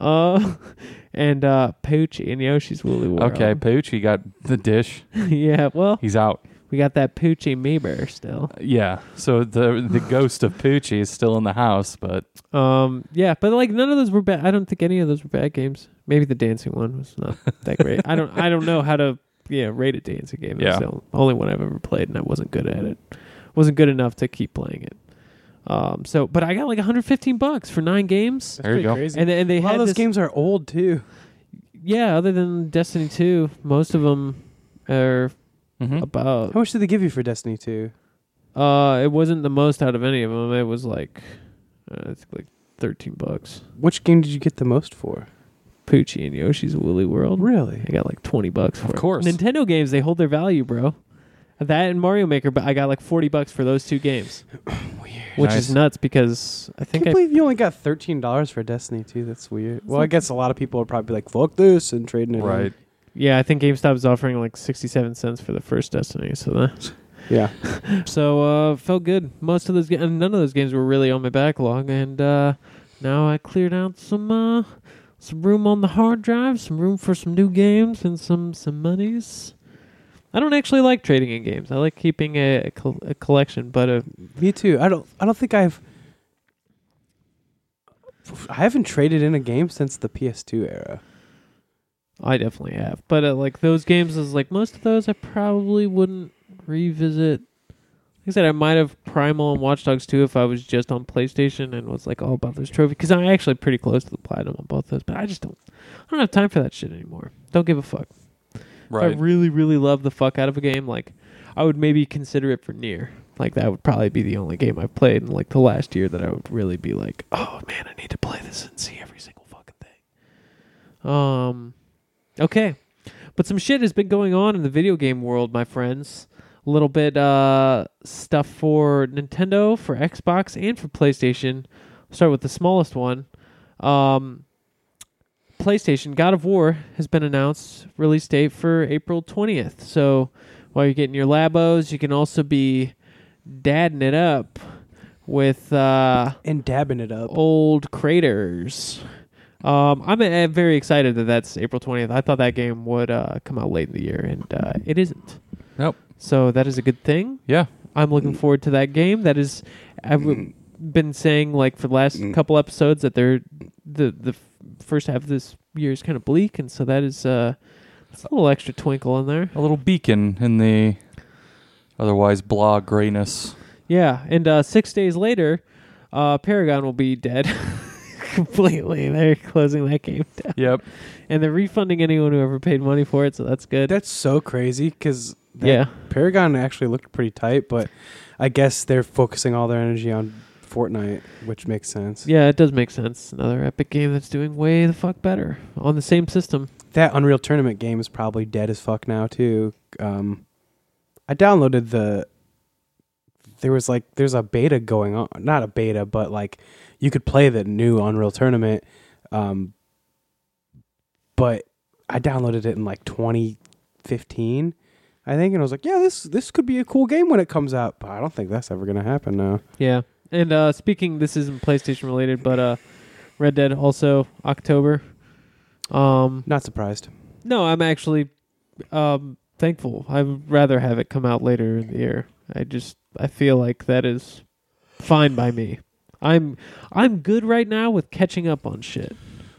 B: Uh, and uh, Pooch and Yoshi's Woolly World.
C: Okay. Pooch, he got the dish.
B: yeah. Well,
C: He's out.
B: we got that Poochie me bear still.
C: Yeah. So the the ghost of Poochie is still in the house, but
B: Um, yeah, but like none of those were bad. I don't think any of those were bad games. Maybe the dancing one was not that great. I don't. I don't know how to yeah rate a dancing game. It's
C: Yeah.
B: the only one I've ever played, and I wasn't good at it. wasn't good enough to keep playing it. Um, so but I got like 115 bucks for nine games,
C: There you go.
A: Crazy.
B: and and they
A: a lot
B: had
A: of those
B: this,
A: games are old too.
B: Yeah, other than Destiny 2, most of them are
C: Mhm.
B: about.
A: How much did they give you for Destiny 2?
B: Uh, it wasn't the most out of any of them. It was like, uh, I think like 13 bucks.
A: Which game did you get the most for?
B: Poochie and Yoshi's Woolly World.
A: Really?
B: I got like twenty bucks for
C: Of
B: it.
C: course.
B: Nintendo games they hold their value, bro. That and Mario Maker, but I got like forty bucks for those two games, which
C: Nice.
B: is nuts because I
A: I
B: think
A: can't
B: I,
A: believe you only got thirteen dollars for Destiny 2. That's weird. Well, I guess a lot of people are probably like, "Fuck this" and trading it. in.
C: Right.
B: yeah, I think GameStop is offering like sixty-seven cents for the first Destiny. So that
A: Yeah.
B: so uh, felt good. Most of those ga- and none of those games were really on my backlog, and uh, now I cleared out some uh, some room on the hard drive, some room for some new games, and some some monies. I don't actually like trading in games. I like keeping a, a, col- a collection, but uh,
A: Me too. I don't. I don't think I've. I haven't traded in a game since the PS2 era.
B: I definitely have. But uh, like those games is like most of those I probably wouldn't revisit. Like I said, I might have Primal and Watch Dogs 2 if I was just on PlayStation and was like all about those trophies. Because I'm actually pretty close to the platinum on both those, but I just don't I don't have time for that shit anymore. Don't give a fuck. If
C: Right.
B: I really, really love the fuck out of a game, like I would maybe consider it for near. Like that would probably be the only game I've played in like the last year that I would really be like, oh man, I need to play this and see every single fucking thing. Um, okay, but some shit has been going on in the video game world, my friends. A little bit uh stuff for Nintendo, for Xbox, and for PlayStation. I'll start with the smallest one. Um, PlayStation God of War has been announced release date for April 20th. So while you're getting your labos, you can also be dadding it up with uh,
A: And dabbing it up.
B: old craters. Um, I'm uh, very excited that that's April 20th. I thought that game would uh, come out late in the year, and uh, it isn't.
C: Nope.
B: So that is a good thing.
C: Yeah.
B: I'm looking forward to that game. That is, I've been saying like for the last couple episodes that they're the the f- first half of this year is kind of bleak, and so that is uh, it's a little extra twinkle in there.
C: A little beacon in the otherwise blah grayness.
B: Yeah, and uh, six days later, uh, Paragon will be dead completely. They're closing that game down,
C: Yep.
B: and they're refunding anyone who ever paid money for it. So that's good.
A: That's so crazy because
B: yeah,
A: Paragon actually looked pretty tight, but I guess they're focusing all their energy on Fortnite, which makes sense.
B: yeah, it does make sense. Another Epic game that's doing way the fuck better on the same system.
A: That Unreal Tournament game is probably dead as fuck now too. Um, I downloaded the. There was like there's a beta going on, not a beta, but like you could play the new Unreal Tournament, um, but I downloaded it in like 2015, I think, and I was like, yeah, this this could be a cool game when it comes out, but I don't think that's ever gonna happen now.
B: Yeah. And uh speaking this isn't PlayStation related, but uh Red Dead also October. Um
A: Not surprised.
B: no, I'm actually um thankful. I'd rather have it come out later in the year. I just I feel like that is fine by me. I'm I'm good right now with catching up on shit.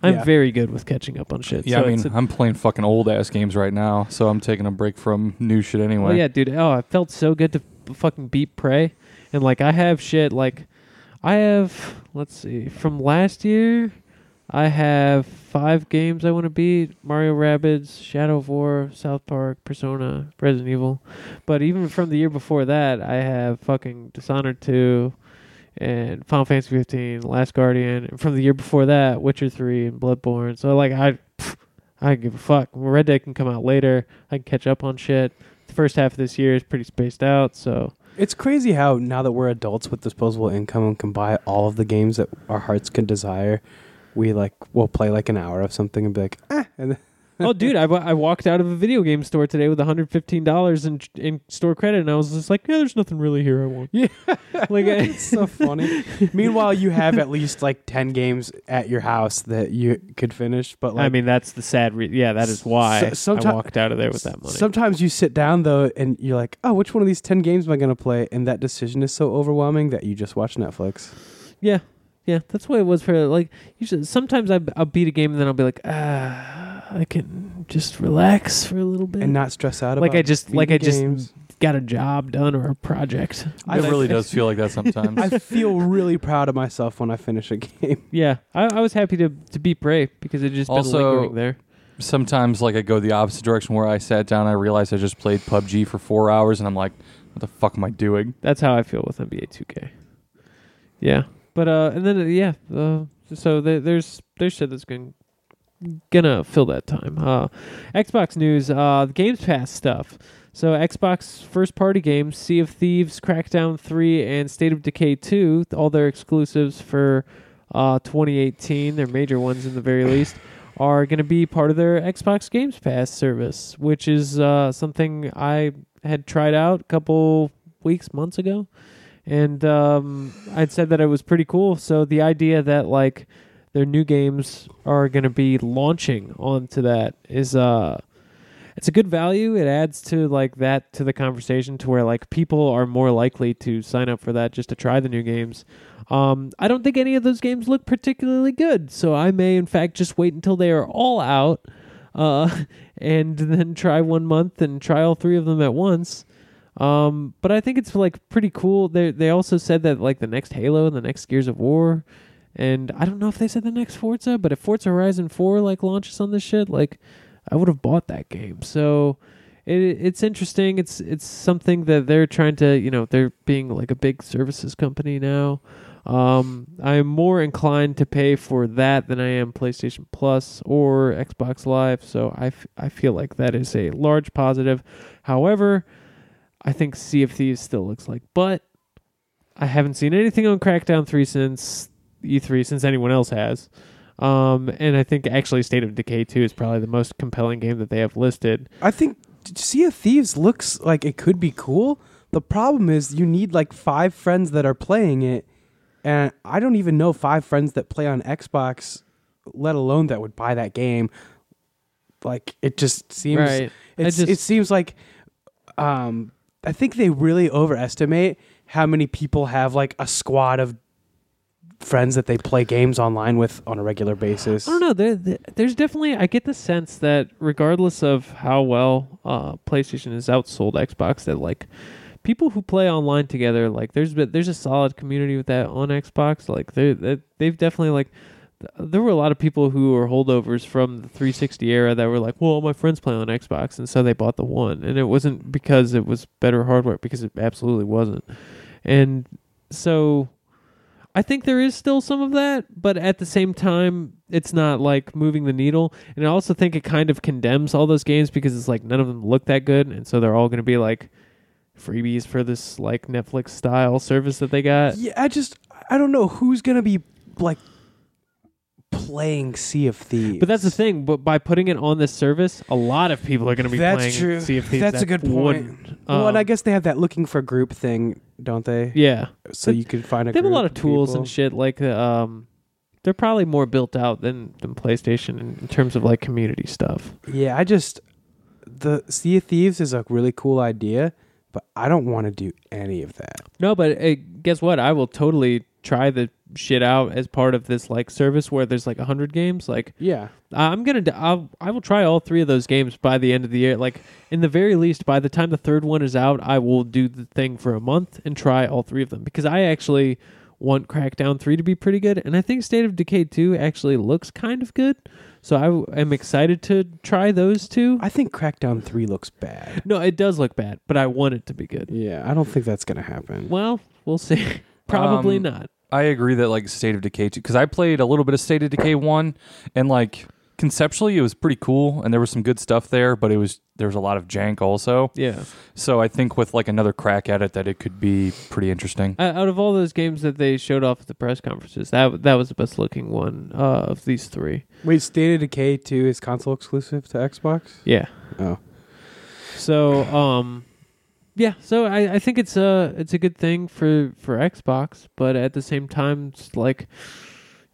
B: I'm
A: Yeah.
B: very good with catching up on shit.
C: Yeah,
B: so
C: I
B: it's
C: mean,
B: a-
C: i I'm playing fucking old ass games right now, so I'm taking a break from new shit anyway.
B: Well, yeah, dude. Oh, I felt so good to f- fucking beat Prey, and like I have shit. Like I have, let's see, from last year, I have five games I want to beat: Mario Rabbids, Shadow of War, South Park, Persona, Resident Evil. But even from the year before that, I have fucking Dishonored two. And Final Fantasy 15, Last Guardian, and from the year before that, Witcher 3 and Bloodborne. So like I, pff, I give a fuck. Red Dead can come out later. I can catch up on shit the first half of this year is pretty spaced out. So
A: It's crazy how now that we're adults with disposable income and can buy all of the games that our hearts can desire, we like will play like an hour of something and be like, eh, and then,
B: oh, dude, I, wa- I walked out of a video game store today with $115 in in store credit, and I was just like, yeah, there's nothing really here I want.
A: Yeah.
B: like I,
A: it's so funny. Meanwhile, you have at least like ten games at your house that you could finish. But like,
B: I mean, that's the sad. Re- yeah, that is why
A: So-
B: I
A: sometime-
B: walked out of there with that money.
A: sometimes you sit down though and you're like, oh, which one of these ten games am I gonna play? And that decision is so overwhelming that you just watch Netflix.
B: yeah, yeah, that's what it was for. Like usually, sometimes I I'll beat a game and then I'll be like, ah, I can just relax for a little bit
A: And not stress out
B: Like
A: about
B: I just- like
A: video
B: I just-
A: games.
B: got a job done or a project.
A: I
C: it really
A: like-
C: does feel like that sometimes.
A: I feel really proud of myself when I finish a game.
B: Yeah, I, I was happy to to be prey because it just been
C: Also-
B: lingering there.
C: sometimes like I go the opposite direction where I sat down, I realized I just played PUBG for four hours, and I'm like, what the fuck am I doing?
B: That's how I feel with NBA 2K. Yeah, but uh, and then uh, yeah, uh, so there there's there's shit that's gonna gonna fill that time. Uh, Xbox news, uh, the Games Pass stuff. So Xbox first party games, Sea of Thieves, Crackdown 3, and State of Decay 2, all their exclusives for uh, 2018, their major ones in the very least, are going to be part of their Xbox Games Pass service, which is uh, something I had tried out a couple weeks, months ago. And um, I'd said that it was pretty cool. So the idea that like their new games are going to be launching onto that is uh it's a good value. It adds to like that to the conversation to where like people are more likely to sign up for that just to try the new games. Um, I don't think any of those games look particularly good, so I may in fact just wait until they are all out, uh, and then try one month and try all three of them at once. Um, but I think it's like pretty cool. They they also said that like the next Halo and the next Gears of War, and I don't know if they said the next Forza, but if Forza Horizon Four like launches on this shit, like I would have bought that game. So it it's interesting. It's it's something that they're trying to you know they're being like a big services company now. Um, I'm more inclined to pay for that than I am PlayStation Plus or Xbox Live. So I, f- I feel like that is a large positive. However, I think Sea of Thieves still looks like, but I haven't seen anything on Crackdown 3 since E3, since anyone else has. Um, and I think actually State of Decay 2 is probably the most compelling game that they have listed.
A: I think Sea of Thieves looks like it could be cool. The problem is you need like five friends that are playing it, and I don't even know five friends that play on Xbox, let alone that would buy that game. Like it just seems
B: Right. I
A: it's,
B: just-
A: it seems like um I think they really overestimate how many people have like a squad of friends that they play games online with on a regular basis.
B: I don't know. There, there- there's definitely. I get the sense that regardless of how well uh, PlayStation has outsold Xbox, that like people who play online together, like there's been, there's a solid community with that on Xbox. Like they they- they've definitely like th- there were a lot of people who were holdovers from the 360 era that were like, well, my friends play on Xbox, and so they bought the one, and it wasn't because it was better hardware, because it absolutely wasn't, and so. I think there is still some of that, but at the same time, it's not like moving the needle. And I also think it kind of condemns all those games because it's like none of them look that good, and so they're all going to be like freebies for this like Netflix style service that they got.
A: Yeah, I just I don't know who's gonna be like playing Sea of Thieves.
B: But that's the thing. But by putting it on this service, a lot of people are going to be
A: That's
B: playing
A: true.
B: Sea of Thieves.
A: That's
B: that
A: a good point.
B: wouldn't.
A: well, and
B: Um,
A: I guess they have that looking for group thing, don't they?
B: yeah,
A: So you can find a.
B: they have a
A: group
B: lot of tools
A: people.
B: and shit. Like um, they're probably more built out than than PlayStation in, in terms of like community stuff.
A: Yeah, I just the Sea of Thieves is a really cool idea, but I don't want to do any of that.
B: No, but eh, guess what? I will totally try the shit out as part of this like service where there's like 100 games like
A: Yeah,
B: i'm gonna d- I'll, i will try all three of those games by the end of the year like in the very least by the time the third one is out i will do the thing for a month and try all three of them because i actually want crackdown 3 to be pretty good and i think state of decay 2 actually looks kind of good so i w- am excited to try those two
A: I think Crackdown Three looks bad.
B: no it does look bad but i want it to be good
A: Yeah, I don't think that's gonna happen.
B: well we'll see probably
C: Um,
B: not
C: I agree that like State of Decay 2 cuz I played a little bit of State of Decay 1 and like conceptually it was pretty cool and there was some good stuff there but it was there was a lot of jank also.
B: yeah
C: So I think with like another crack at it that it could be pretty interesting.
B: Uh, out of all those games that they showed off at the press conferences, that that was the best looking one uh, of these three.
A: Wait, State of Decay Two is console exclusive to Xbox.
B: Yeah.
A: Oh.
B: So um, yeah. So I, I think it's a it's a good thing for for Xbox, but at the same time, it's like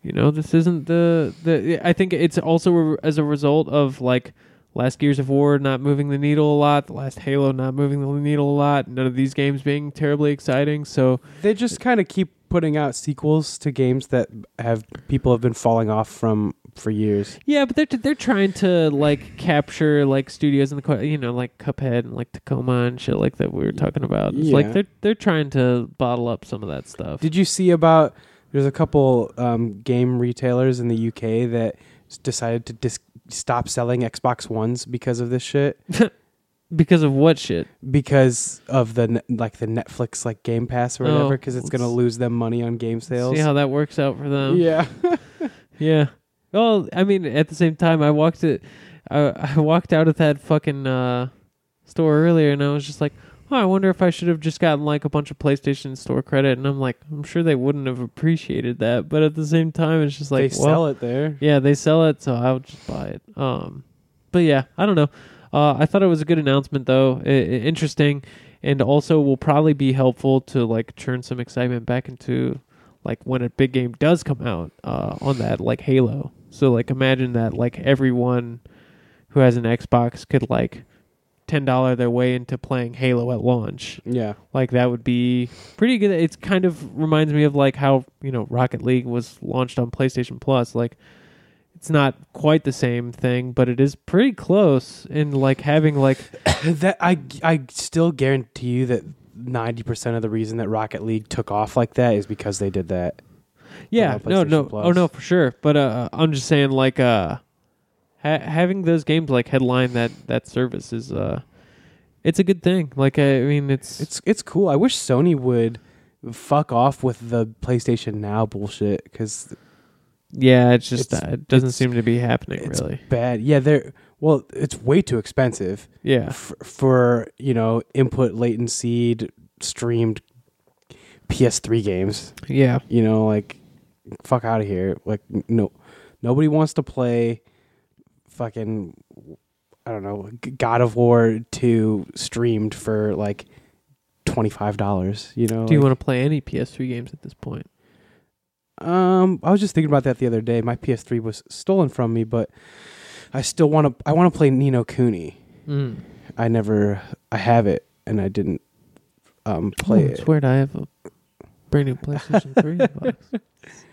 B: you know this isn't the the. I think it's also a- as a result of like. Last Gears of War not moving the needle a lot. The last Halo not moving the needle a lot. None of these games being terribly exciting. So
A: They just kind of keep putting out sequels to games that have people have been falling off from for years.
B: Yeah, but they're they're trying to like capture like studios in the co- you know like Cuphead and like Tacoma and shit like that we were talking about. It's
A: Yeah.
B: like they're they're trying to bottle up some of that stuff.
A: Did you see about? There's a couple um, game retailers in the UK that s- decided to dis- stop selling Xbox Ones because of this shit,
B: because of what shit?
A: because of the ne- like the Netflix like Game Pass or
B: Oh,
A: whatever, because it's gonna
B: let's-
A: lose them money on game sales.
B: See how that works out for them.
A: yeah,
B: Yeah. Well, I mean, at the same time, I walked it. I, I walked out of that fucking uh, store earlier, and I was just like, "Oh, I wonder if I should have just gotten like a bunch of PlayStation Store credit." And I'm like, I'm sure they wouldn't have appreciated that, but at the same time, it's just like,
A: they
B: well,
A: sell it there.
B: Yeah, they sell it, so I would just buy it. Um, but yeah, I don't know. Uh, I thought it was a good announcement, though. I- I- interesting, and also will probably be helpful to like churn some excitement back into like when a big game does come out uh, on that, like Halo. So like imagine that like everyone who has an Xbox could like ten dollar their way into playing Halo at launch.
A: Yeah.
B: Like that would be pretty good. It's kind of reminds me of like how you know Rocket League was launched on PlayStation Plus. Like it's not quite the same thing, but it is pretty close. And like having like
A: that I I still guarantee you that ninety percent of the reason that Rocket League took off like that is because they did that.
B: Yeah,
A: on
B: no,
A: PlayStation
B: no,
A: Plus.
B: oh no, for sure. But uh, I'm just saying, like, uh, ha- having those games like headline that that service is, uh, it's a good thing. Like, I mean, it's,
A: It's it's cool. I wish Sony would fuck off with the PlayStation Now bullshit because
B: yeah, it's just
A: it's-
B: uh, it doesn't
A: it's-
B: seem to be happening
A: it's
B: really.
A: bad. Yeah, they're well, it's way too expensive
B: Yeah,
A: f- for you know input latency d- streamed PS3 games.
B: yeah,
A: You know, like fuck out of here. Like n- no, nobody wants to play fucking I don't know G- God of War two streamed for like twenty five dollars. You know,
B: Do you
A: like-
B: want to play any PS3 games at this point?
A: Um, I was just thinking about that the other day. My PS3 was stolen from me, but I still want to. I want to play Nino Cooney.
B: Mm.
A: I never. I have it, and I didn't um play
B: Oh, it's
A: it.
B: weird. I have a brand new PlayStation 3 box.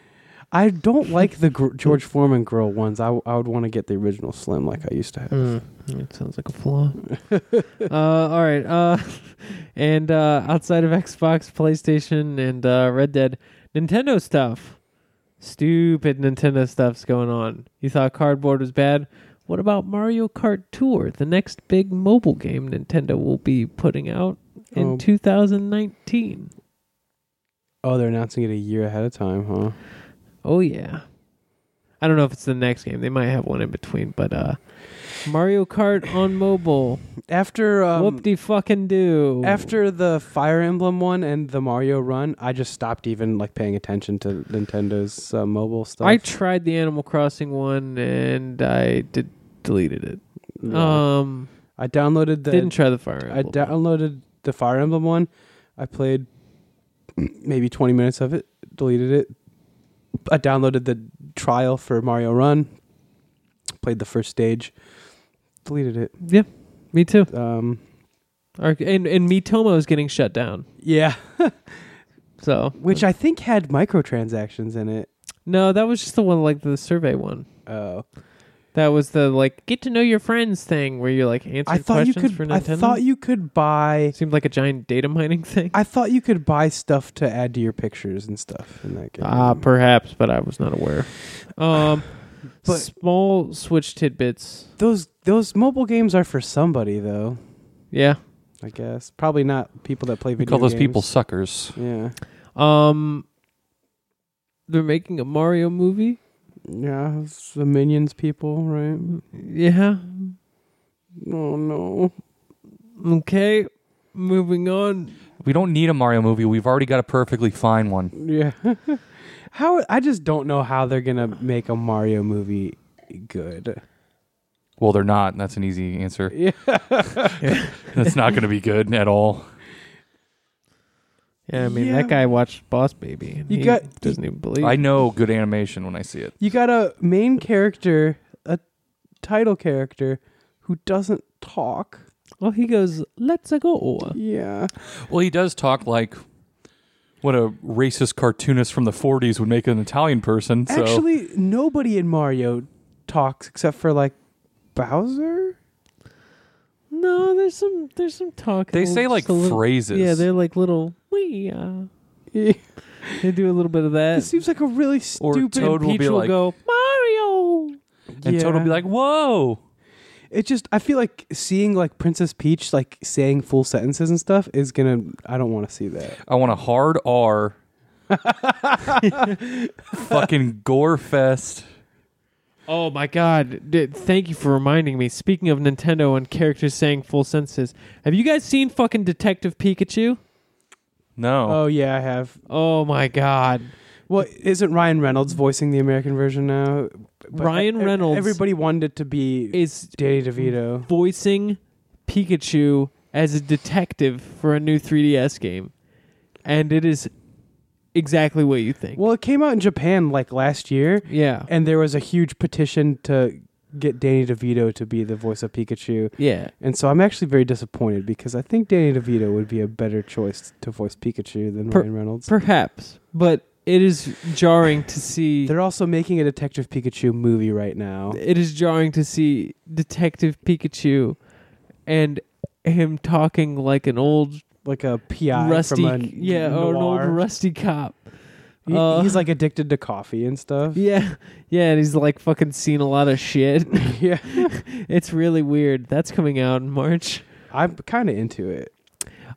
A: I don't like the gr- George Foreman grill ones. I, w- I would want to get the original slim like I used to have.
B: Mm, it sounds like a flaw. uh, all right. Uh, and uh, outside of Xbox, PlayStation, and uh, Red Dead, Nintendo stuff. Stupid Nintendo stuff's going on. You thought cardboard was bad? What about Mario Kart Tour, the next big mobile game Nintendo will be putting out in
A: Oh.
B: 2019?
A: Oh, they're announcing it a year ahead of time, huh?
B: Oh yeah. I don't know if it's the next game. They might have one in between, but uh Mario Kart on mobile.
A: After um,
B: Whoop de fucking do.
A: after the Fire Emblem one and the Mario run, I just stopped even like paying attention to Nintendo's uh, mobile stuff.
B: I tried the Animal Crossing one and I did deleted it.
A: Yeah.
B: Um,
A: I downloaded the
B: didn't try the Fire
A: I
B: Emblem. one.
A: downloaded the Fire Emblem one. I played maybe 20 minutes of it, deleted it. I downloaded the trial for Mario Run, played the first stage, deleted it.
B: yeah, me too.
A: Um,
B: Arc- And and Miitomo is getting shut down.
A: yeah,
B: So
A: which I think had microtransactions in it.
B: no, that was just the one like the survey one.
A: Oh,
B: That was the like get to know your friends thing where you're like answering
A: I thought you
B: questions
A: could.
B: for
A: I
B: Nintendo.
A: thought you could buy.
B: seemed like a giant data mining thing.
A: I thought you could buy stuff to add to your pictures and stuff in that game.
B: Ah, perhaps, but I was not aware. Um,
A: But-
B: small Switch tidbits.
A: those those mobile games are for somebody though.
B: Yeah.
A: I guess probably not people that play
C: We
A: video.
C: call those
A: games.
C: people suckers.
A: Yeah.
B: Um, they're making a Mario movie.
A: Yeah, it's the minions people, right?
B: Yeah.
A: Oh no.
B: Okay. Moving on.
C: We don't need a Mario movie. We've already got a perfectly fine one.
A: Yeah. how I just don't know how they're going to make a Mario movie good.
C: Well, they're not. That's an easy answer.
A: Yeah.
C: That's not going to be good at all.
B: Yeah, I mean
A: Yeah.
B: that guy watched Boss Baby. And
A: You
B: he
A: got-
B: doesn't even believe.
C: I know good animation when I see it.
A: You got a main character, a title character who doesn't talk.
B: Well, Oh, he goes, "Let's go."
A: Yeah.
C: Well, he does talk like what a racist cartoonist from the 40s would make an Italian person. So
A: Actually, nobody in Mario talks except for like Bowser?
B: No, there's some there's some talk.
C: they
B: Little-
C: say like
B: just a little-
C: phrases.
B: Yeah, they're like little. Wee, uh,
A: Yeah.
B: they do a little bit of that.
A: It seems like a really
C: Or
A: stupid
C: Toad will
B: Peach
C: be
B: will
C: like,
B: go Mario.
C: and Toad will
A: Yeah.
C: be like, whoa.
A: It just I feel like seeing like Princess Peach like saying full sentences and stuff is gonna I don't wanna see that.
C: I want a hard R. fucking gore fest.
B: Oh my god. D- thank you for reminding me. Speaking of Nintendo and characters saying full sentences, have you guys seen fucking Detective Pikachu?
C: No.
A: Oh, yeah, I have.
B: Oh my god.
A: Well, isn't Ryan Reynolds voicing the American version now? But
B: Ryan
A: e- e-
B: Reynolds-
A: Everybody wanted it to be
B: Is
A: Danny DeVito.
B: voicing Pikachu as a detective for a new 3DS game. And it is exactly what you think.
A: Well, it came out in Japan like last year,
B: yeah.
A: and there was a huge petition to get Danny DeVito to be the voice of Pikachu,
B: Yeah.
A: and so I'm actually very disappointed because I think Danny DeVito would be a better choice to voice Pikachu than
B: Per-
A: Ryan Reynolds.
B: Perhaps. But it is jarring to see
A: They're also making a Detective Pikachu movie right now.
B: it is jarring to see Detective Pikachu and him talking like an old
A: like a PI
B: rusty
A: from a n-
B: yeah, or an old
A: noir.
B: rusty cop.
A: He-
B: uh,
A: he's like addicted to coffee and stuff.
B: Yeah. Yeah, and he's like fucking seen a lot of shit.
A: yeah,
B: it's really weird. That's coming out in March.
A: I'm kind of into it.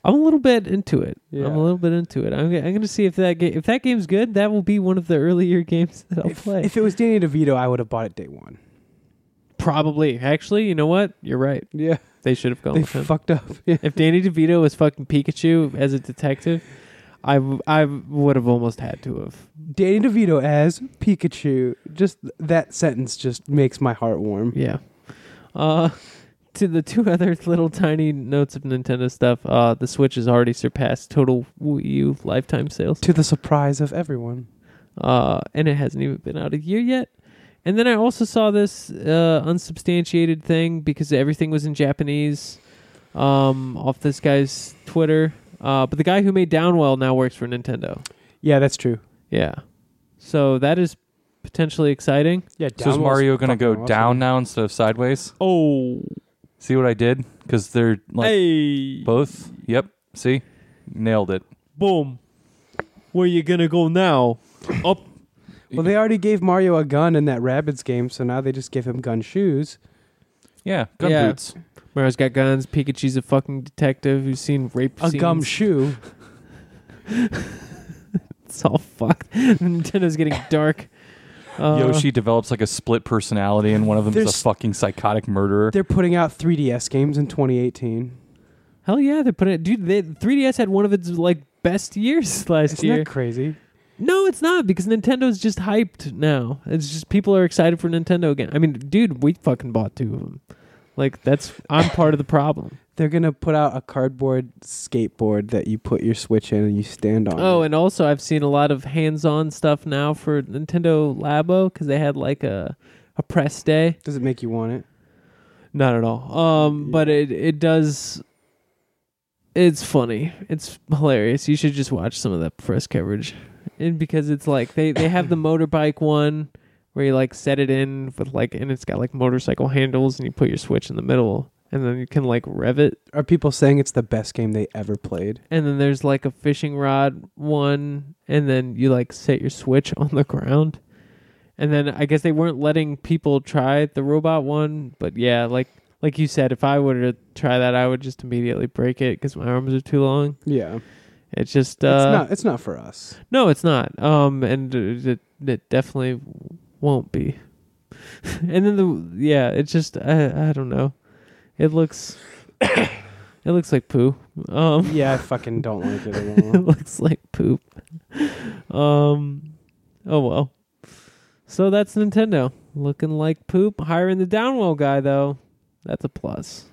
B: I'm a little bit into it.
A: Yeah.
B: I'm a little bit into it. I'm, g- I'm going to see if that game if that game's good. That will be one of the earlier games that I'll
A: if,
B: play.
A: if it was Danny DeVito, I would have bought it day one.
B: Probably. Actually, you know what? You're right.
A: Yeah,
B: They should have gone
A: they
B: with him.
A: fucked up. Yeah.
B: if Danny DeVito was fucking Pikachu as a detective, I, w- I would have almost had to have.
A: Danny DeVito as Pikachu. Just th- that sentence just makes my heart warm.
B: Yeah. Uh to the two other little tiny notes of Nintendo stuff, uh the Switch has already surpassed total Wii U lifetime sales.
A: To the surprise of everyone.
B: Uh and it hasn't even been out a year yet. And then I also saw this uh unsubstantiated thing because everything was in Japanese um off this guy's Twitter. Uh but the guy who made Downwell now works for Nintendo.
A: Yeah, that's true.
B: Yeah. So that is potentially exciting.
A: Yeah,
C: So is
A: Downwell's
C: Mario gonna
A: fucking
C: go
A: awesome.
C: down now instead of sideways?
B: Oh,
C: See what I did? Because they're like
B: hey.
C: both. Yep. See, nailed it.
B: boom. Where you gonna go now? Up.
A: Well, they already gave Mario a gun in that Rabbids game, so now they just give him gun shoes.
C: Yeah, gun
B: Yeah.
C: boots.
B: Mario's got guns. Pikachu's a fucking detective who's seen rape
A: A
B: scenes.
A: gum shoe.
B: It's all fucked. Nintendo's getting dark. Uh,
C: Yoshi develops like a split personality, and one of them is a
A: There's-
C: fucking psychotic murderer.
A: They're putting out 3DS games in 2018.
B: Hell yeah, they're putting it. Dude, they, 3DS had one of its like best years last
A: Isn't
B: year.
A: that crazy?
B: no, it's not because Nintendo's just hyped now. It's just people are excited for Nintendo again. I mean, dude, we fucking bought two of them. Like that's I'm part of the problem.
A: They're gonna put out a cardboard skateboard that you put your Switch in and you stand on.
B: Oh,
A: it.
B: and also I've seen a lot of hands-on stuff now for Nintendo Labo because they had like a a press day.
A: does it make you want it?
B: Not at all. Um,
A: Yeah.
B: but it it does. It's funny. It's hilarious. You should just watch some of that press coverage, and because it's like they they have the motorbike one where you like set it in with like and it's got like motorcycle handles and you put your switch in the middle and then you can like rev it
A: Are people saying it's the best game they ever played?
B: and then there's like a fishing rod one and then you like set your switch on the ground and then i guess they weren't letting people try the robot one but yeah like like you said if i were to try that i would just immediately break it because my arms are too long
A: Yeah,
B: it's just
A: it's
B: uh
A: not. It's not for us.
B: no it's not um and uh, it, it definitely won't be and then the yeah it's just i i don't know it looks it looks like poo um
A: Yeah, I fucking don't like it at
B: it
A: all.
B: looks like poop. Um, oh well. So that's Nintendo looking like poop. Hiring the Downwell guy though, that's a plus.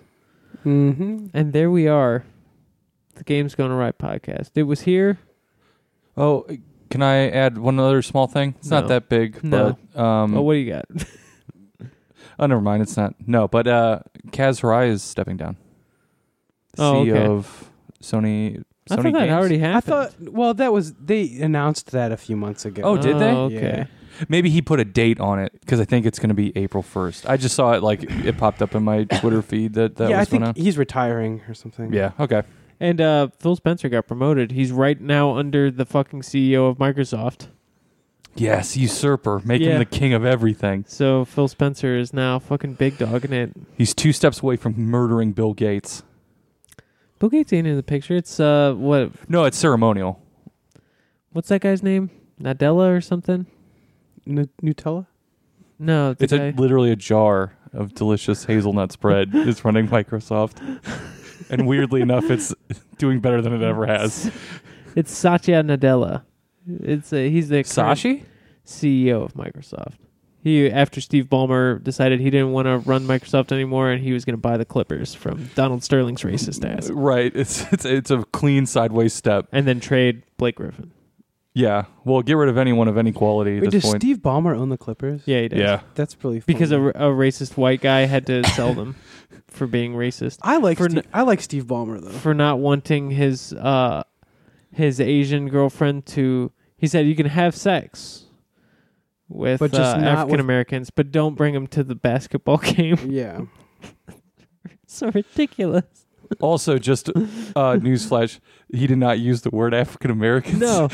A: mm-hmm.
B: And there we are. The game's going to right podcast. It was here.
C: Oh, can I add one other small thing? It's
B: No.
C: not that big,
B: No.
C: but um,
B: oh,
C: oh,
B: what do you got?
C: never mind. It's not. No, but uh, Kaz Hirai is stepping down.
B: Oh,
C: CEO
B: okay.
C: of Sony. Sony
B: I thought that
C: Games.
B: already happened.
A: I thought. Well, that was they announced that a few months ago.
C: Oh, did they?
B: Okay.
C: Maybe he put a date on it because I think it's going to be April first. I just saw it like it popped up in my Twitter feed that that
A: yeah, I
C: was
A: think
C: going to.
A: he's retiring or something.
C: Yeah. Okay.
B: And uh, Phil Spencer got promoted. He's right now under the fucking CEO of Microsoft.
C: Yes, usurper, make
B: Yeah.
C: him the king of everything.
B: So Phil Spencer is now fucking big dogging it.
C: He's two steps away from murdering Bill Gates.
B: Bill Gates ain't in the picture. It's uh, what
C: No, it's ceremonial.
B: what's that guy's name? Nadella or something?
A: N- Nutella.
B: No, the
C: It's a,
B: guy-
C: literally a jar of delicious hazelnut spread is running Microsoft. And weirdly enough, it's doing better than it ever has.
B: it's Satya Nadella. It's a, he's the current
C: Sashi?
B: CEO of Microsoft. He after Steve Ballmer decided he didn't want to run Microsoft anymore and he was going to buy the Clippers from Donald Sterling's racist ass
C: Uh, Right. It's it's it's a clean sideways step.
B: and then trade Blake Griffin.
C: Yeah. Well, get rid of anyone of any quality at
A: Wait,
C: this
A: does
C: point.
A: Steve Ballmer own the Clippers?
B: Yeah, he does.
C: yeah.
A: that's really funny.
B: Because a, a racist white guy had to sell them for being racist,
A: I like
B: for
A: Steve, I like Steve Ballmer though.
B: for not wanting his uh his Asian girlfriend to. He said you can have sex with
A: But just
B: uh,
A: not with-
B: African Americans, but don't bring them to the basketball game.
A: yeah,
B: so ridiculous.
C: Also, just uh, newsflash: he did not use the word African Americans.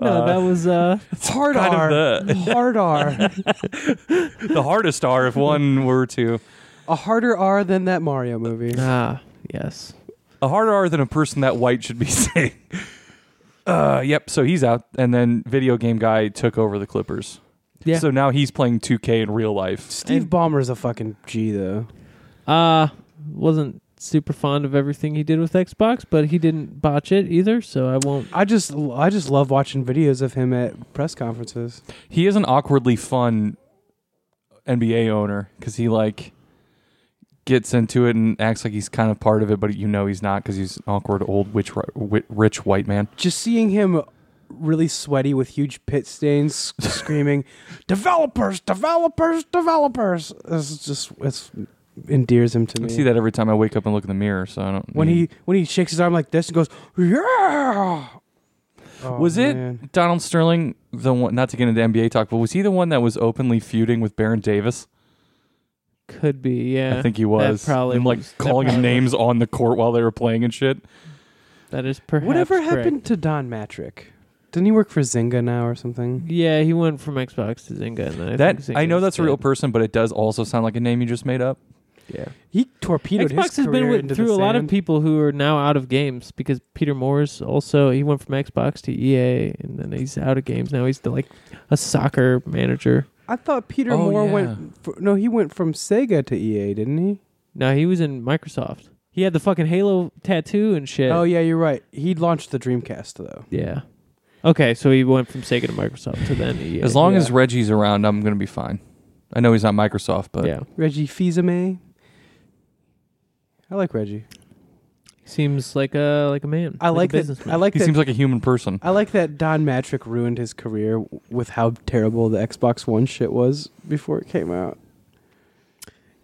B: No, no,
C: Uh,
B: that was uh
A: it's hard
C: kind
A: R,
C: of the
A: hard R,
C: the hardest R, if one were to
A: a harder R than that Mario movie.
B: ah yes.
C: a harder R than a person that white should be saying. Uh, yep. So he's out, and then video game guy took over the Clippers.
B: Yeah.
C: So now he's playing 2K in real life.
A: Steve
B: And-
A: Ballmer's a fucking G though.
B: Uh wasn't super fond of everything he did with Xbox, but he didn't botch it either, so I won't.
A: I just I just love watching videos of him at press conferences.
C: He is an awkwardly fun NBA owner because he like gets into it and acts like he's kind of part of it, but you know he's not because he's an awkward old witch, wi- rich white man.
A: Just seeing him really sweaty with huge pit stains, screaming, "Developers, developers, developers!" This is just it's endears him to
C: I
A: me.
C: see that every time I wake up and look in the mirror. So I don't.
A: when
C: need-
A: he when he shakes his arm like this and goes, "Yeah." Oh,
C: was it
A: man.
C: Donald Sterling the one? Not to get into NBA talk, but was he the one that was openly feuding with Baron Davis?
B: Could be, yeah.
C: I think he was.
B: probably
C: and like
B: was- that
C: calling him
B: probably
C: names on the court while they were playing and shit.
B: that is perhaps.
A: Whatever
B: correct.
A: happened to Don Matrick? Didn't he work for Zynga now or something?
B: Yeah, he went from Xbox to Zynga, and then I
C: that
B: think
C: I know
B: Zynga's
C: that's a real
B: dead.
C: person, but it does also sound like a name you just made up.
B: Yeah,
A: He torpedoed his
B: Xbox has
A: career
B: been with,
A: into
B: through
A: the
B: a lot of
A: sand.
B: people who are now out of games because Peter Moore's also he went from Xbox to EA, and then he's out of games now. He's the, like a soccer manager.
A: I thought Peter
C: Oh,
A: Moore
C: yeah.
A: went. fr no, he went from Sega to EA, didn't he?
B: No, he was in Microsoft. He had the fucking Halo tattoo and shit.
A: Oh yeah, you're right. He launched the Dreamcast though.
B: Yeah. Okay, so he went from Sega to Microsoft to then E EA.
C: as long
A: yeah.
C: as Reggie's around, I'm gonna be fine. I know he's not Microsoft, but
B: yeah,
A: Reggie Fils-Aimé. I like Reggie.
B: seems like a like a man.
A: I like,
B: a
A: that.
B: businessman.
A: I like
C: he
A: that.
C: seems like a human person.
A: I like that Don Matrick ruined his career w- with how terrible the Xbox One shit was before it came out.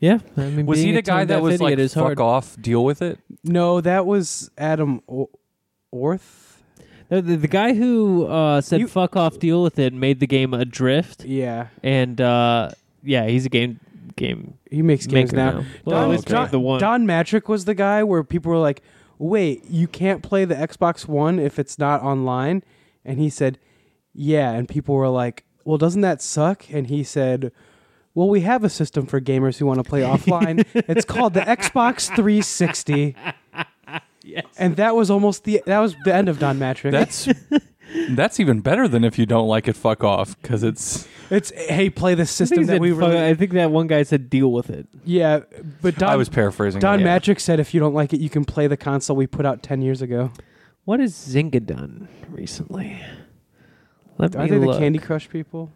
B: yeah. I mean,
C: was he
B: being a
C: the guy
B: tone-deaf
C: that was
B: idiot
C: like,
B: is
C: "Fuck
B: hard.
C: off, deal with it"?
A: No, that was Adam o- Orth.
B: The, the, the guy who uh, said
A: You-
B: "fuck off, deal with it" made the game adrift,
A: Yeah,
B: and uh, yeah, he's a game game
A: he makes games
B: maker
A: now.
B: now. Well,
A: Don,
B: at least
A: Don,
B: the one.
A: Don Matrick was the guy where people were like, "Wait, you can't play the Xbox One if it's not online," and he said, "Yeah," and people were like, "Well, doesn't that suck?" And he said. Well, we have a system for gamers who want to play offline. it's called the Xbox 360.
B: Yes.
A: And that was almost the that was the end of Don Matrick.
C: That's that's even better than if you don't like it. Fuck off, because it's
A: it's hey, play the
B: I think,
A: system
B: he
A: that
B: said,
A: we
B: "Fuck- I
A: really
B: think that one guy said "deal with it."
A: yeah. But Don
C: I was paraphrasing.
A: Don
C: it.
A: Matrick said, if you don't like it, you can play the console we put out 10 years ago.
B: What has Zynga done recently? Let
A: Are
B: me
A: they
B: look.
A: the Candy Crush people?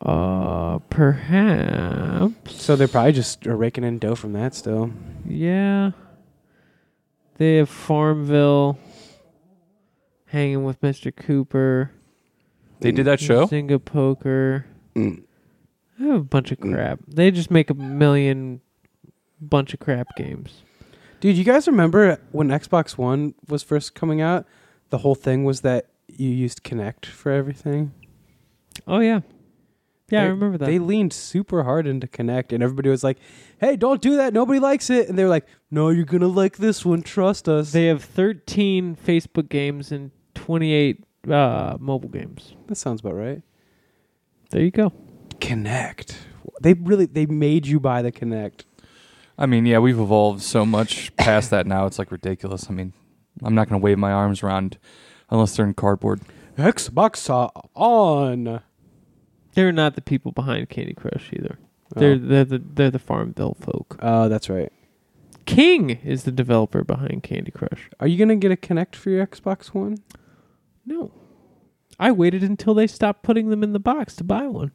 B: Uh, perhaps.
A: So they're probably just raking in dough from that still.
B: Yeah. They have Farmville hanging with Mr. Cooper.
C: They did that show.
B: Zynga Poker.
A: Mm.
B: They have a bunch
C: Mm.
B: of crap. They just make a million bunch of crap games.
A: Dude, you guys remember when Xbox One was first coming out? The whole thing was that you used Kinect for everything.
B: Oh yeah. Yeah, I
A: They-
B: remember that.
A: They leaned super hard into Kinect, and everybody was like, hey, don't do that. Nobody likes it. And they were like, no, you're going to like this one. Trust us.
B: they have 13 Facebook games and 28 uh, mobile games.
A: that sounds about right.
B: There you go.
A: Kinect. They really they made you buy the Kinect.
C: I mean, yeah, we've evolved so much past that now. It's like ridiculous. I mean, I'm not going to wave my arms around unless they're in cardboard.
A: Xbox are on.
B: They're not the people behind Candy Crush either. They're, they're the they're the Farmville folk.
A: Oh, that's right.
B: King is the developer behind Candy Crush.
A: Are you gonna get a Connect for your Xbox One?
B: No. I waited until they stopped putting them in the box to buy one.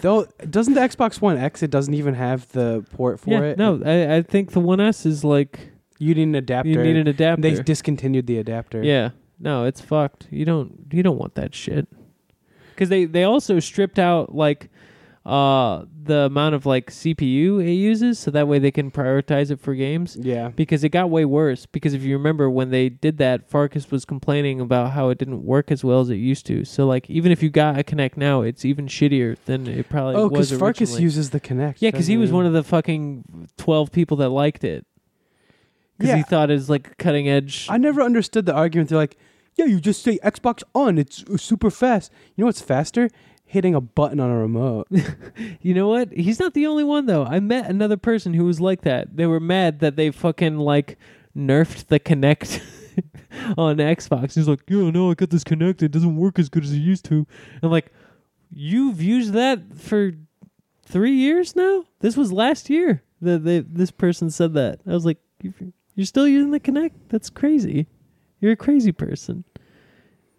A: Though doesn't the Xbox One X it doesn't even have the port for
B: yeah,
A: it?
B: no, I, I think the 1S is like
A: you need an adapter.
B: you need an adapter.
A: They discontinued the adapter.
B: yeah, No, it's fucked. You don't you don't want that shit. Cuz they they also stripped out like uh the amount of like CPU it uses so that way they can prioritize it for games
A: Yeah.
B: because it got way worse because if you remember when they did that Farkas was complaining about how it didn't work as well as it used to. So like even if you got a Kinect now, it's even shittier than it probably
A: oh,
B: was
A: because
B: originally.
A: Farkas uses the Connect.
B: Yeah, because he was one of the fucking twelve people that liked it. Because he
A: Yeah.
B: thought it was like cutting edge.
A: I never understood the argument. They're like, yeah, you just say Xbox on. It's uh, super fast. You know what's faster? Hitting a button on a remote.
B: you know what? He's not the only one though. I met another person who was like that. They were mad that they fucking like nerfed the connect on Xbox. He's like, yo, no, I got this connect. It doesn't work as good as it used to. And like, you've used that for three years now. This was last year that they, this person said that. I was like, "You- you're still using the connect. That's crazy. You're a crazy person.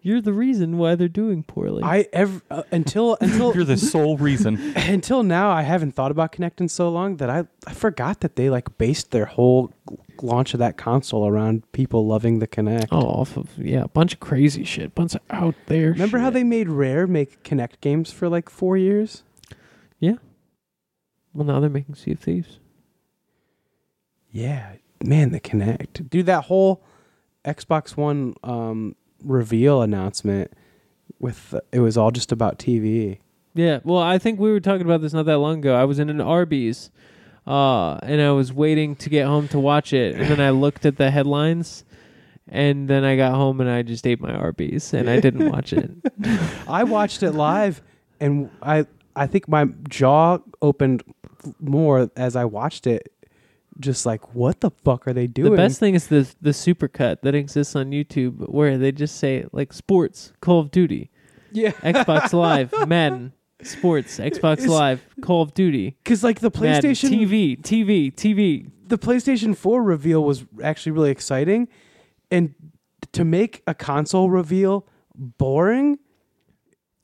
B: You're the reason why they're doing poorly.
A: I ever uh, until until
C: You're the sole reason.
A: until now I haven't thought about Connect in so long that I I forgot that they like based their whole launch of that console around people loving the Connect.
B: Oh, off of yeah, a bunch of crazy shit, bunch of out there.
A: Remember how
B: shit.
A: they made Rare make Connect games for like four years?
B: Well, now they're making Sea of Thieves.
A: Yeah, man, the Connect. Dude, that whole Xbox One um, reveal announcement with it was all just about TV.
B: Yeah, well, I think we were talking about this not that long ago. I was in an Arby's, uh, and I was waiting to get home to watch it, and then I looked at the headlines, and then I got home and I just ate my Arby's and I didn't watch it.
A: I watched it live, and I I think my jaw opened more as I watched it. Just like, what the fuck are they doing?
B: The best thing is the the supercut that exists on YouTube where they just say like sports, Call of Duty,
A: yeah,
B: Xbox Live, Madden, sports, Xbox
A: It's-
B: Live, Call of Duty.
A: because like the
B: Madden,
A: PlayStation,
B: TV, TV, TV.
A: the PlayStation Four reveal was actually really exciting, and to make a console reveal boring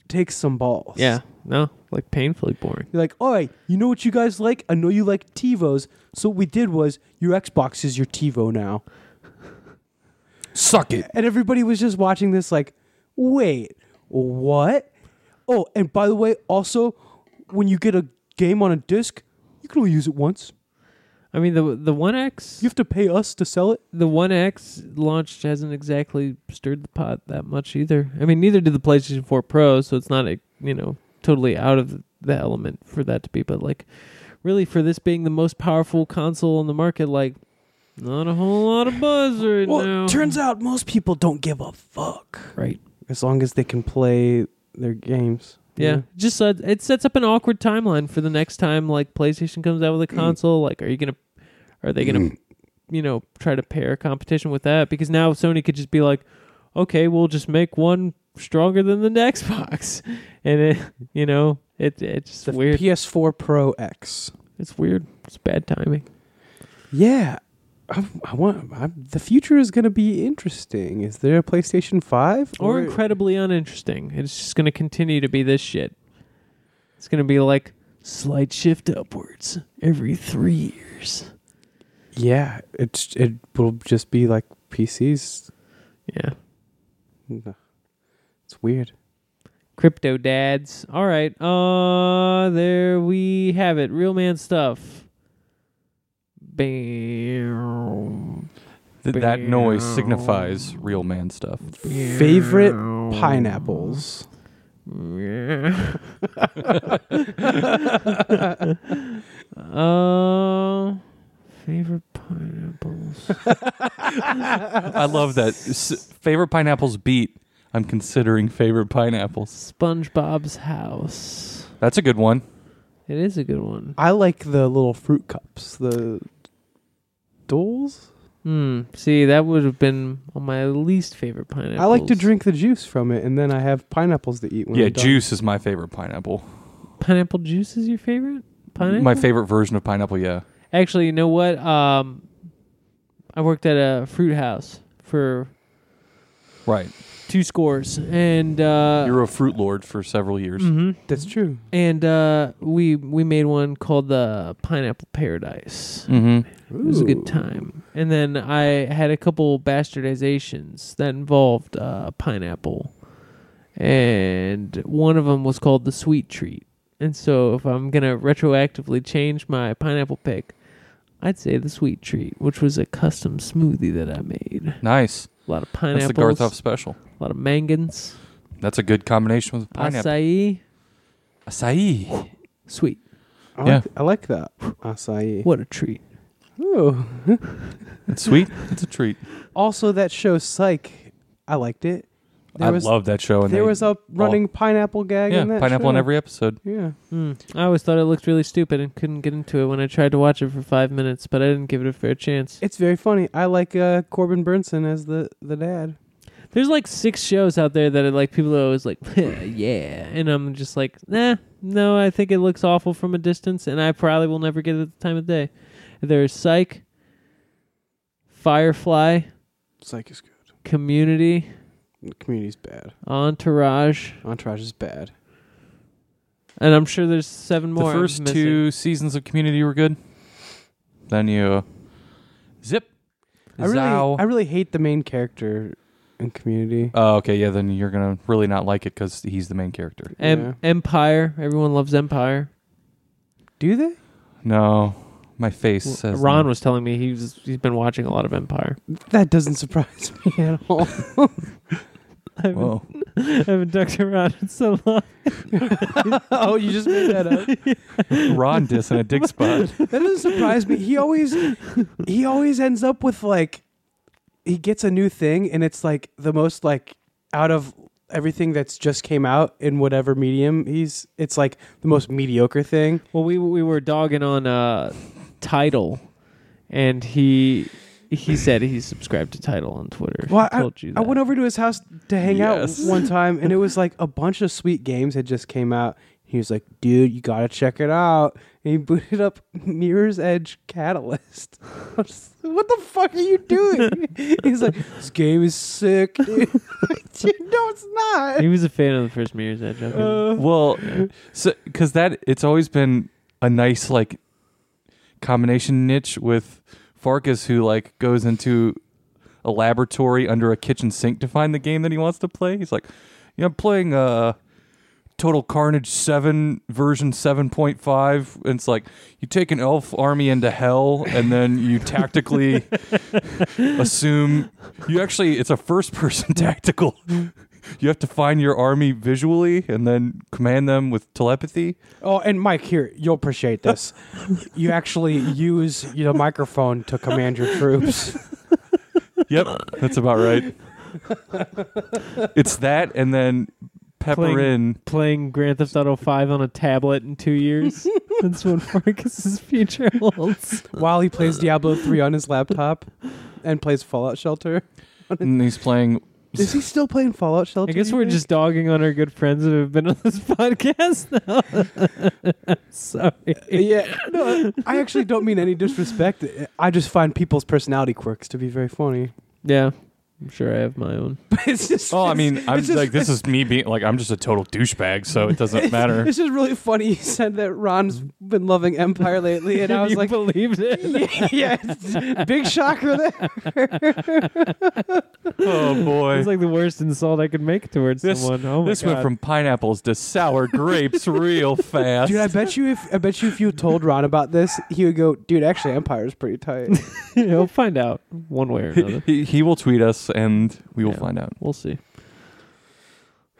A: takes some balls.
B: Yeah, no, like painfully boring.
A: You're like, all right, you know what you guys like? I know you like TiVos. So what we did was your Xbox is your TiVo now.
C: Suck it.
A: And everybody was just watching this like, wait, what? Oh, and by the way, also, when you get a game on a disc, you can only use it once.
B: I mean, the the One X,
A: You have to pay us to sell it.
B: the One X launch hasn't exactly stirred the pot that much either. I mean, neither did the PlayStation Four Pro, so it's not a, you know totally out of the element for that to be. But like, really, for this being the most powerful console on the market, like, not a whole lot of buzz right now.
A: out most people don't give a fuck.
B: right.
A: As long as they can play their games.
B: Yeah, just uh, it sets up an awkward timeline for the next time like PlayStation comes out with a console. Like, are you gonna, are they gonna, you know, try to pair competition with that? Because now Sony could just be like, okay, we'll just make one stronger than the next box, and it, you know, it it's just
A: The
B: weird.
A: PS4 Pro X.
B: it's weird. It's bad timing.
A: Yeah, I, I want I, the future is going to be interesting. Is there a PlayStation Five
B: or incredibly uninteresting. It's just going to continue to be this shit. It's going to be like slight shift upwards every three years.
A: Yeah, it's it will just be like PCs.
B: Yeah.
A: It's weird.
B: Crypto dads. All right. Uh there we have it. Real man stuff. Bam.
C: Th- that noise signifies real man stuff.
A: Favorite pineapples.
B: uh, favorite pineapples.
C: I love that. S- favorite pineapples beat. I'm considering favorite pineapples.
B: SpongeBob's house.
C: That's a good one.
B: It is a good one.
A: I like the little fruit cups. The doles.
B: Hmm. See, that would have been on my least favorite pineapple.
A: I like to drink the juice from it, and then I have pineapples to eat. When
C: yeah,
A: I'm done.
C: juice is my favorite pineapple.
B: pineapple juice. Is your favorite pineapple?
C: My favorite version of pineapple, yeah.
B: Actually, you know what? Um, I worked at a fruit house for
C: Right.
B: two scores, and uh,
C: you were a fruit lord for several years.
A: Mm.
B: mhm.
A: That's true.
B: and uh, we we made one called the Pineapple Paradise.
C: Mm-hmm.
B: It was a
A: Ooh.
B: good time. And then I had a couple bastardizations that involved uh, pineapple. And one of them was called the sweet treat. And so if I'm going to retroactively change my pineapple pick, I'd say the sweet treat, which was a custom smoothie that I made.
C: Nice.
B: A lot of
C: That's the
B: pineapples,
C: Garthoff special.
B: a lot of mangans,
C: That's a good combination with pineapple.
B: acai,
C: Acai.
B: sweet.
A: I
C: Yeah.
A: like, I like that acai.
B: What a treat.
A: Ooh.
C: It's sweet. It's a treat.
A: Also, that show Psych, I liked it.
C: I
A: was,
C: love that show. And
A: There
C: they-
A: was a running pineapple gag
C: yeah,
A: in that
C: pineapple in
A: show.
C: every episode.
A: Yeah.
C: Hmm.
B: Mm. I always thought it looked really stupid and couldn't get into it when I tried to watch it for five minutes, but I didn't give it a fair chance.
A: It's very funny. I like uh, Corbin Burnson as the, the dad.
B: There's like six shows out there that are like people are always like, yeah, and I'm just like, nah, no, I think it looks awful from a distance, and I probably will never get it at the time of day. There's Psych, Firefly,
A: Psych is good.
B: Community,
A: The community's bad.
B: Entourage,
A: Entourage is bad.
B: and I'm sure there's seven more.
C: the
B: I'm
C: first
B: missing.
C: two seasons of Community were good. Then you uh, zip.
A: I really,
C: zow.
A: I really hate the main character in Community.
C: Oh, okay. Yeah, then you're gonna really not like it because he's the main character.
B: Em-
A: Yeah.
B: Empire, everyone loves Empire.
A: Do they?
C: No, my face says
B: Ron
C: no.
B: was telling me he's he's been watching a lot of Empire.
A: That doesn't surprise me at all.
B: I've been
C: Whoa.
B: I haven't ducked around in so long.
A: oh, you just made that up.
C: Ron diss in a dick spot.
A: That doesn't surprise me. He always he always ends up with like he gets a new thing and it's like the most like out of everything that's just came out in whatever medium he's it's like the most mediocre thing.
B: Well, we we were dogging on uh, title, and he he said he subscribed to title on Twitter.
A: Well,
B: I told you
A: I
B: that.
A: went over to his house to hang
C: Yes.
A: out one time and it was like a bunch of sweet games had just came out. He was like, dude, you gotta check it out. And he booted up Mirror's Edge Catalyst. I was just like, what the fuck are you doing? He's like, this game is sick. dude." Dude, no, it's not.
B: He was a fan of the first Mirror's Edge. okay.
A: Uh.
C: well, so because that it's always been a nice like combination niche with Farkas, who like goes into a laboratory under a kitchen sink to find the game that he wants to play. He's like, you know, I'm playing uh Total Carnage Seven version seven point five. And it's like you take an elf army into hell, and then you tactically assume you actually it's a first person tactical you have to find your army visually and then command them with telepathy.
A: Oh, and Mike, here, you'll appreciate this. you actually use the microphone to command your troops.
C: Yep, that's about right. it's that, and then pepper
B: Playing-
C: in.
B: Playing Grand Theft Auto Five on a tablet in two years. That's what Farkas's future holds.
A: While he plays Diablo 3 on his laptop and plays Fallout Shelter.
C: And he's playing.
A: Is he still playing Fallout Shelter?
B: I guess
A: you
B: we're
A: think?
B: just dogging on our good friends who have been on this podcast now. Sorry.
A: Yeah, no, I actually don't mean any disrespect. I just find people's personality quirks to be very funny.
B: Yeah, I'm sure I have my own.
A: But it's just.
C: Oh, I mean, I'm
A: it's just-
C: like this is me being like I'm just a total douchebag, so it doesn't matter.
A: It's just really funny. He said that Ron's been loving Empire lately, and I was
B: you
A: like,
B: believed it.
A: yeah, it's- big shocker there.
C: oh boy,
B: It's like the worst insult I could make towards
C: This-
B: someone. Oh my
C: this
B: God.
C: went from pineapples to sour grapes real fast.
A: Dude, I bet you if I bet you if you told Ron about this, he would go, "Dude, actually, Empire's pretty tight."
B: He'll find out one way or another.
C: he, he will tweet us, and we will
B: Yeah.
C: find out.
B: we'll see.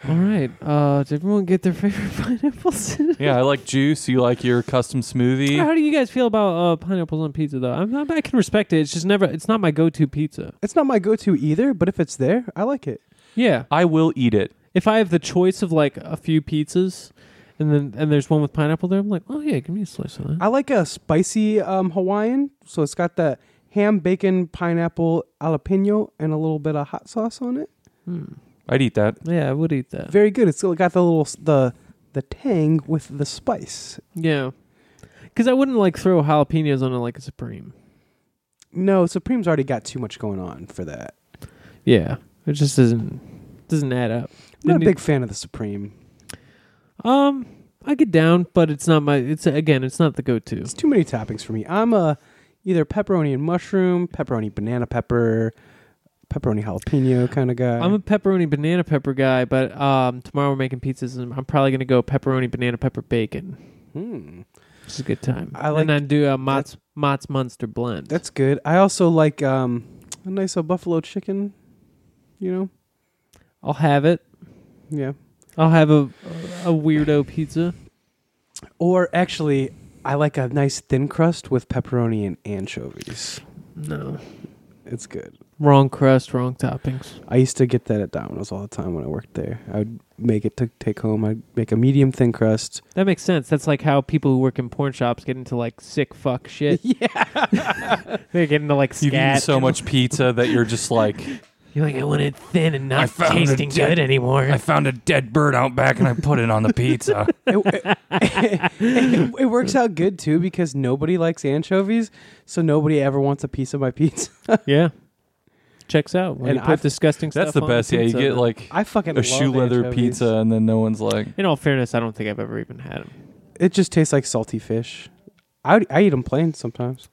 B: All right. Uh, did everyone get their favorite pineapples?
C: Yeah, I like juice. You like your custom smoothie.
B: How do you guys feel about uh, pineapples on pizza, though? I'm, I'm, I can respect it. It's just never. It's not my go-to pizza.
A: It's not my go-to either, but if it's there, I like it.
B: Yeah.
C: I will eat it.
B: If I have the choice of like a few pizzas, and then and there's one with pineapple there, I'm like, oh yeah, give me a slice of that.
A: I like a spicy um, Hawaiian, so it's got the ham, bacon, pineapple, jalapeno, and a little bit of hot sauce on it.
B: Hmm.
C: I'd eat that.
B: Yeah, I would eat that.
A: Very good. It's got the little s- the the tang with the spice.
B: Yeah. Because I wouldn't like throw jalapenos on it like a supreme.
A: No, Supreme's already got too much going on for that.
B: Yeah, it just doesn't doesn't add up.
A: I'm not
B: Didn't e-
A: a big fan of the Supreme.
B: Um, I get down, but it's not my. It's again, it's not the go-to.
A: It's too many toppings for me. I'm a either pepperoni and mushroom, pepperoni banana pepper, pepperoni jalapeno kind of guy.
B: I'm a pepperoni banana pepper guy, but um, tomorrow we're making pizzas, and I'm probably gonna go pepperoni banana pepper bacon.
A: Hmm.
B: Which is a good time.
A: I like-
B: and then do a Mott's Mott's Munster blend.
A: That's good. I also like um, a nice uh, buffalo chicken. You know,
B: I'll have it.
A: yeah.
B: I'll have a a weirdo pizza.
A: Or actually, I like a nice thin crust with pepperoni and anchovies.
B: No,
A: It's good.
B: wrong crust, wrong toppings.
A: I used to get that at Domino's all the time when I worked there. I would make it to take home. I'd make a medium thin crust.
B: That makes sense. That's like how people who work in porn shops get into like sick fuck shit.
D: They get into like
C: You've eaten
D: scat.
C: so much pizza that you're just like,
B: You're like, I want it thin and
C: I
B: not
C: found a
B: tasting
C: dead-
B: good anymore.
C: I found a dead bird out back and I put it on the pizza.
A: It, it- it- it works out good too because nobody likes anchovies, so nobody ever wants a piece of my pizza.
B: yeah, checks out. When
A: And
B: you put
A: I've-
B: disgusting
C: That's
B: stuff
C: the
B: on the
C: best. Yeah, you
B: pizza,
C: get
B: then-
C: like
A: I fucking
C: a shoe
A: love
C: leather
A: anchovies.
C: pizza, and then no one's like,
B: In all fairness, I don't think I've ever even had them.
A: It just tastes like salty fish. I would, I eat them plain sometimes.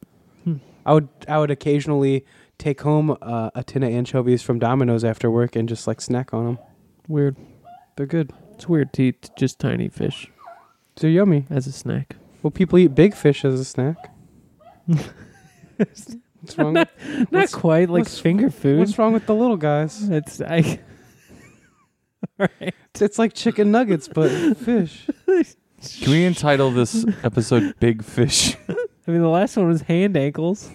B: Hmm.
A: I would I would occasionally take home uh, a tin of anchovies from Domino's after work and just like snack on them.
B: Weird.
A: They're good.
B: It's weird to eat just tiny fish
A: They're yummy.
B: as a snack.
A: Well, people eat big fish as a snack. what's wrong? With,
B: Not quite like
A: what's-
B: finger food.
A: what's wrong with the little guys?
B: That's I. all right.
A: It's like chicken nuggets but fish.
C: "Can we entitle this episode Big Fish?"
B: I mean, the last one was hand ankles.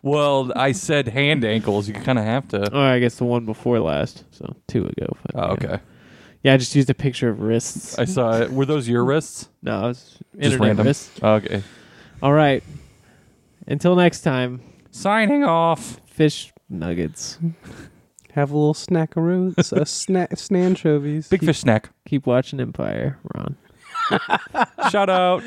C: well, I said hand ankles. You kind of have to.
B: oh, I guess the one before last, so two ago. Fuck
C: Oh,
B: yeah.
C: okay.
B: Yeah, I just used a picture of wrists.
C: I saw it. Were those your wrists?
B: no, I was
C: Just
B: internet
C: random.
B: wrists.
C: Okay.
B: All right. Until next time,
C: Signing off.
B: fish nuggets.
A: Have a little snackaroo, s- a snack, snanchovies.
C: Big Fish Snack.
B: Keep watching Empire, Ron.
C: Shout out.